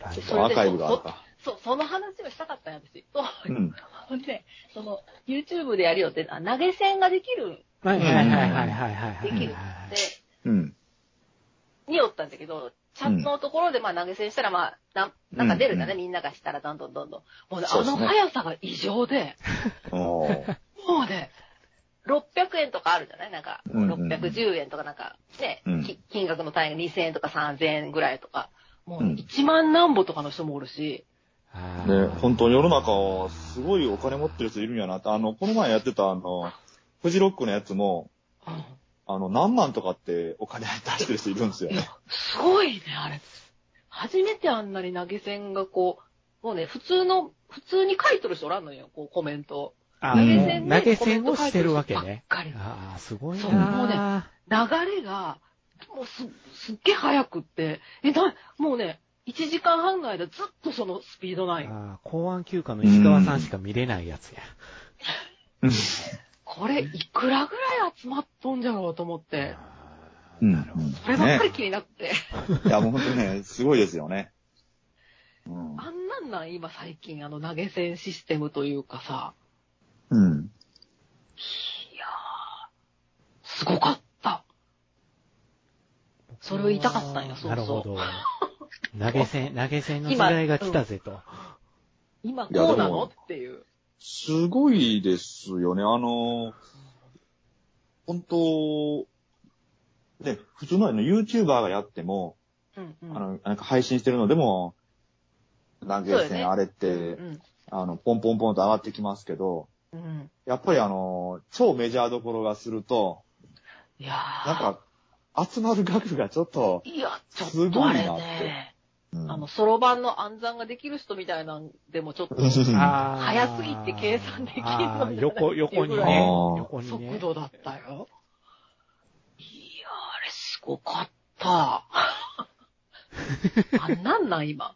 S2: ライブ
S3: それ
S4: アー
S3: で
S4: カイブがあるか。
S3: そう、その話をしたかったんや、私。そう
S4: うん。
S3: ほんで、その、YouTube でやるよって、あ投げ銭ができるんで、
S2: はいはいはいはいはいはいはい。
S3: できる
S2: はい
S4: うん。
S3: によったんだけど、チャンのところでまあ投げ銭したら、まあ、なんなんか出るんだね、みんながしたら、どんどんどんどん。もうね、
S4: そ
S3: あ
S4: うです
S3: の
S4: ね
S3: 速さが異常で、
S4: おー。
S3: もうね、600円とかあるじゃないなんか、
S4: うんうん
S3: 610円とかなんか、ね、
S4: うん
S3: き金額の単位が2000円とか3000円ぐらいとか、もう
S4: うん
S3: 1万何ぼとかの人もおるし、
S2: あ
S4: ね
S2: ー、
S4: 本当世の中、すごいお金持ってる人いるんやなって、あの、この前やってた、あの、フジロックのやつも、
S3: うん
S4: あの、何万とかってお金出してる人いるんですよ
S3: いや
S4: ね。、
S3: すごいね、あれ。初めてあんなに投げ銭がこう、もうね、普通の、普通に書いとる人おらんのよ、こうコメントを。
S2: あ
S3: 投げ
S2: ー
S3: 銭
S2: 投げ
S3: で
S2: 銭をしてるわけ
S3: コメン
S2: ね。
S3: ト書いとる人ばっかり
S2: ああ、すごい
S3: そうもうね
S2: な
S3: 流れが、もうす、すっげえ速くって、え、な、もうね、1時間半の間ずっとそのスピードな
S2: ー
S3: い。
S2: あー公安休暇の石川さんしか見れないやつや。
S3: これ、いくらぐらい集まっとんじゃろうと思って、
S2: あ
S4: う
S2: ー
S4: ん
S2: なるほど。
S3: そればっかり気になって、
S4: いや、もう本当にね、すごいですよね。うん。
S3: あんなんなん今最近、あの投げ銭システムというかさ、
S4: うん。
S3: いやー、すごかった。それを言いたか ったんや、そうそう。
S2: なるほど。投げ銭、投げ銭の時代が来たぜと。
S3: 今
S4: いや
S3: こうな
S4: で
S3: の
S4: も
S3: っていう。
S4: すごいですよね。あの、本当、ね、普通のあの YouTuber がやっても、
S3: うんう
S4: あ
S3: ん。
S4: の、なんか配信してるのでも、投げ
S3: そうだね
S4: 銭あれって、
S3: うん
S4: あの、ポンポンポンと上がってきますけど、
S3: うんうん。
S4: やっぱりあの、超メジャーどころがすると、
S3: いや
S4: なん
S3: ー。
S4: か、集まる額がちょっと、
S3: いや、ち
S4: す
S3: ょっと
S4: ご
S3: あ
S4: い
S3: れ
S4: なって
S3: ね。
S4: うん
S3: あの、そろばんの暗算ができる人みたいなんでもちょっと、
S2: あー
S3: 早すぎて計算できんのじゃない
S2: あー横、横に
S3: っていうぐら
S2: ね
S4: い。
S2: 横にね
S3: 速。度だったよ。いやー、あれすごかった。あんなんなん今。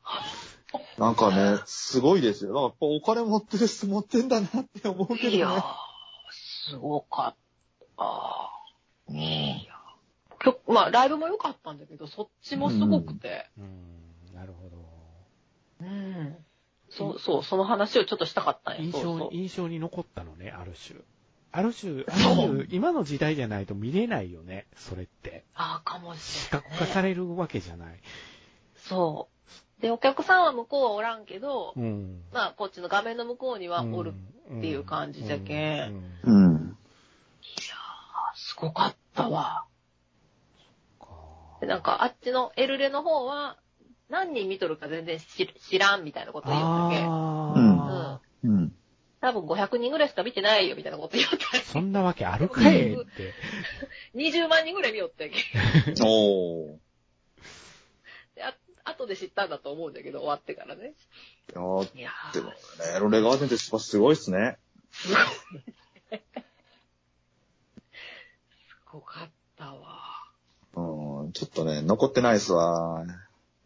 S4: なんかね、すごいですよ。なんかやっぱお金持ってる人持ってんだなって思うけ
S3: いや
S4: ど
S3: ー
S4: ね。、
S3: すごかった。
S4: うん
S3: きょまあ、ライブも良かったんだけど、そっちもすごくて。
S2: うん、なるほど。
S3: うん。そう、そう、その話をちょっとしたかったんや。
S2: 印
S3: そう
S2: 象
S3: そう
S2: に、印象に残ったのね、ある種。ある種、ある種、今の時代じゃないと見れないよね、それって。
S3: ああ、かも
S2: 視
S3: しれ
S2: 覚化
S3: ない、
S2: されるわけじゃない。
S3: そう。で、お客さんは向こうはおらんけど、
S2: うん。
S3: まあ、こっちの画面の向こうにはおる。
S2: って
S3: いう感じじゃけん
S4: うん。
S3: あすごかったわ。でなん
S2: か、
S3: か、あっちのエルレの方は、何人見とるか全然知知らんみたいなこと言うんだけ。
S2: ああ、
S4: うん。
S3: 多分500人ぐらいしか見てないよみたいなこと言ったけ。
S2: そんなわけあるかいって。
S3: 20万人ぐらい見よったけ。
S4: おー。
S3: であ後で知ったんだと思うんだけど、終わってからね。
S4: いやー
S3: いや
S4: でも
S3: ー
S4: ね、ロレガーデンってすごいっすね。
S3: すごかったわ。
S4: うん、ちょっとね、残ってないっすわ。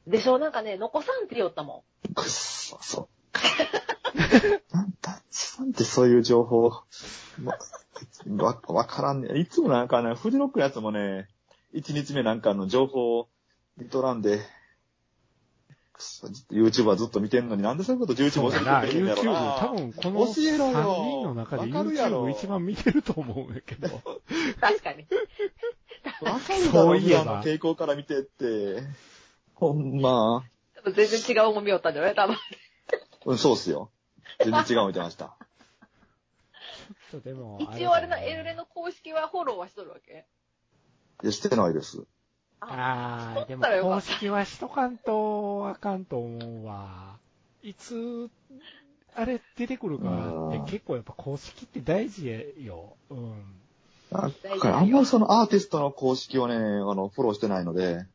S3: でしょなんかね、残さんって言おったも
S4: くっそ、そっか。なんだ、さんってそういう情報、まわ、わからんね。いつもなんかね、フジロックのやつもね、一日目なんかの情報を見とらんで、くそ、YouTuber ずっと見てんのになんでそういうこと
S2: そ
S4: YouTube
S2: う
S4: 教え
S2: だな、
S4: てくれてんだろう
S2: YouTube、多
S4: な。
S2: 分この
S4: 教えろよ
S2: 3人の中で
S4: わかるやろ
S2: YouTube 一番見てると思うんやけど。
S3: ん。確かに。
S4: わかるだ
S2: そ
S4: ろ、
S2: ういえば
S4: 今の傾向から見てって。ほんま。
S3: 多分全然違うもん見よったんじゃない多分。
S4: うん、そうっすよ。全然違うの見てました。
S2: ちょっとでも
S3: 一応あれな、エルレ。の公式はフォローはしとるわけ。
S4: いや、してないです。
S2: ああ、でも
S3: だよ
S2: 公式はしとかんとあかんと思うわ。いつ、あれ出てくるか
S4: うん
S2: って結構やっぱ公式って大事よ。うん。
S4: なんか、あんまりそのアーティストの公式をね、あの、フォローしてないので、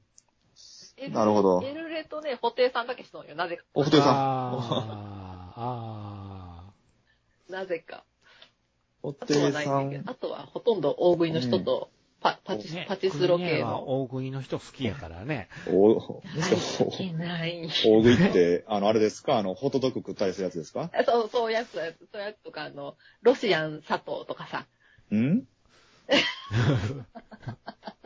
S3: エルレ
S4: なるほど
S3: エルレとね、ホテイさんだけしとんよ。なぜか。
S4: おふてさ
S2: あ
S4: ん。
S2: あ、あ
S3: なぜか。
S4: お
S3: あ
S4: て
S3: とはない
S4: さ
S3: んだけ
S4: ん
S3: ど、。あとはほとんど大食いの人と、パパ
S2: あ。
S3: チ
S2: ね
S3: パチスロ系
S2: 国は
S3: の。
S2: 大食いの人好きやからね。
S4: お、
S3: はい、いけない。
S4: 大食いって、あの、あれですかあの、ホットドッグ食ったりするやつですか
S3: あそう、そうやつ、そうやつそうやつとか、あの、ロシアン佐藤とかさ。
S4: ん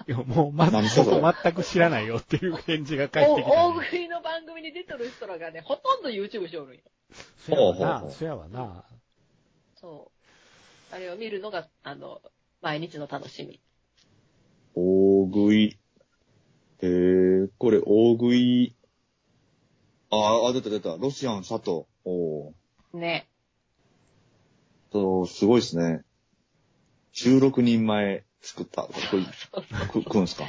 S2: いや、もう、ま、
S4: 何それ
S2: 全く知らないよっていう返事が
S3: お
S2: 返ってきた。
S3: 大食いの番組に出てる人らがね、ほとんど YouTube しおるんよ。
S2: そやわ
S4: ほうほうほ
S2: な、
S4: う
S2: そやわな。
S3: そう。あれを見るのが、あの、毎日の楽しみ。
S4: 大食い。えー、これ、大食い。あーあ、出た出た。ロシアン佐藤。おー
S3: ね。
S4: と、すごいですね。16人前作った。これ、
S3: そう
S4: く、食うんすか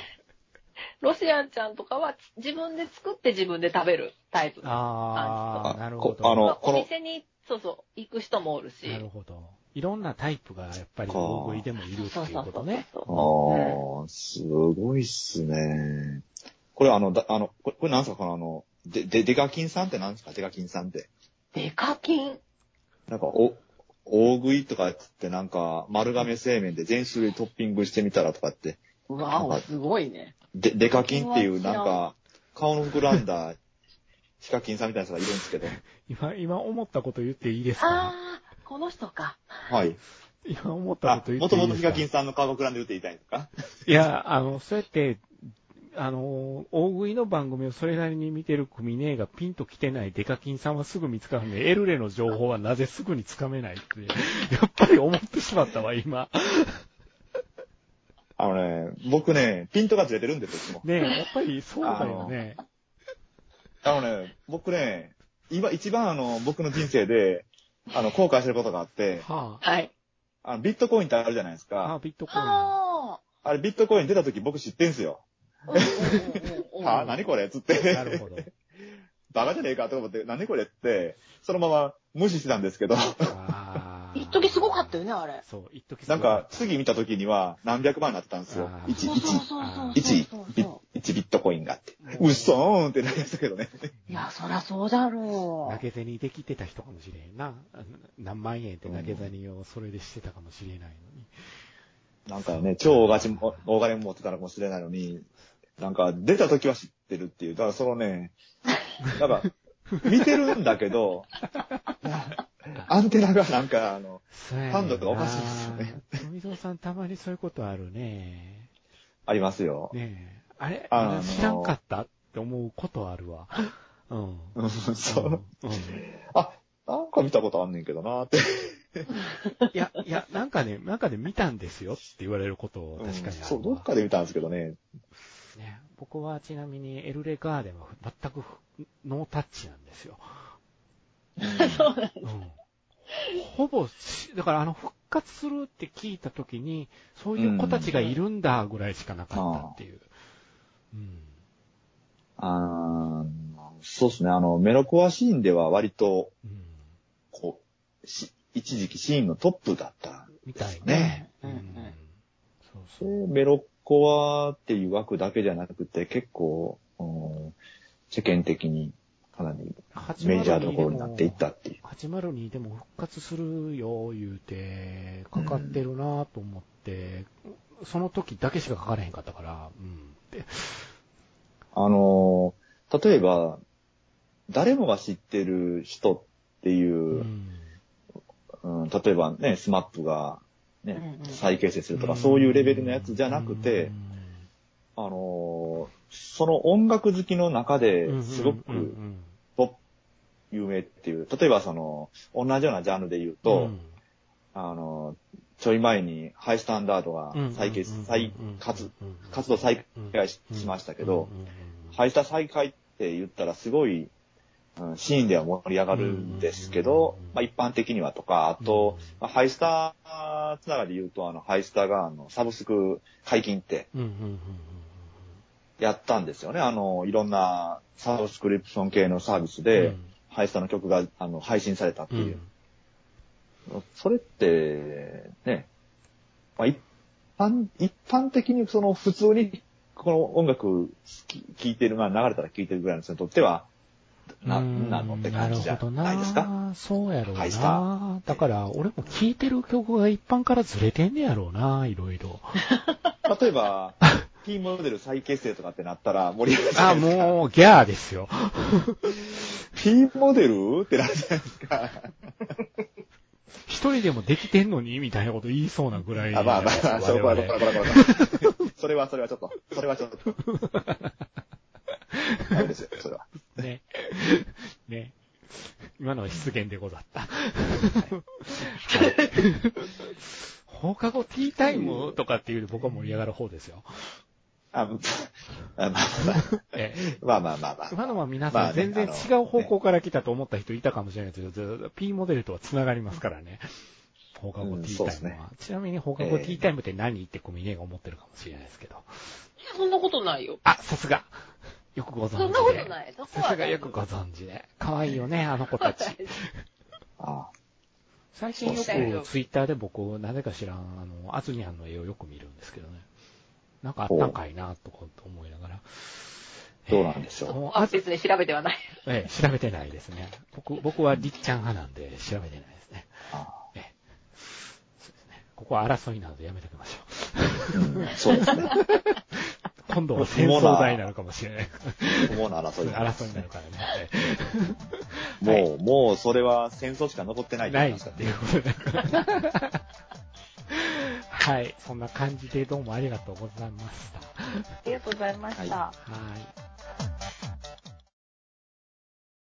S3: ロシアンちゃんとかは、自分で作って自分で食べるタイプ。
S2: あ
S3: あ
S2: あ、なるほ
S4: こ
S2: ど。
S4: あの
S3: お
S4: この
S3: 店に、そうそう、行く人もおるし。
S2: なるほど。いろんなタイプがやっぱり大食いでもいるって
S3: そう
S2: いう
S3: そう
S2: こ
S3: そ
S2: と
S3: う
S2: ね。
S3: そう。
S4: あー、すごいっすね。これあの、だあの、これ、これなんすかこのあの、で、で、デカキンさんってなんですかデカキンさんって。
S3: デカキン
S4: なんか、お、大食いとかっつってなんか、丸亀製麺で全種類トッピングしてみたらとかって、
S3: うわお、すごいね。
S4: で、デカキンっていう
S3: それ
S4: な
S3: は
S4: ん
S3: 知らん
S4: か、顔の膨らんだ、ヒカキンさんみたいな人がいるんですけど。
S2: 今、今思ったこと言っていいですか
S3: あー、この人か。
S4: はい。
S2: 今思った
S4: あ
S2: こと、言
S4: も
S2: って
S4: と
S2: いい
S4: も
S2: です
S4: とヒ
S2: か
S4: カキンさんの顔膨らんでるって言いたいんです か
S2: いや、あの、そうやって、あの、大食いの番組をそれなりに見てる組ねえがピンと来てないデカキンさんはすぐ見つかるんで、エルレの情報はなぜすぐにつかめないって、やっぱり思ってしまったわ、今。
S4: あのね、僕ね、ピントがずれてるんですよ、いつも。
S2: ねえ、やっぱりそうだよね。
S4: あのね、僕ね、今一番あの、僕の人生で、あの、後悔してることがあって、
S2: は
S5: はい。
S4: あの、ビットコインってあるじゃないです
S2: あ、あ
S4: か。
S2: ビットコイン。
S5: あ
S4: あれビットコイン出た時僕知ってんすよ。
S5: あ。うんうんうんうん
S4: はぁ、何これっつって。
S2: なる ほど。
S4: バカじゃねえかと思って、何これって、そのまま無視してたんですけ ど、
S2: あー
S5: 一時すごかったよね、あれ。
S2: そう、一時す
S4: な
S2: ご
S4: ん
S2: か
S4: か
S2: っ
S4: 次見た時には何百万になってたんですよ
S2: あ。ー
S4: 1、
S5: そうそう
S4: 1、
S5: そうそう。
S4: 1ビ1ビットコインがあって。
S2: た。
S4: うっそーんってなりましたけどね。
S5: いや、そりゃそうだ
S2: 投
S5: ろう。
S2: げ銭できてた人かもしれんな。あの何万円って投げ銭をそれでしてたかもしれないのに。
S4: なんかね、超大勝ちも、大金持ってたのかもしれないのに、なんか出た時は知ってるっていう。だからそのね、なんか、見てるんだけど、 アンテナがなんか、あの、
S2: そうやねんな
S4: 感度がおかしいですよね。
S2: 富蔵さんたまにそういうことあるね。
S4: ありますよ。
S2: ねえ。あれ
S4: あのー
S2: あれ知らんかったって思うことあるわ。うん。
S4: うんそう。
S2: うん。い
S4: あ、なんか見たことあんねんけどなーって。
S2: や、いや、なんかね、なんかで見たんですよって言われることを確かにあるわ、
S4: うんそう、どっかで見たんですけどね。
S2: ね、僕はちなみにエルレガーデンは全くノータッチなんですよ。うんほぼし、だからあの復活するって聞いたときに、そういう子たちがいるんだぐらいしかなかったっていう。うん。
S4: あーそうですね。あの、メロコアシーンでは割と、
S2: うん。
S4: こう、し一時期シーンのトップだった。
S2: みたい
S4: ね
S2: うん
S5: うん
S2: そう
S4: で
S2: そう。
S4: メロコアっていう枠だけじゃなくて、結構、うん世間的にかなりメジャーどころになっていったっていう。
S2: 802でも復活するよ、言うて、かかってるなと思って、その時だけしかかかれへんかったから、うん。で
S4: あの、例えば、誰もが知ってる人っていうう、
S2: ん
S4: うん例えばね、スマップが、ね
S5: うんうん
S4: 再形成するとか、そういうレベルのやつじゃなくて、あのーその音楽好きの中
S2: うん
S4: ですご
S2: うんうん
S4: くポップ有名っていう、例えばその、同じようなジャンルで言う
S2: う
S4: と、
S2: ん
S4: あのーちょい前にハイスタンダードが
S2: うん
S4: 再結、再活、
S2: うん
S4: 活動再開ししましたけど、
S2: うんうんうん
S4: ハイスタ再開って言ったらすごい、うん、シーンでは盛り上がるんですけど
S2: うん、
S4: まあ一般的にはとか、あと、まあハイスターつながりで言うと、あの、ハイスタがあの、サブスク解禁って、
S2: うんうんうんうん
S4: やったんですよね。あの、いろんなサブスクリプション系のサービ
S2: う
S4: ス
S2: ん
S4: で、ハイスタの曲があの配信されたって
S2: うん
S4: いう。それって、ね、まあ、一般、一般的にその普通にこの音楽好き聴いてる、まあ流れたら聴いてるぐらいの人にとっては、な、
S2: うん
S4: なのって感じじゃないです
S2: る
S4: か。
S2: ほどなそうやろう
S4: ハイスタ
S2: な。だから、俺も聴いてる曲が一般からずれてんねやろうな、いろいろ。
S4: 例えば、T モデル再結成とかってなったら盛り上がるじゃな
S2: あ、
S4: いですか。
S2: もう、ギャーですよ。
S4: T モデルってなるじゃないですか。
S2: 一人でもできてんのにみたいなこと言いそうなぐらい。
S4: あ、まあまあまあ、
S2: 我
S4: そ
S2: 々
S4: こは、こらこらこらこら。それは、それはちょっと、それはちょっと。ダメですよ、それは。
S2: ね。ね。今のは失言でござった。放課後ティータイムとかっていうより僕は盛り上がる方ですよ。
S4: あ、ぶあまあ
S2: ええ
S4: まあまあまあまあま
S2: 今のは皆
S4: まあ
S2: さん
S4: ね
S2: 全然
S4: あの
S2: 違う方向から来たと思った人いたかもしれないですけど、P モデルとは繋がりますからね。放課後ティ
S4: そう
S2: ータ
S4: で
S2: イ
S4: す
S2: ムは。
S4: ね
S2: ちなみに放課後ティータイムって何ってコミネが思ってるかもしれないですけど。
S5: そんなことないよ。
S2: あ、さすがよくご存知で。
S5: そんなことない。そこ
S2: さ
S5: は
S2: す
S5: な
S2: が
S5: い
S2: よくご存知で。可愛いよね、あの子たち。
S4: あ。
S2: 最近よ
S5: そうです
S2: く
S5: ね
S2: ツイッターで僕、なぜか知らん、あの、アズニャンの絵をよく見るんですけどね。なんかあったんかいな、とか思いながら。
S4: どうなんでしょ
S2: もう
S5: あ
S2: あず、
S5: 別に調べてはない。
S2: ええ、調べてないですね。僕、僕はりっちゃん派なんで、調べてないですね。
S4: う。あ
S2: ここは争いなのでやめておきまし
S4: うんそうですね。
S2: ょう。今度は戦争題なのかもしれない。
S4: 主な争いになりま
S2: 争いに
S4: す
S2: な
S4: ね
S2: るからね。
S4: もう、もう、それは戦争しか残ってないと
S2: な
S4: 思い
S2: いっ
S4: ますから
S2: ていうことで。はい、そんな感じでどうもありがとうございました。
S5: ありがとうございました。
S2: はい。